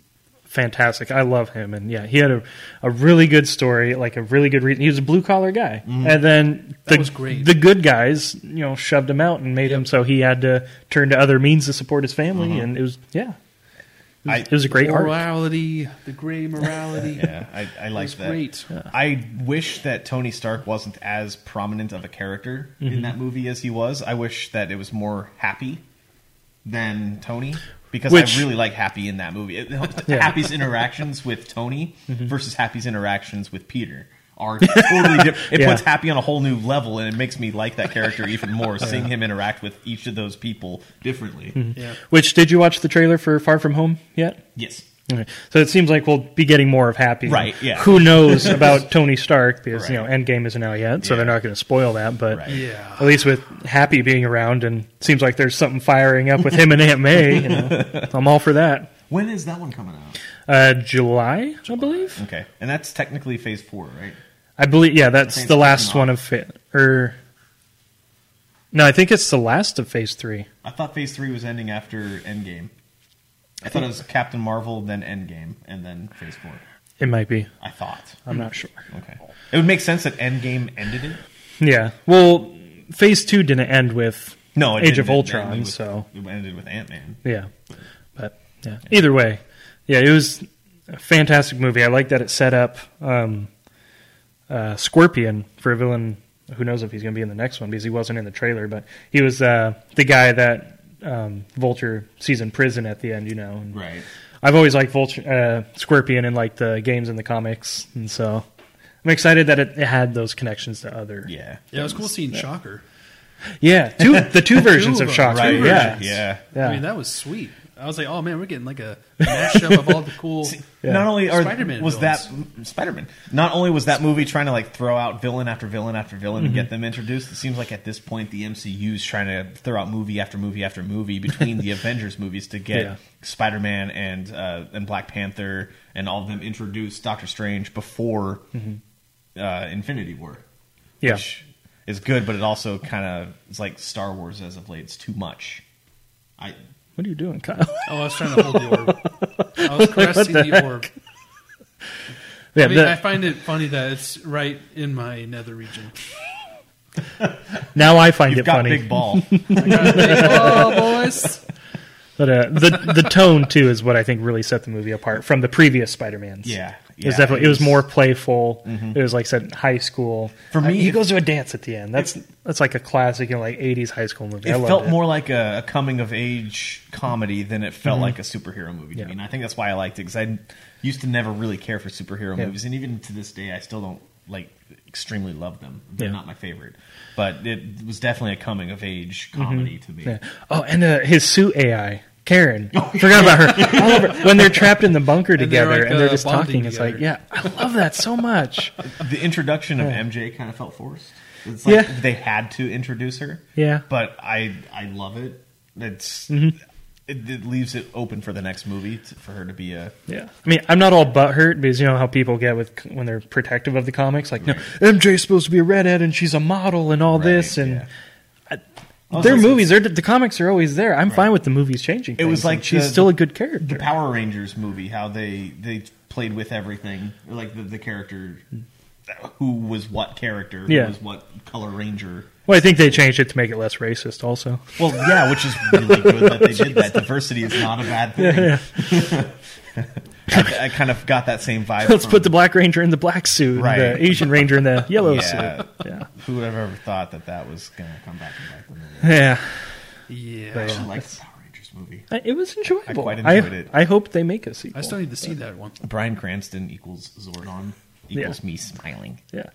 C: fantastic. I love him, and yeah, he had a, a really good story, like a really good reason. He was a blue collar guy, and then the,
B: Mm-hmm. That was great.
C: the good guys, you know, shoved him out and made him so he had to turn to other means to support his family,
B: Mm-hmm.
C: and it was yeah,
A: I-
C: it was a great arc.
B: morality, the gray morality.
A: yeah, I, I like
B: was
A: that.
B: great.
A: I wish that Tony Stark wasn't as prominent of a character in that movie as he was. I wish that it was more Happy than Tony because
C: Which-
A: I really like Happy in that movie. It- Happy's interactions with Tony versus Happy's interactions with Peter are totally different. It
C: Yeah.
A: puts Happy on a whole new level, and it makes me like that character even more. Seeing him interact with each of those people differently.
C: Mm-hmm.
B: Yeah.
C: Which did you watch the trailer for Far From Home yet?
A: Yes.
C: Okay. So it seems like we'll be getting more of Happy.
A: Right, yeah.
C: Who knows about Tony Stark because you know
A: Right.
C: Endgame isn't out yet, so
A: Yeah.
C: they're not going to spoil that. But
A: Right.
B: Yeah.
C: at least with Happy being around, and seems like there's something firing up with him and Aunt May. You know, I'm all for that.
A: When is that one coming out?
C: Uh, July, I believe.
A: Okay, and that's technically Phase Four, right?
C: I believe. Yeah, that's
A: think
C: the
A: it's
C: last
A: kicking
C: one of fa- or. No, I think it's the last of Phase Three.
A: I thought Phase Three was ending after Endgame. I thought it was Captain Marvel, then Endgame, and then Phase Four.
C: It might be.
A: I thought.
C: I'm not sure.
A: Okay, it would make sense that Endgame ended it.
C: Yeah. Well, Phase Two didn't end with
A: No, it
C: Age
A: didn't.
C: of
A: It
C: Ultron.
A: ended with-
C: so
A: it ended with Ant Man.
C: Yeah, but yeah. Either way, yeah, it was a fantastic movie. I like that it set up um, uh, Scorpion for a villain. Who knows if he's going to be in the next one because he wasn't in the trailer, but he was uh, the guy that um, Vulture sees in prison at the end. You know, and
A: Right.
C: I've always liked Vulture, uh, Scorpion in like the games and the comics, and so. I'm excited that it, it had those connections to other.
A: Yeah.
B: Yeah, it was cool seeing Shocker.
C: yeah. Two the two versions
B: Two
C: of
B: of
C: Shocker.
B: them,
A: Right.
B: Two
C: Yeah,
A: Yeah. Yeah.
C: yeah.
B: I mean, that was sweet. I was like, oh man, we're getting like a mashup of all the cool.
C: Yeah.
A: Not only are
B: Spider-Man
A: was that Spider-Man. Not only was that movie trying to like throw out villain after villain after villain and get
C: Mm-hmm.
A: them introduced. It seems like at this point the MCU's trying to throw out movie after movie after movie between the Avengers movies to get
C: Yeah.
A: Spider-Man and uh, and Black Panther and all of them introduced Doctor Strange before uh, Infinity War.
C: Mm-hmm. Yeah.
A: Which is good, but it also kind of is like Star Wars as of late. It's too much. I
C: What are you doing, Kyle?
B: Oh, I was trying to hold the orb. I was caressing
C: the
B: the, orb.
C: Yeah,
B: I mean,
C: the-
B: I find it funny that it's right in my nether region.
C: Now I find
A: you've
C: it
A: got
C: funny.
A: big ball.
B: oh, boys!
C: But uh, the the tone too is what I think really set the movie apart from the previous Spider-Mans.
A: Yeah,
C: It was
A: yeah,
C: definitely
A: it
C: it was
A: was-
C: more playful. It was like I said high school.
A: For
C: Uh,
A: me,
C: he
A: it-
C: goes to a dance at the end. That's that's like a classic, you know, like '80s high school movie. I
A: it
C: loved
A: felt
C: it.
A: more like a, a coming of age comedy than it felt like a superhero movie to
C: Mm-hmm. Yeah.
A: me. And I think that's why I liked it because I used to never really care for superhero
C: Yeah.
A: movies, and even to this day, I still don't like extremely love them. They're
C: Yeah.
A: not my favorite, but it was definitely a coming of age comedy to me.
C: Mm-hmm. Yeah. Oh, and uh, his suit AI, Karen.
A: Oh,
C: Forgot about her. I love her. When they're trapped in the bunker
B: they're,
C: together
B: like,
C: and they're
B: uh,
C: just
B: bonding
C: talking, it's
B: together.
C: like, yeah, I love that so much.
A: The introduction of MJ kind of felt forced. It's like
C: Yeah.
A: they had to introduce her.
C: Yeah. Mm-hmm.
A: but I I love it. It's. It, it leaves it open for the next movie t for her to be a
C: Yeah, I mean, I'm not all butthurt because you know how people get with when they're protective of the comics, like no, MJ's supposed to be a redhead and she's a model and all this,
A: Right,
C: and
A: yeah.
C: I, their
A: Also,
C: movies, they're, the comics are always there. I'm fine with the movies changing.
A: It was
C: things, and
A: like
C: she's
A: the-
C: still a good character.
A: the Power Rangers movie, how they they played with everything, or like the, the character, who was what character, who
C: Yeah.
A: was what color ranger.
C: well, I think they changed it to make it less racist. Also,
A: Well, yeah, which is really good that they did that. Diversity is not a bad thing. I, I kind of got that same vibe.
C: let's
A: from
C: put the Black Ranger in the black suit, and
A: Right.
C: the Asian Ranger in the yellow
A: Yeah.
C: suit. Yeah,
A: whoever ever thought that that was going to come back and back the movie.
C: yeah.
B: Yeah,
A: I actually liked Power Rangers. Avengers movie.
C: I- It was enjoyable.
A: quite enjoyed it.
C: I hope they make a sequel.
B: I still need to see that one.
A: Brian Cranston equals Zordon equals
C: Yeah.
A: me smiling.
C: Yeah.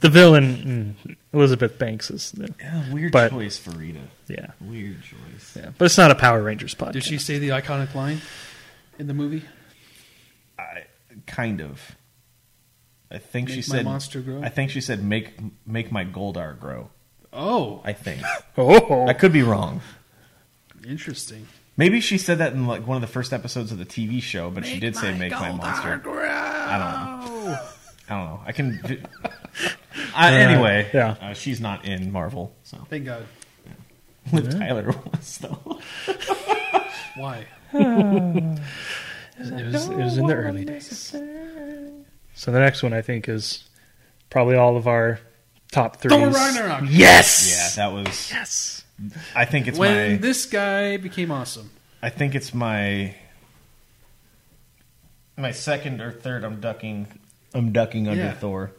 C: the villain, mm, Elizabeth Banks is.
A: Yeah, weird
C: But-
A: choice for Rita.
C: Yeah.
A: Weird choice.
C: Yeah. But it's not a Power Rangers podcast.
B: Did she say the iconic line in the movie?
A: I, kind of. I think she
B: Make my
A: said
B: monster grow?
A: I think she said make make my Goldar grow.
B: Oh,
A: I think
C: Oh.
A: I could be wrong.
B: interesting.
A: Maybe she said that in like one of the first episodes of the TV show, but she did say make my monster. I
B: don't know.
A: I don't know. I can. I, anyway,
C: yeah.
A: uh, she's not in Marvel, so
B: Thank God.
A: Tyler was though.
B: Why?
C: It was, it was in the early days. So the next one I think is probably all of our top three.
B: Thor Ragnarok.
A: Yeah,
C: Yes.
A: that was.
C: Yes.
A: I think it's
B: when
A: my.
B: this guy became awesome.
A: I think it's my. My second or third. I'm ducking. I'm ducking under
B: Yeah.
A: Thor.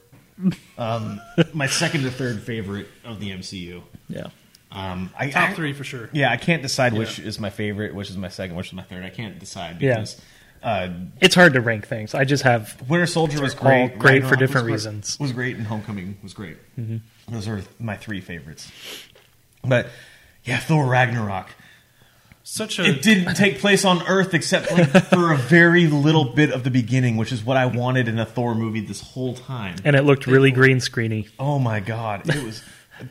A: Um, my second or third favorite of the MCU.
C: Yeah.
A: Um, I,
B: Top
A: I-
B: three for sure.
A: Yeah, I can't decide which is my favorite, which is my second, which is my third. I can't decide
C: Yeah.
A: because uh,
C: It's hard to rank things. I just have
A: Winter Soldier was
C: all
A: great.
C: great
A: Ragnarok
C: for different
A: was great-
C: reasons. Mm-hmm.
A: Was great and Homecoming was great. Those are my three favorites. But yeah, Thor Ragnarok.
B: Such a
A: It didn't take place on Earth except like, for a very little bit of the beginning, which is what I wanted in a Thor movie this whole time.
C: and it looked really green screeny.
A: Oh my god, it was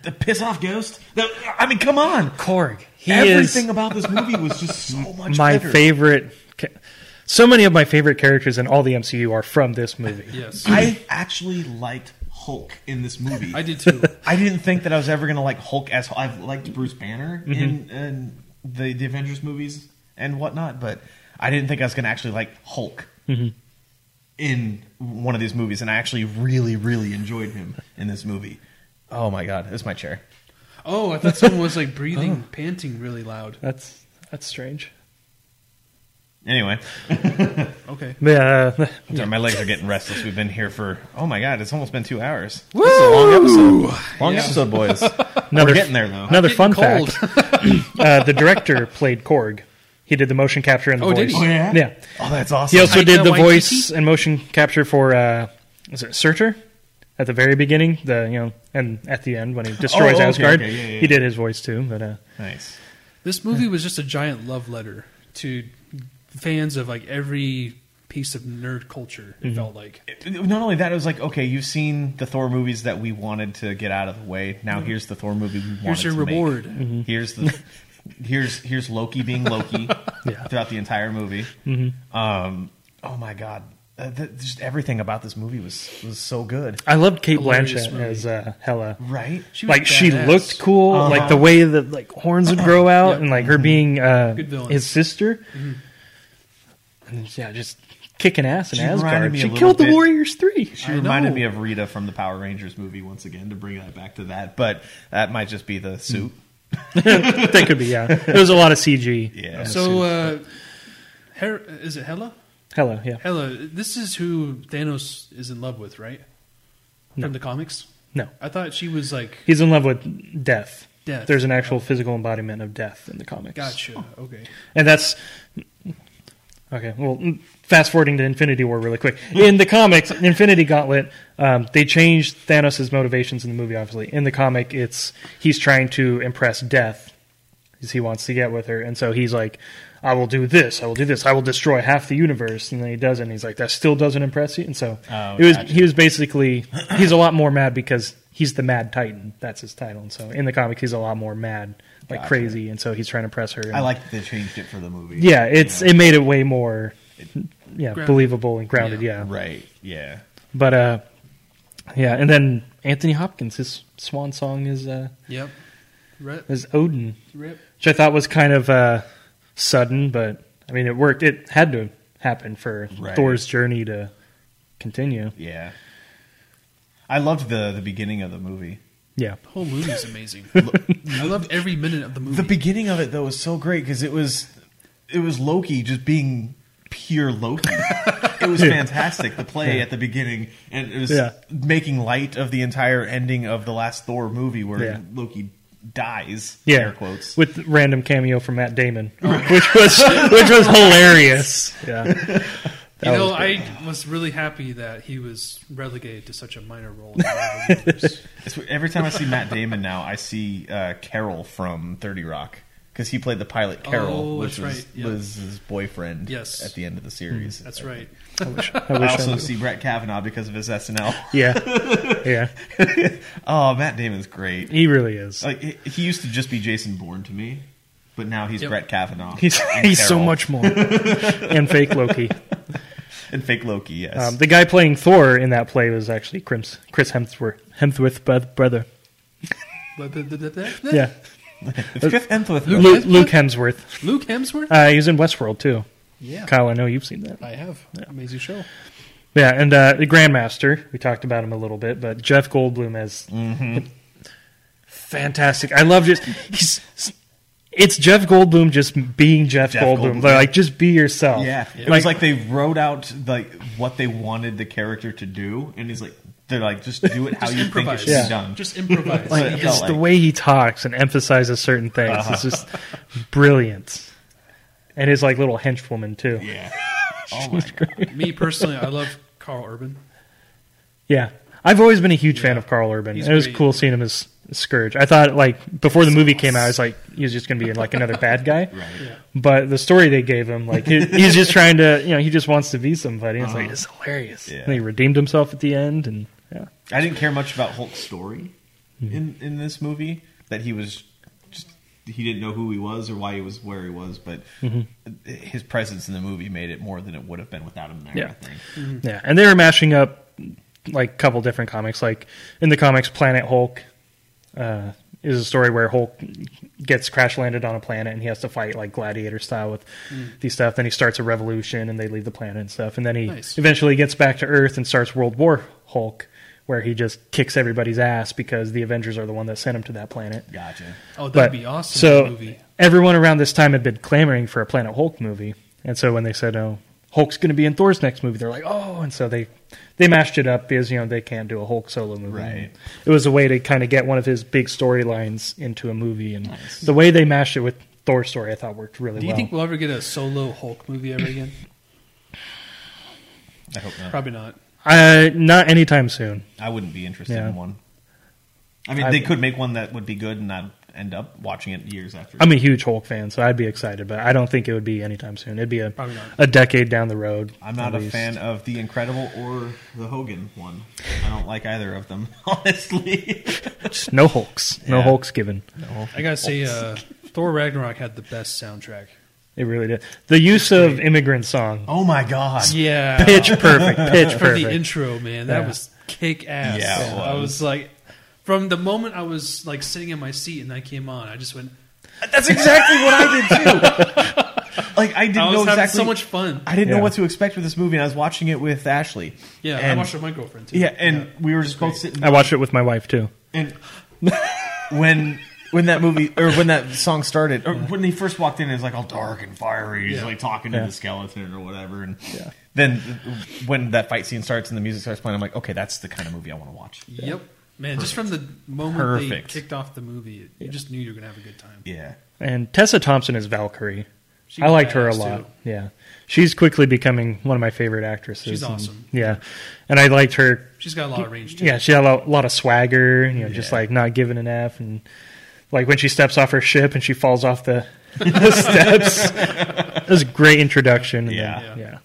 A: the piss off ghost. The- I mean, come on.
C: Korg. He
A: Everything
C: is
A: about this movie was just so much
C: my
A: better.
C: favorite. ca- So many of my favorite characters in all the MCU are from this movie.
B: yes. I,
A: I actually liked Hulk in this movie. I,
B: did too.
A: didn't think that I was ever going to like Hulk as I've liked Bruce Banner in,
C: Mm-hmm.
A: in the, the Avengers movies and whatnot, but I didn't think I was going to actually like Hulk
C: Mm-hmm.
A: in one of these movies, and I actually really, really enjoyed him in this movie. Oh my god, it's my chair.
B: Oh, I thought someone was like breathing,
A: Oh.
B: panting really loud.
C: That's that's strange.
A: Anyway,
B: Okay.
C: Yeah. uh,
A: sorry, my legs are getting restless. We've been here for oh my god, it's almost been two hours. This is a long episode. Long
B: Yeah.
A: episode, boys.
C: Another
A: We're getting there though.
C: Another fun
B: Getting
C: fact: uh, the director played Korg. He did the motion capture and the
B: Oh,
C: voice.
B: did he? Oh,
A: yeah?
C: Yeah.
A: Oh, that's awesome.
C: He also
B: Taika
C: did the
B: Waititi?
C: voice and motion capture for uh, was it Searcher at the very beginning, the you know, and at the end when he destroys
A: okay,
C: Asgard,
A: okay, yeah, yeah, yeah.
C: he did his voice too. But uh,
A: nice.
B: This movie was just a giant love letter to fans of like every piece of nerd culture.
A: Mm-hmm.
B: It felt like
A: not only that, it was like, okay, you've seen the Thor movies that we wanted to get out of the way. Now here's the Thor movie we wanted.
B: Mm-hmm. here's your
A: to make.
B: reward.
A: Here's the here's here's Loki being Loki throughout the entire movie. Um, oh my god, uh, th- just everything about this movie was was so good,
C: I loved Kate
B: Hilarious
C: Blanchett
B: movie.
C: as uh, Hella.
A: right?
B: She was
C: like she
B: badass. Uh-huh.
C: looked cool, like the way that like horns would grow out,
B: Yep. Mm-hmm.
C: and like her being uh,
B: Good villain. Mm-hmm.
C: his sister. And, yeah, just kicking ass in
A: She reminded
C: Asgard.
A: me a
C: She
A: little
C: killed
A: bit-
C: the Warriors Three.
A: She
B: I
A: reminded
B: know.
A: me of Rita from the Power Rangers movie once again to bring that back to that, but that might just be the suit.
C: that could be yeah. It was a lot of CG.
A: Yeah.
B: So, uh, Her- is it Hela?
C: Hello, yeah.
B: Hela, this is who Thanos is in love with, right?
C: No.
B: From the comics.
C: No.
B: I thought she was like
C: He's in love with death.
B: Death.
C: There's an actual physical embodiment of death in the comics.
B: Gotcha.
C: Oh.
B: Okay.
C: And that's okay. Well, fast forwarding to Infinity War really quick. In the comics, Infinity Gauntlet, um, they changed Thanos' motivations in the movie. Obviously, in the comic, it's he's trying to impress Death, because he wants to get with her, and so he's like, "I will do this. I will do this. I will destroy half the universe." And then he does, it and he's like, "That still doesn't impress you." And so
A: Oh,
C: it was.
A: gotcha.
C: He was basically he's a lot more mad because he's the Mad Titan. That's his title. And so in the comics, he's a lot more mad. Like
A: Gotcha.
C: crazy, and so he's trying to impress her. and-
A: I like that they changed it for the movie.
C: yeah, it's it made it way more yeah,
B: Grounded.
C: believable and grounded, yeah.
B: Yeah.
A: right. Yeah.
C: But uh yeah, and then Anthony Hopkins, his swan song is uh
B: Yep. Rip.
C: is Odin,
B: Rip.
C: which I thought was kind of uh sudden, but I mean it worked. It had to happen for
A: Right.
C: Thor's journey to continue.
A: Yeah. I loved the the beginning of the movie.
C: Yeah.
B: The whole movie is amazing. I loved every minute of the movie.
A: The beginning of it though was so great because it was it was Loki just being pure Loki. it was fantastic. The play at the beginning and it was
C: Yeah.
A: making light of the entire ending of the last Thor movie where
C: Yeah.
A: Loki dies.
C: yeah,
A: Air quotes.
C: with random cameo from Matt Damon, which was which was hilarious. Yeah,
B: You know,
C: was
B: I was really happy that he was relegated to such a minor role. In the Marvel universe.
A: It's, every time I see Matt Damon now, I see uh, Carol from Thirty Rock because he played the pilot Carol,
B: Oh,
A: which
B: that's
A: was
B: right, yeah.
A: Liz's boyfriend.
B: Yes.
A: at the end of the
C: Mm-hmm.
A: series.
B: That's right.
C: I wish, I
A: I
C: wish I
A: also
C: was-
A: see Brett Kavanaugh because of his SNL.
C: yeah, yeah.
A: oh, Matt Damon's great.
C: He really is.
A: Like he- he used to just be Jason Bourne to me, but now he's
B: Yep.
A: Brett Kavanaugh.
C: He's
A: and
C: he's so
A: Carol.
C: much more. and fake Loki.
A: and fake Loki. Yes,
C: Um, the guy playing Thor in that play was actually Chris, Chris Hemsworth, Hemsworth bro- brother. Yeah,
A: it's Chris Hemsworth.
B: Luke
C: uh, Luke, Luke
B: Hemsworth?
C: Hemsworth.
B: Luke Hemsworth.
C: Uh, he was in Westworld too.
B: Yeah,
C: Kyle, I know you've seen that.
B: I have amazing show.
C: Yeah, and uh, the Grandmaster. We talked about him a little bit, but Jeff Goldblum as
A: Mm-hmm.
C: fantastic. I love just he's. It's Jeff Goldblum just being Jeff,
A: Jeff
C: Goldblum.
A: Goldblum.
C: They're Like just be yourself.
A: Yeah, it
C: Like,
A: was like they wrote out like what they wanted the character to do, and he's like, they're like, just do it how
B: Just
A: you think it
B: improvise.
A: should
C: Yeah.
A: be done.
B: Just
A: Like-
B: improvise.
C: like,
A: it
C: just
A: felt
C: the
A: like- Uh-huh.
C: way he talks and emphasizes certain things. It's just brilliant. And his like little henchwoman too.
A: yeah. Oh my god.
B: Me personally, I love Carl Urban.
C: Yeah. I've always been a huge fan of Carl Urban.
B: He's
C: It was
B: great.
C: cool seeing him as Scourge. I thought like before the movie came out, I was like he was just going to be like another bad guy.
A: Right.
C: But the story they gave him, like he, he's just trying to, you know, he just wants to be somebody. It's like it's hilarious.
A: Uh-huh. Yeah.
C: And he redeemed himself at the end, and yeah,
A: I didn't care much about Hulk's story
C: Mm-hmm.
A: in in this movie. That he was just he didn't know who he was or why he was where he was, but
C: Mm-hmm.
A: his presence in the movie made it more than it would have been without him there.
C: Yeah.
A: I think.
C: yeah. And they were mashing up like a couple different comics. Like in the comics, Planet Hulk uh, is a story where Hulk gets crash landed on a planet and he has to fight like gladiator style with these stuff. Then he starts a revolution and they leave the planet and stuff. And then he
B: Nice.
C: eventually gets back to Earth and starts World War Hulk, where he just kicks everybody's ass because the Avengers are the one that sent him to that planet.
A: Gotcha.
B: Oh, that'd
C: But-
B: be awesome.
C: So
B: that movie.
C: everyone around this time had been clamoring for a Planet Hulk movie, and so when they said, "Oh, Hulk's going to be in Thor's next movie," they're like, "Oh!" And so they they mashed it up because you know they can't do a Hulk solo movie.
A: Right.
C: It was a way to kind of get one of his big storylines into a movie, and the way they mashed it with Thor's story, I thought worked really
B: Do you
C: well.
B: think we'll ever get a solo Hulk movie ever again?
A: I hope not.
B: Probably not.
C: uh, not anytime soon.
A: I wouldn't be interested
C: Yeah.
A: in one. I mean,
C: I-
A: they could make one that would be good, and I'd end up watching it years after.
C: I'm a huge Hulk fan, so I'd be excited, but I don't think it would be anytime soon. It'd be a,
B: Probably not.
C: a decade down the road.
A: I'm not
C: at
A: a
C: least.
A: fan of the Incredible or the Hogan one. I don't like either of them, honestly.
C: No Hulks. No
A: Yeah.
C: Hulks given.
B: I gotta say, uh, Thor Ragnarok had the best soundtrack.
C: It really did. The use of immigrant song.
A: oh my god!
B: Yeah,
C: pitch perfect. Pitch
B: Oh, for the
C: perfect.
B: intro, man. That
C: Yeah.
B: was kick ass.
A: Yeah, it
B: I
A: was.
B: was like, from the moment I was like sitting in my seat and that came on, I just went.
A: That's exactly what I did too. like I didn't
B: I was
A: know
B: having
A: exactly.
B: so much fun.
A: I didn't
C: Yeah.
A: know what to expect with this movie, and I was watching it with Ashley.
B: yeah,
A: and,
B: I watched it with my girlfriend too.
A: Yeah, and we were just both sitting.
C: I watched it with my wife too.
A: And when when that movie or when that song started, or when he first walked in, it was like all dark and fiery. He's
B: Yeah.
A: like talking
C: Yeah.
A: to the skeleton or whatever. And
C: Yeah.
A: then when that fight scene starts and the music starts playing, I'm like, okay, that's the kind of movie I want to watch.
B: Yep. Man, just from the moment
A: Perfect.
B: they kicked off the movie, you just knew you were gonna have a good time.
A: Yeah.
C: And Tessa Thompson is Valkyrie.
B: She
C: I liked her a
B: badass,
C: lot.
B: too.
C: Yeah. She's quickly becoming one of my favorite actresses.
B: She's
C: and-
B: awesome.
C: yeah. And I liked her.
B: She's got a lot of range too.
C: Yeah, she had a lot, lot of swagger, you know, just
A: Yeah.
C: like not giving an F. And like when she steps off her ship and she falls off the, the steps. It was a great introduction. and
A: Yeah.
C: then- yeah.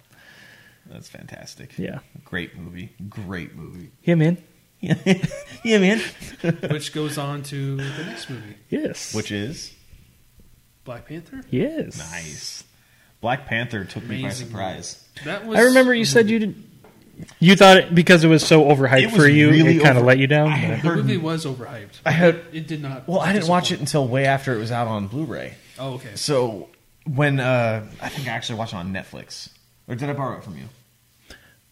A: That's fantastic.
C: Yeah.
A: Great movie. Great movie.
C: Yeah, man.
A: yeah, man.
B: Which goes on to the next movie,
C: Yes.
A: Which is
B: Black Panther.
C: Yes.
A: nice. Black Panther took me by
B: Amazing.
A: surprise.
B: That was
C: I remember you said you did You thought it because it was so overhyped
A: It was
C: for you,
A: really
C: it kind of
A: over-
C: let you down.
A: I
C: but-
A: had
B: the
A: heard
B: movie was overhyped.
A: I had-
B: it, it did not.
A: Well, I didn't watch it
B: disappoint.
A: until way after it was out on Blu-ray.
B: Oh, okay.
A: So when uh, I think I actually watched it on Netflix, or did I borrow it from you?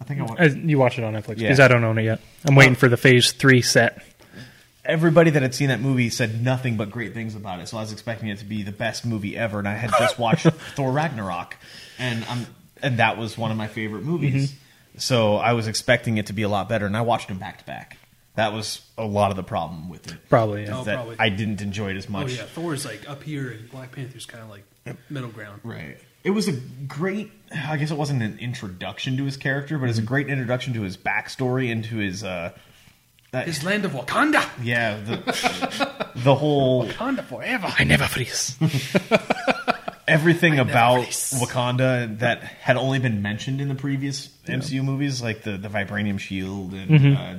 A: I think I
C: I,
A: watched.
C: you watch it on Netflix
A: Yeah. Uh,
C: because I don't own it yet. I'm waiting for the Phase Three set.
A: Everybody that had seen that movie said nothing but great things about it, so I was expecting it to be the best movie ever. And I had just watched Thor Ragnarok, and i and
C: Mm-hmm.
A: that was one of my favorite movies. So I was expecting it to be a lot better, and I watched them back to back. That was a lot of the problem with it.
C: Probably. Yeah.
A: is
B: Oh,
A: that
B: probably.
A: I didn't enjoy it as
B: Oh
A: much.
B: yeah, Thor's like up here, and Black Panther's kind of like middle ground.
A: Right. It was a great. I guess it wasn't an introduction to his character, but it's a great introduction to his backstory and to his. Uh, that-
B: His land of Wakanda,
A: yeah, the, the whole
B: Wakanda forever.
C: I never freeze.
A: everything about
B: race.
A: Wakanda that had only been mentioned in the previous MCU movies, like the, the vibranium shield and uh,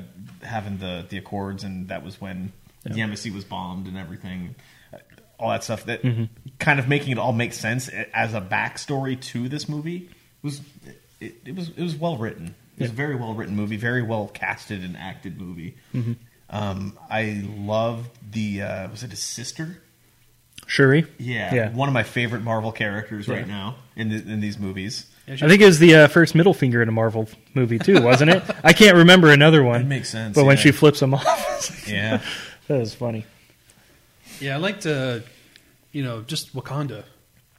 A: having the the accords, and that was when the embassy was bombed and everything, uh, all that stuff. That kind of making it all make sense a- as a backstory to this movie was it, it was it was well written. It was a very well written movie, very well casted and acted movie. Um, I loved the uh, was it his sister?
C: Shuri.
A: Yeah,
C: Yeah.
A: one of my favorite Marvel characters right
C: Yeah.
A: now in th in these movies.
B: Yeah, she-
C: I think it was the uh, first middle finger in a Marvel movie too, wasn't it? I can't remember another one.
A: That makes sense,
C: But when
A: yeah.
C: she flips him off, it's like-
A: Yeah,
C: that was funny.
B: Yeah, I liked, uh, you know, just Wakanda.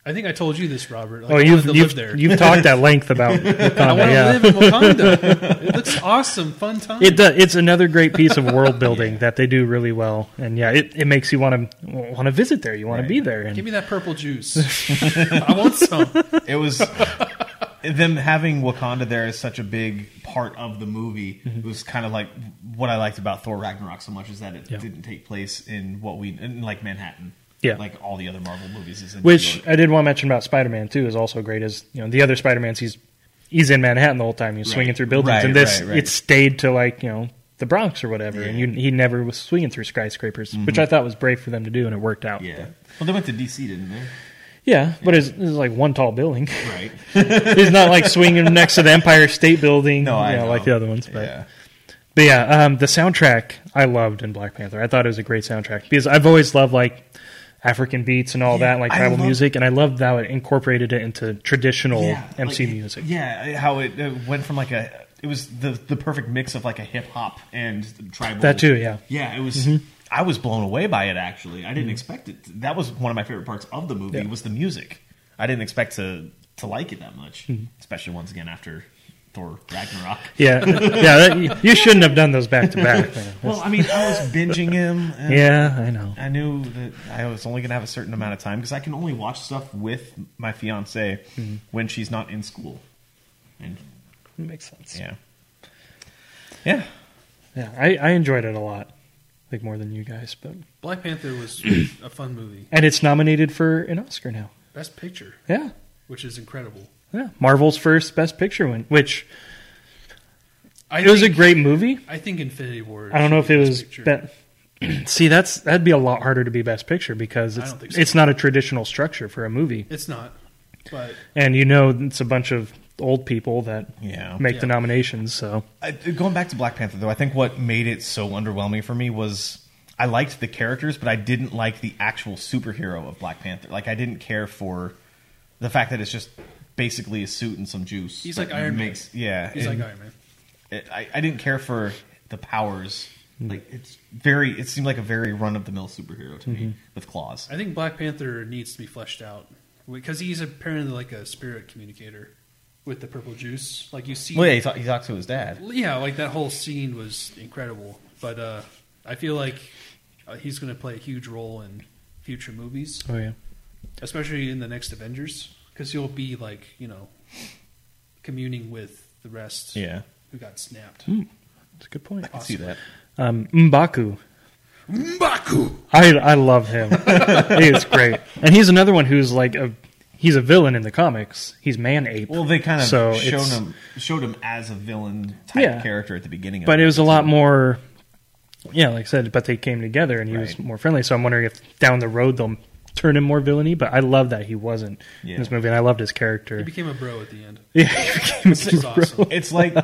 B: I think I told you this, Robert. Like,
C: Oh,
B: I
C: you've
B: wanted to live
C: you've,
B: there.
C: you've talked at length about
B: I want
C: Wakanda.
B: to
C: Yeah,
B: live in Wakanda. it looks awesome, fun time.
C: it does, it's another great piece of world building that they do really well, and yeah, it, it makes you want to want to visit there. You want
A: Right.
C: to be there, and
B: Give me that purple juice. I want some.
A: it was them having Wakanda there is such a big part of the movie.
C: Mm-hmm.
A: It was kind of like what I liked about Thor Ragnarok so much is that it
C: Yeah.
A: didn't take place in what we in like Manhattan.
C: Yeah.
A: like all the other Marvel movies is in New
C: Which
A: York.
C: I did want to mention about Spider Man too is also great. Is you know the other Spider Man's he's he's in Manhattan the whole time. He's swinging through buildings,
A: Right,
C: and this
A: right, right.
C: it stayed to like you know the Bronx or whatever, and
A: Yeah. Mm-hmm.
C: you, he never was swinging through skyscrapers, which I thought was brave for them to do, and it worked out.
A: Yeah, well, they went to DC, didn't they?
C: yeah, but it's, it's like one tall building.
A: Right.
C: he's not like swinging next to the Empire State Building,
A: No, I
C: you know,
A: know.
C: like the other ones. But
A: Yeah.
C: but yeah, um, the soundtrack I loved in Black Panther. I thought it was a great soundtrack because I've always loved like African beats and all
A: Yeah,
C: that, like
A: I
C: tribal
A: love-
C: music, and I loved how it incorporated it into traditional
A: like,
C: MC music.
A: Yeah, how it uh, went from like a it was the the perfect mix of like a hip hop and tribal.
C: That too, yeah. Mm-hmm.
A: Yeah, it was. I was blown away by it. Actually, I didn't expect it. That was one of my favorite parts of the movie
C: Yeah.
A: was the music. I didn't expect to to like it that much,
C: Mm-hmm.
A: especially once again after Thor Ragnarok.
C: Yeah, yeah. That, you- you shouldn't have done those back to back. man.
A: Well, I mean, I was binging him. and
C: Yeah, I know.
A: I knew that I was only going to have a certain amount of time because I can only watch stuff with my fiance
C: Mm-hmm.
A: when she's not in school. And
C: It makes sense. Yeah,
A: yeah, yeah.
C: I, I enjoyed it a lot. I think more than you guys, but
B: Black Panther was a fun movie.
C: and it's nominated for an Oscar now.
B: Best picture,
C: Yeah,
B: which is incredible.
C: yeah. Marvel's first Best Picture win, which
B: I
C: it was a
B: think,
C: great movie.
B: I think Infinity War.
C: I don't know if
B: should
C: it
B: be Best
C: was.
B: Picture.
C: be- See, that's that'd be a lot harder to be Best Picture because
B: I
C: it's,
B: don't think so.
C: it's not a traditional structure for a movie,
B: It's not, but
C: and you know it's a bunch of old people that
A: Oh, Yeah.
C: make the
B: Yeah.
C: nominations. So
A: I, going back to Black Panther, though, I think what made it so underwhelming for me was I liked the characters, but I didn't like the actual superhero of Black Panther. Like, I didn't care for the fact that it's just basically a suit and some juice.
B: He's
A: that
B: like Iron Man.
A: makes, Yeah,
B: he's
A: and
B: like Iron Man.
A: it- I, I didn't care for the powers. Like, it's very. It seemed like a very run of the mill superhero to me with claws.
B: I think Black Panther needs to be fleshed out because he's apparently like a spirit communicator with the purple juice. Like you see,
A: Well, yeah, he, talk, he talks to his dad.
B: yeah, like that whole scene was incredible. But uh, I feel like uh, he's going to play a huge role in future movies,
C: oh yeah,
B: especially in the next Avengers, because he'll be like you know communing with the rest
A: Yeah,
B: who got snapped.
C: that's a good point.
A: I can see that.
C: Um, Mbaku,
B: Mbaku.
C: I I love him. he is great, and he's another one who's like a he's a villain in the comics. He's man ape.
A: Well, they kind of
C: So
A: showed
C: it's-
A: him showed him as a villain type
C: Yeah.
A: character at the beginning.
C: but
A: of
C: it was a lot more yeah like i said but they came together and he was
A: Right.
C: more friendly so i'm wondering if down the road they'll turn him more villainy but i love that he wasn't
A: Yeah.
C: in this movie and i loved his
B: He
C: character
B: became a bro at the end.
C: yeah he became-
B: Which is awesome.
A: It's like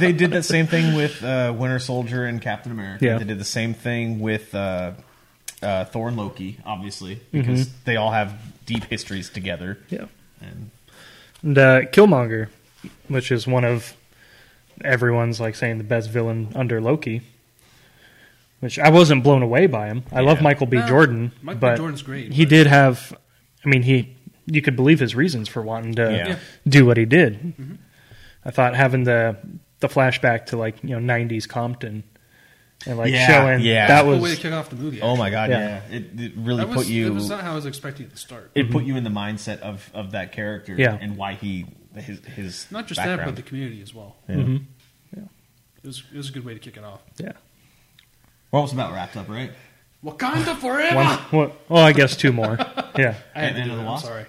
A: they did that same thing with uh, Winter Soldier and Captain America.
C: Yeah.
A: They did the same thing with uh, uh, Thor and Loki, obviously, because they all have deep histories together.
C: Mm-hmm. yeah
A: And
C: and uh, killmonger which is one of everyone's like saying the best villain under loki which i wasn't blown away by him i love
A: Yeah.
C: michael b
B: No,
C: jordan
B: Michael B.
C: but
B: Jordan's great,
C: he
B: but-
C: did have i mean he you could believe his reasons for wanting to
A: Yeah. Yeah.
C: do what he did.
B: Mm-hmm.
C: I thought having the the flashback to like you know '90s Compton and like
A: Yeah,
C: showing
A: yeah.
C: that
B: Oh, way
C: was
B: to kick off the movie.
A: Oh my god,
C: Yeah.
A: yeah, It, it really
B: That was,
A: put you
B: It was not how I was expecting it to start.
A: it put you in the mindset of of that character
C: Mm-hmm. Yeah.
A: and why he his his
B: Not just that,
A: background.
B: but the community as well.
A: yeah.
C: Mm-hmm.
B: It was, it was a good way to kick it off.
C: yeah.
A: We're almost about wrapped up, right?
B: Wakanda forever.
C: One, one, well, I guess two more. Yeah,
B: I
A: Ant-Man
B: had to do
A: and the
B: that. I'm
A: Wasp?
B: sorry.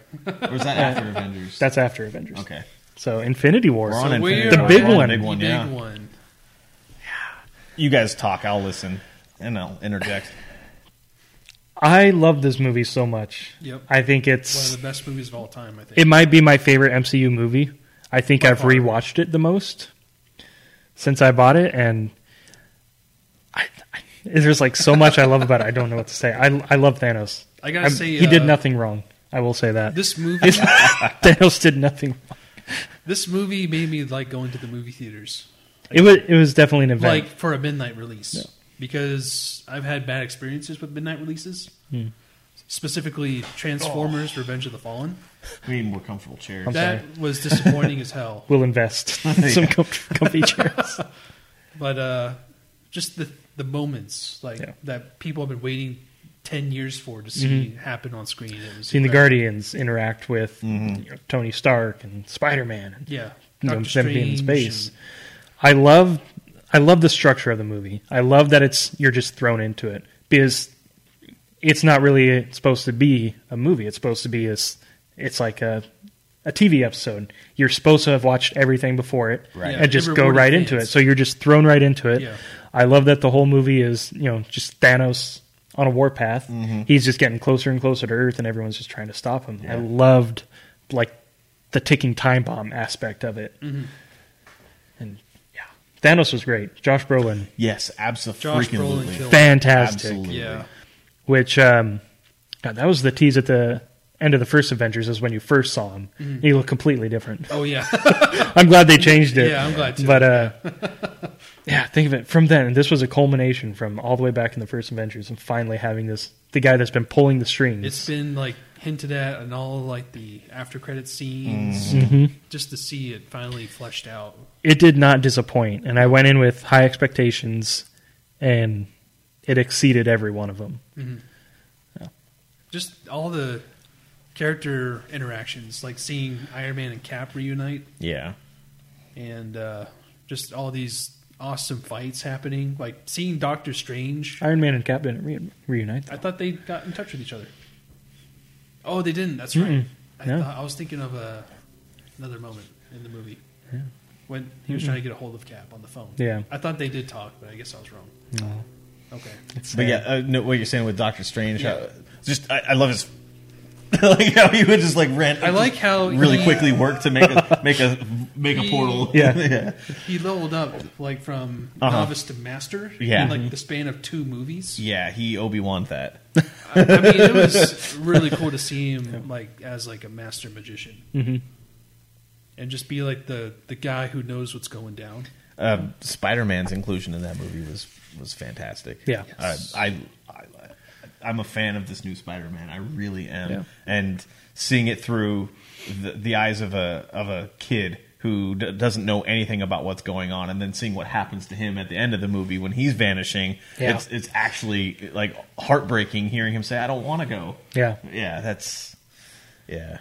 A: Or is that after Avengers?
C: that's after Avengers.
A: okay.
C: So Infinity War.
A: We're on
B: So
A: Infinity
B: we're
C: The
A: War.
C: big
A: We're on
C: one.
A: Big one.
B: The
A: Yeah.
B: big one.
A: You guys talk. I'll listen and I'll interject.
C: I love this movie so much.
B: Yep.
C: I think
B: One of
C: it's
B: the best movies of all time, I think.
C: it might be my favorite MCU movie. I think I've
B: far.
C: rewatched it the most since I bought it, and I, I, there's like so much I love about it. I don't know what to say. I I love Thanos.
B: I gotta
C: I'm-
B: say,
C: he did
B: uh,
C: nothing wrong. I will say that
B: this movie,
C: It's- Thanos did nothing. Wrong.
B: this movie made me like going to the movie theaters,
C: It was it was definitely an event.
B: like for a midnight release, because I've had bad experiences with midnight releases,
A: Hmm.
B: specifically Transformers:
A: Oh.
B: Revenge of the Fallen.
A: We need more comfortable chairs.
C: I'm
B: that was disappointing as hell.
C: we'll invest in some com- comfy chairs.
B: But uh, just the the moments like
C: Yeah.
B: that people have been waiting ten years for to see happen on screen. It was
C: Seeing Mm-hmm. the
B: incredible.
C: Guardians interact with
B: Mm-hmm.
C: you know, Tony Stark and Spider Man and
B: yeah,
C: you know,
B: Doctor
C: them being in
B: Strange
C: space.
B: and-
C: I love I love the structure of the movie. I love that it's you're just thrown into it because it's not really supposed to be a movie. It's supposed to be a, s- it's like a a TV episode. You're supposed to have watched everything before it
A: Right.
B: Yeah,
C: and just
B: it
C: go
B: rewarded
C: right into it.
B: fans.
C: So you're just thrown right into it.
B: Yeah.
C: I love that the whole movie is, you know, just Thanos on a warpath. He's just getting closer and closer to Earth and everyone's just trying to stop him. I loved like the ticking time bomb aspect of it. And yeah. Thanos was great. Josh Brolin,
A: Yes,
B: Josh
A: absolutely.
B: Brolin killed.
C: fantastic.
A: Absolutely.
B: Yeah,
C: Which um God, that was the tease at the end of the first Avengers is when you first saw him. He looked completely different.
B: oh yeah.
C: I'm glad they changed it.
B: Yeah, I'm glad too.
C: But uh, yeah, think of it from then. This was a culmination from all the way back in the first Avengers, and finally having this the guy that's been pulling the strings.
B: It's been like hinted at in all like the after credit scenes,
C: Mm-hmm.
B: just to see it finally fleshed out.
C: it did not disappoint, and I went in with high expectations, and it exceeded every one of them.
B: Just all the character interactions, like seeing Iron Man and Cap reunite,
A: Yeah.
B: and uh, just all these awesome fights happening. Like seeing Doctor Strange.
C: Iron Man and Cap didn't re- reunite.
B: I thought they got in touch with each other. Oh, they didn't. That's
C: Mm-mm.
B: right. I,
C: No.
B: thought, I was thinking of uh, another moment in the movie when he was trying to get a hold of Cap on the phone.
C: Yeah.
B: I thought they did talk, but I guess I was wrong.
C: No.
B: Okay.
C: It's
A: But
C: sad.
A: yeah, uh, no, what you're saying with Doctor Strange,
B: Yeah.
A: uh, just I, I love his. like how he would just like rent.
B: I like how
A: really
B: he-
A: quickly work to make a make a make a
B: He-
A: portal.
C: Yeah.
B: He leveled up like from
A: Uh-huh.
B: novice to master.
A: Yeah. Mm-hmm.
B: In, like the span of two movies.
A: yeah. He Obi Wan that.
B: I, I mean, it was really cool to see him like as like a master magician.
C: Mhm.
B: And just be like the the guy who knows what's going down.
A: Um, Spider Man's inclusion in that movie was was fantastic.
C: Yeah.
B: Yes.
A: uh, I, I I'm a fan of this new Spider Man. I really am,
C: Yeah.
A: and seeing it through the, the eyes of a of a kid who d- doesn't know anything about what's going on, and then seeing what happens to him at the end of the movie when he's vanishing,
C: Yeah.
A: it's it's actually like heartbreaking hearing him say, "I don't want to go."
C: yeah,
A: Yeah, that's yeah.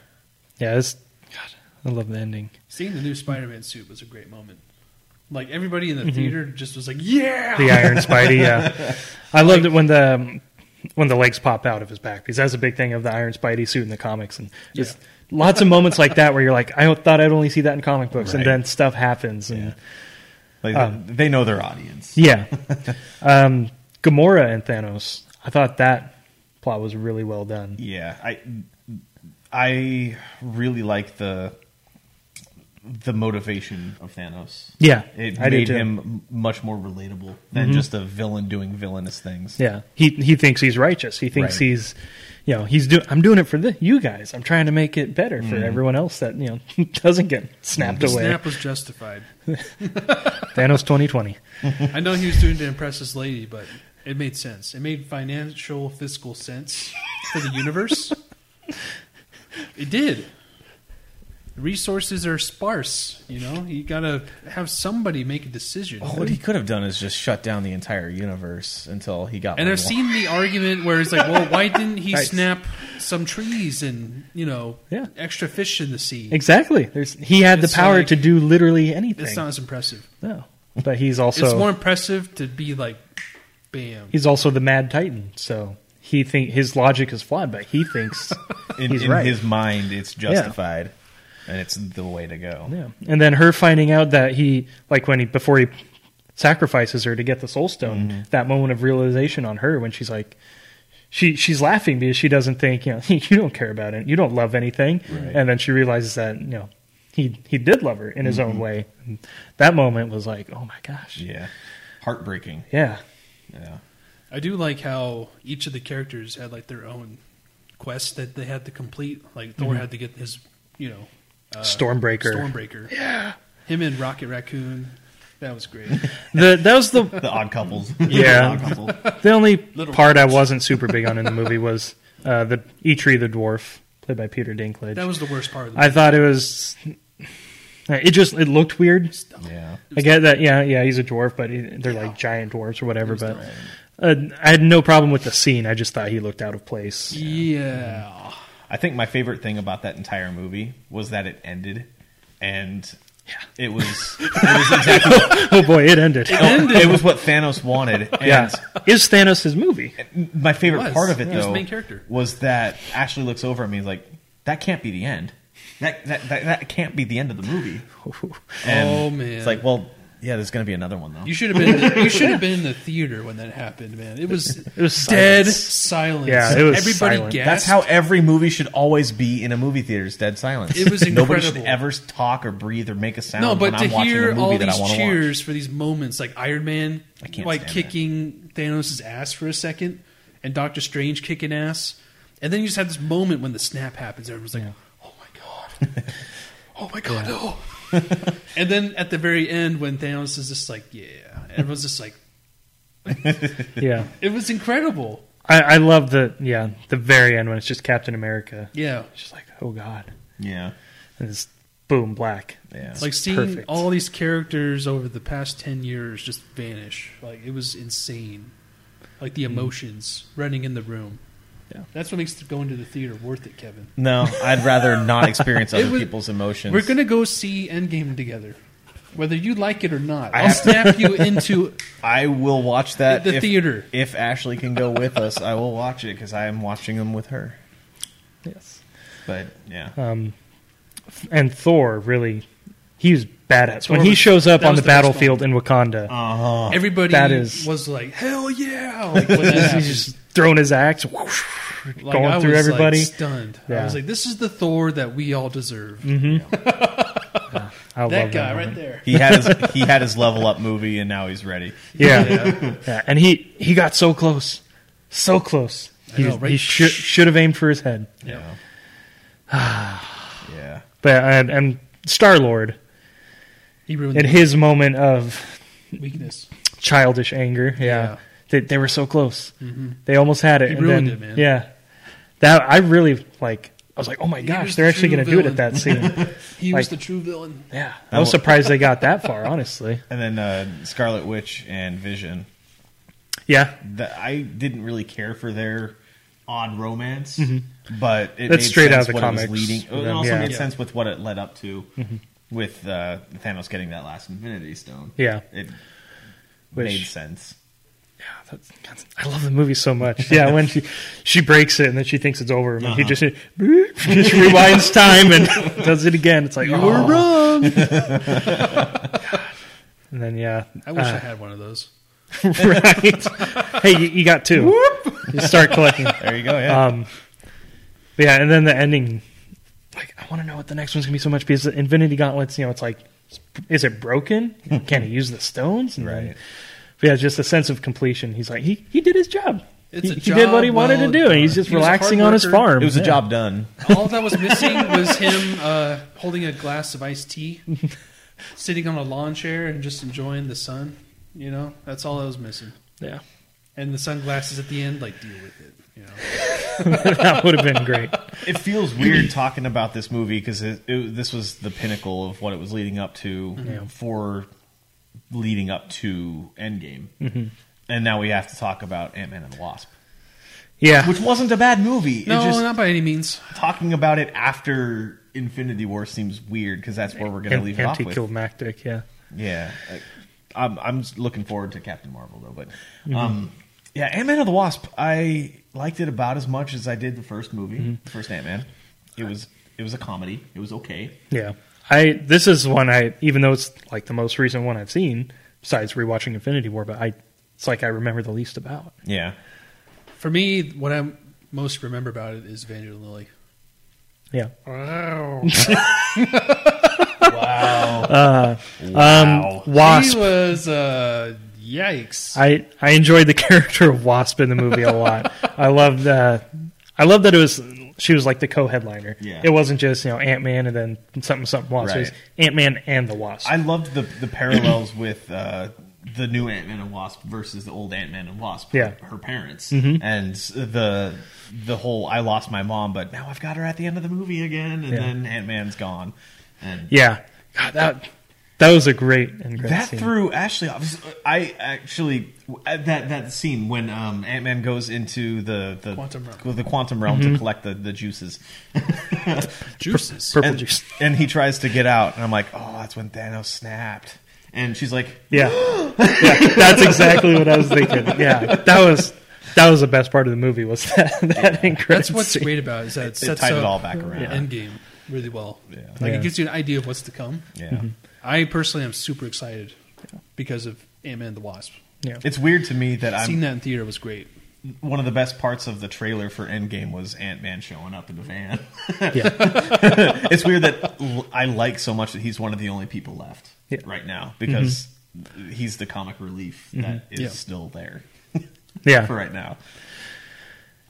C: yeah. It's, God, I love the ending.
B: Seeing the new Spider-Man suit was a great moment. Like everybody in the
C: Mm-hmm.
B: theater just was like, "Yeah!"
C: the Iron Spidey. Yeah, I loved it when the um, when the legs pop out of his back because that's a big thing of the Iron Spidey suit in the comics, and just lots of moments like that where you're like, I thought I'd only see that in comic books,
A: Right.
C: and then stuff happens, and
A: Like
C: Um,
A: they know their audience.
C: yeah, um, Gamora and Thanos. I thought that plot was really well done.
A: Yeah, I I really like the the motivation of Thanos.
C: Yeah,
A: It
C: I do
A: made
C: too. Mm-hmm.
A: him m- much more relatable than just a villain doing villainous things.
C: Yeah, he he thinks he's righteous. He thinks
A: Right.
C: he's, you know, he's doing. I'm doing it for the, you guys. I'm trying to make it better for everyone else that you know Mm. doesn't get snapped
B: The
C: away.
B: snap was justified.
C: Thanos 2020.
B: I know he was doing it to impress his lady, but it made sense. It made financial, fiscal sense for the universe. it did. resources are sparse. You know, you gotta have somebody make a decision.
A: What he could have done is just shut down the entire universe until he got.
B: And I've
A: Moonwalker.
B: seen the argument where it's like, well, why didn't he
C: Nice.
B: snap some trees and you know
C: Yeah.
B: extra fish in the sea?
C: Exactly. There's he had
B: It's
C: the power
B: like-
C: to do literally anything.
B: It's not as impressive.
C: no, but he's also
B: it's more impressive to be like, bam.
C: he's also the Mad Titan. So he think his logic is flawed, but he thinks
A: in,
C: he's
A: in
C: right.
A: his mind it's justified, and it's the way to go.
C: yeah. And then her finding out that he like when he before he sacrifices her to get the Soul Stone,
A: Mm-hmm.
C: that moment of realization on her when she's like. She she's laughing because she doesn't think you know you don't care about it you don't love anything
A: Right.
C: and then she realizes that you know he he did love her in his own way And that moment was like oh my gosh
A: Mm-hmm. Yeah, heartbreaking.
C: yeah
A: Yeah,
B: I do like how each of the characters had like their own quest that they had to complete. Like Thor had to get his, you know, uh,
C: Mm-hmm. Stormbreaker.
B: Stormbreaker. Yeah. Him and Rocket Raccoon. That was great.
C: The, that was the
A: the odd couples. The
C: Yeah.
A: odd couple.
C: the only
B: Little
C: part I wasn't super big on in the movie was uh, the Eitri the dwarf played by Peter Dinklage.
B: that was the worst part of the
C: I thought it was it just it looked weird.
A: yeah.
C: I get that yeah yeah he's a dwarf but he, they're like giant dwarfs or whatever but uh, I had no problem with the scene. I just thought he looked out of place.
B: Yeah.
A: I think my favorite thing about that entire movie was that it ended, and it was it was exactly
C: Oh boy, it ended.
A: it was what Thanos wanted. And
C: Yeah, is Thanos his movie?
A: my favorite
B: It was.
A: part of it
B: He was
A: though
B: the main character.
A: was that Ashley looks over at me and is like, "That can't be the end. That that, that that can't be the end of the movie." And
B: Oh, man.
A: it's like, well, yeah, there's gonna be another one though.
B: You should have been. You should have been in the theater when that happened, man. It was it
C: was
B: dead
C: silence.
B: silence.
C: Yeah, it was
B: Everybody
C: silent.
A: That's
B: gasped.
A: how every movie should always be in a movie theater: is dead silence.
B: It was
A: Nobody should
B: incredible.
A: ever talk or breathe or make a sound.
B: No,
A: when
B: but to
A: I'm watching
B: hear
A: a movie
B: all
A: that I
B: these
A: wanna
B: cheers for these moments, like Iron Man,
A: I can't
B: like
A: stand
B: kicking Thanos' ass for a second, and Doctor Strange kicking ass, and then you just have this moment when the snap happens. Everyone's like, "Oh my god, oh my god, no!" and then at the very end, when Thanos is just like, "Yeah," everyone's just like,
C: Yeah,
B: "It was incredible."
C: I, I love the yeah the very end when it's just Captain America.
B: Yeah,
C: She's like, oh god,
A: watch. Yeah,
C: and it's boom black.
A: yeah.
B: like seeing
C: perfect.
B: all these characters over the past 10 years just vanish like it was insane like the emotions running in the room
C: Mm. Yeah.
B: that's what makes going to the theater worth it kevin
A: no, I'd rather not experience
B: It
A: other
B: was-
A: people's emotions.
B: we're gonna go see endgame together whether you like it or not
A: I
B: i'll
A: have-
B: snap you into
A: I will watch that
B: The
A: if-
B: theater.
A: If Ashley can go with us, I will watch it because I am watching them with her.
C: Yes.
A: But yeah,
B: Uh-huh.
C: and Thor really he was badass
B: Thor
C: when he
B: was-
C: shows up
B: that
C: on
B: was
C: the
B: the best Uh,
C: battlefield in Wakanda.
A: Uh-huh.
B: everybody
C: Oh, That is-
B: was like hell yeah like, when that
C: he's
B: happened.
C: just throwing his axe, whoosh,
B: Like,
C: going
B: I
C: through
B: was, like,
C: everybody.
B: stunned i
C: Yeah. Mm-hmm.
B: was like this is the thor that we all deserve
C: I love
B: that guy right
C: moment.
B: there
A: he had his, he had his level up movie, and now he's ready.
C: Yeah. yeah, and he he got so close, so close. He,
B: know,
C: was-
B: right?
C: he should should have aimed for his head,
A: Yeah. yeah.
C: but and, and Star Lord
B: he ruined
C: in
B: the
C: his moment of
B: weakness
C: childish anger, yeah,
B: Yeah. Mm-hmm.
C: They, they were so close. They almost had it.
B: He
C: and
B: ruined
C: then-
B: it, man.
C: Yeah, that I really like. I was like, oh my
B: was
C: gosh,
B: the
C: they're actually
B: true
C: going to do it at
B: villain.
C: that scene.
B: he was
C: Like-
B: the true villain
C: Yeah,
A: I
C: I was
A: will-
C: surprised they got that far, honestly.
A: And then uh, Scarlet Witch and Vision.
C: Yeah,
A: that I didn't really care for their odd romance, but it
C: Mm-hmm. That's
A: made
C: straight out
A: sense
C: of the
A: what it
C: comics
A: was leading.
C: for
A: It
C: them,
A: also
C: yeah. Mm-hmm.
A: made
B: Yeah.
A: sense with what it led up to with uh, Thanos getting that last Infinity Stone.
C: Yeah.
A: it
C: Which-
A: made sense.
C: That's- that's- I love the movie so much. Yeah, when she she breaks it and then she thinks it's over, and he just boop, just rewinds time and does it again. It's like, oh.
B: wrong.
C: and then yeah,
B: I wish
A: Uh.
B: I had one of those.
C: right. hey, you, you got two. You start collecting. But
A: There you go. Yeah,
C: Um, yeah, and then the ending. Like, I want to know what the next one's gonna be so much because the Infinity Gauntlets. You know, it's like, is it broken? Can he use the stones? And then-
A: Right.
C: but yeah, it's just a sense of completion. He's like, he he did his job.
B: It's
C: he,
B: a
C: he did what he
B: job
C: wanted
B: well
C: to do, and he's just
B: done. He was a hard
C: relaxing on his
B: worker.
C: farm.
A: it was
C: Yeah.
A: a job done.
B: All that was missing was him uh, holding a glass of iced tea, sitting on a lawn chair, and just enjoying the sun. You know, that's all that was missing.
C: Yeah.
B: And the sunglasses at the end, like deal with it. You know,
C: that would have been great.
A: it feels weird talking about this movie because it, it, this was the pinnacle of what it was leading up to for leading up to Endgame,
C: Mm-hmm.
A: and now we have to talk about Ant Man and the Wasp,
C: Yeah,
A: which wasn't a bad movie.
B: no,
A: it just,
B: not by any means.
A: talking about it after Infinity War seems weird because that's where we're going to leave it off with.
C: anticlimactic. Yeah,
A: Yeah, I, I'm I'm just looking forward to Captain Marvel though, but um, yeah, Ant Man of the Wasp. I liked it about as much as I did the first movie, the first Ant Man. It was it was a comedy. It was okay.
C: yeah. I this is one I even though it's like the most recent one I've seen besides rewatching Infinity War, but I it's like I remember the least about.
A: Yeah,
B: For me, what I most remember about it is Vanderlily. Lily.
C: Yeah.
B: Oh,
A: wow.
C: Um, Wasp.
B: She was uh, yikes.
C: I, I enjoyed the character of Wasp in the movie a lot. I loved uh, I loved that it was she was like the co-headliner.
A: Yeah.
C: It wasn't just you know Ant Man and then something something Wasp. It was
A: Right.
C: Ant Man and the Wasp.
A: I loved the the parallels with uh, the new Ant Man and Wasp versus the old Ant Man and Wasp.
C: Yeah. Mm-hmm.
A: her parents and the the whole I lost my mom, but now I've got her at the end of the movie again, and
C: Yeah.
A: then Ant Man's gone, and
C: yeah, God, that that was a great and great
A: that
C: scene.
A: threw Ashley off. I actually at that that scene when um, Ant Man goes into the the
B: Quantum realm.
A: the quantum realm
C: Mm-hmm.
A: to collect the, the juices,
B: Juices.
C: Purple
A: and,
C: juice.
A: and he tries to get out, and I'm like, oh, that's when Thanos snapped, and she's like,
C: Yeah. yeah, that's exactly what I was thinking. Yeah, that was that was the best part of the movie was that that incredible.
B: That's what's great about it is that it
A: they
B: sets
A: tied
B: up
A: it all back around. Yeah.
B: Endgame really well. Like
C: Yeah.
B: it gives you an idea of what's to come.
C: Mm-hmm.
B: I personally am super excited because of Ant Man and the Wasp.
C: Yeah.
A: It's weird to me that
B: Seeing
A: I'm
B: that in theater was great.
A: one of the best parts of the trailer for Endgame was Ant Man showing up in the van.
C: yeah,
A: it's weird that l- I like so much that he's one of the only people left
C: Yeah. Mm-hmm.
A: right now because he's the comic relief that is
B: Yeah.
A: still there
C: yeah.
A: for right now.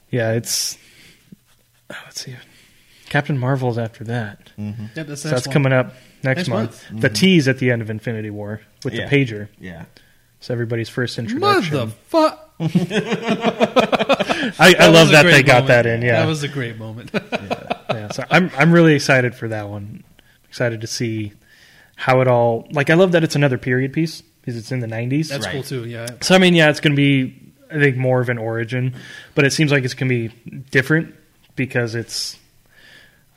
C: Yeah, it's. oh, let's see. Captain Marvel's after that.
A: Mm.
C: Mm.
B: Yep, that's,
C: So
B: the next
C: that's
B: one.
C: coming up next,
B: Next Mm-hmm.
C: month. The tease at the end of Infinity War with
A: Yeah.
C: the pager.
A: Yeah.
C: It's everybody's first introduction.
B: Motherfuck!
C: I, I love
B: was a
C: that
B: great
C: they got
B: moment.
C: that in. Yeah.
B: that was a great moment.
C: yeah. So I'm, I'm really excited for that one. excited to see how it all. Like, I love that it's another period piece because it's in the 90s.
B: That's
A: Right.
B: cool too. Yeah,
C: So I mean, yeah, it's going to be I think more of an origin, but it seems like it's going to be different because it's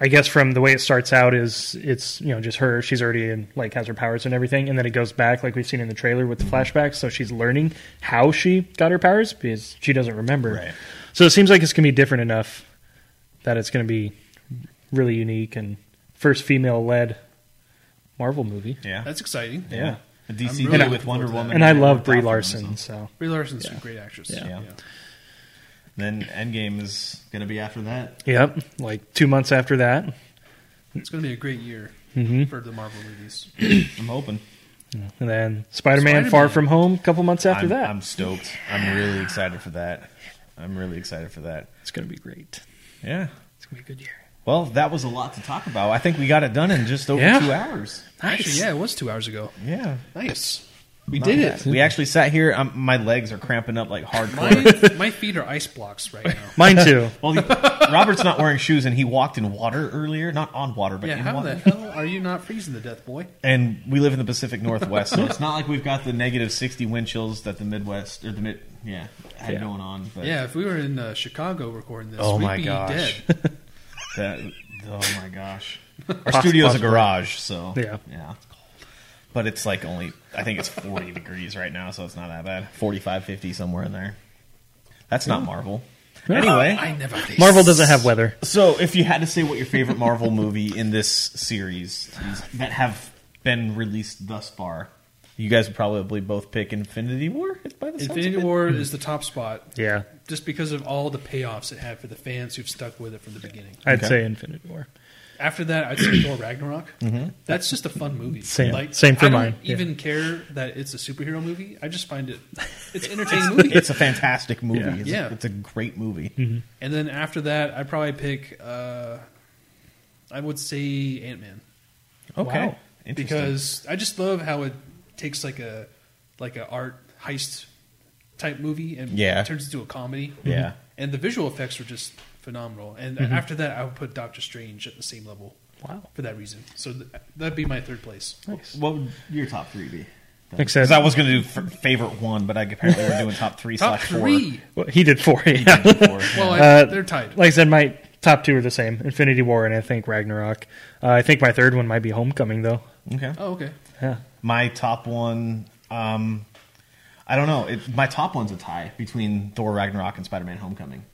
C: I guess from the way it starts out is it's you know just her she's already in like has her powers and everything, and then it goes back like we've seen in the trailer with the flashbacks, so she's learning how she got her powers because she doesn't remember.
A: Right.
C: So it seems like it's going to be different enough that it's going to be really unique and first female led Marvel movie.
A: Yeah.
B: that's exciting.
A: yeah.
C: yeah.
A: The DC
B: I'm
A: did
B: really
A: it
B: looking
A: with Wonder
B: forward to
A: Woman.
B: that.
C: And I love
A: with
C: Brie
A: Aquaman,
C: Larson,
A: so
C: so
B: Brie Larson's
C: Yeah.
B: a great actress.
C: Yeah.
A: Yeah. Then Endgame is going to be after that.
C: yep, like 2 months after that.
B: it's going to be a great year
C: Mm-hmm.
B: for the Marvel movies.
A: I'm hoping.
C: And then Spider Man
B: Spider-Man.
C: Far From Home a couple months after
A: I'm,
C: that.
A: I'm stoked. I'm really excited for that. I'm really excited for that.
C: it's going to be great.
A: Yeah.
C: It's going to be a good year.
A: Well, that was a lot to talk about. I think we got it done in just over
C: Yeah.
A: two hours.
C: Nice.
B: Actually, yeah, it was two hours ago.
A: Yeah.
B: Nice, we did it.
A: We actually sat here. Um, my legs are cramping up like hardcore.
B: My, my feet are ice blocks right now.
C: Mine too.
A: well, he- Robert's not wearing shoes, and he walked in water earlier. Not on water, but
B: Yeah,
A: in
B: how
A: water.
B: the hell are you not freezing to death, boy?
A: and we live in the Pacific Northwest, so it's not like we've got the negative sixty wind chills that the Midwest or the mid yeah had
C: Yeah.
A: going on. But
B: Yeah, if we were in uh, Chicago recording this,
A: Oh
B: we'd
A: my
B: be
A: gosh.
B: dead.
A: that, oh my gosh, our
C: Poss-
A: studio's a
C: possible.
A: garage, so
C: Yeah.
A: yeah. But it's like only I think it's forty degrees right now, so it's not that bad. 45, 50, somewhere in there. That's not Marvel. Anyway,
B: I never.
C: Marvel doesn't have weather.
A: So, if you had to say what your favorite Marvel movie in this series is- that have been released thus far, you guys would probably both pick Infinity War. By the sounds of
B: Infinity
A: it.
B: War is the top spot
C: Hmm. Yeah.
B: just because of all the payoffs it had for the fans who've stuck with it from the beginning.
C: I'd
A: Okay.
C: say Infinity War.
B: After that, I'd say Thor Ragnarok. That's just a fun movie.
C: Mm-hmm. Same- same for
B: I don't
C: mine, yeah.
B: Even care that it's a superhero movie. I just find it it's an entertaining movie.
A: It's a fantastic movie.
C: Yeah.
A: It's,
B: Yeah. Mm-hmm.
A: it's a great movie.
B: and then after that, I probably pick. Uh, I would say Ant Man
A: Okay,
C: Wow.
A: Interesting.
B: because I just love how it takes like a like a art heist type movie and
A: Yeah.
B: turns into a comedy. Mm-hmm.
A: Yeah. Mm-hmm.
B: and the visual effects were just phenomenal. And after that, I would put Doctor Strange at the same level.
C: Wow.
B: For that reason, so th- that'd be my third place.
A: What would your top three be?
C: Thanks,
A: Because
C: Ed.
A: I was going to do f- favorite one, but I apparently we're doing top three
B: Top
A: slash four.
B: three.
C: Well, he did four. Yeah.
A: Four.
B: Well, I,
C: Uh,
B: they're tied.
C: like I said, my top two are the same: Infinity War and I think Ragnarok. Uh, I think my third one might be Homecoming, though.
A: Okay.
B: oh, okay.
C: Yeah.
A: My top one, um, I don't know. It, my top one's a tie between Thor Ragnarok and Spider Man Homecoming.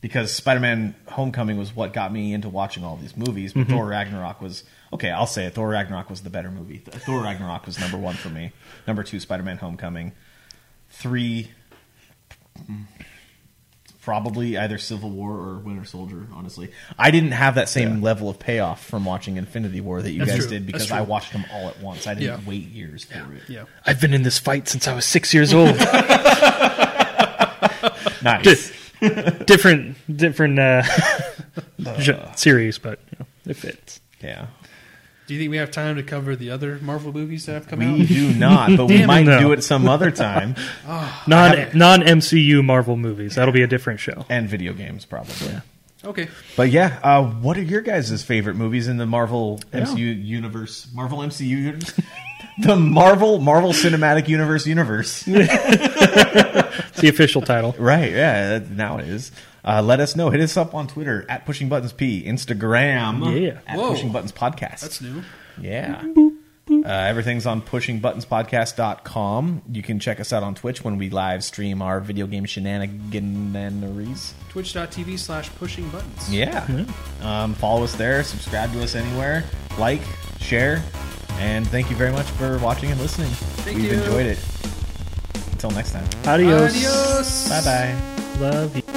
A: Because Spider Man Homecoming was what got me into watching all these movies,
B: Mhm.
A: but Thor Ragnarok was, okay, I'll say it. Thor Ragnarok was the better movie. Th- Thor Ragnarok was number one for me. Number two, Spider Man Homecoming. Three, mm, probably either Civil War or Winter Soldier, honestly. I didn't have that same level of payoff from watching Infinity War that you
B: That's
A: guys
B: true.
A: did
B: That's
A: because
B: true.
A: I watched them all at once. I didn't
B: Yeah.
A: wait years for it.
B: Yeah.
C: I've been in this fight since I was six years old.
A: Nice.
C: Di- different, different uh, gen- series, but you know, it fits.
A: yeah.
B: Do you think we have time to cover the other Marvel movies that have come
A: We
B: out?
A: do not, but we
C: Damn,
A: might
C: no.
A: do it some other time.
C: Non non MCU Marvel movies. That'll be a different show.
A: and video games, probably.
B: Okay.
A: But yeah, uh, what are your guys' favorite movies in the Marvel
C: Yeah.
A: MCU universe? Marvel MCU universe? the Marvel Marvel Cinematic Universe universe.
C: It's the official title.
A: Right, yeah, that- now it is. Uh, let us know. Hit us up on Twitter at Pushing Buttons P, Instagram
C: Yeah.
A: at
B: Whoa.
A: Pushing Buttons Podcast.
B: That's new.
A: Yeah. Uh, everything's on pushingbuttonspodcast.com. You can check us out on Twitch when we live stream our video game shenanigans.
B: Twitch.tv slash pushing buttons.
A: Yeah. Um, follow us there, subscribe to us anywhere, like, share, and thank you very much for watching and listening.
B: Thank
A: We've
B: you.
A: enjoyed it. Until next time.
C: Adios.
B: Adios.
A: Bye bye.
C: Love you.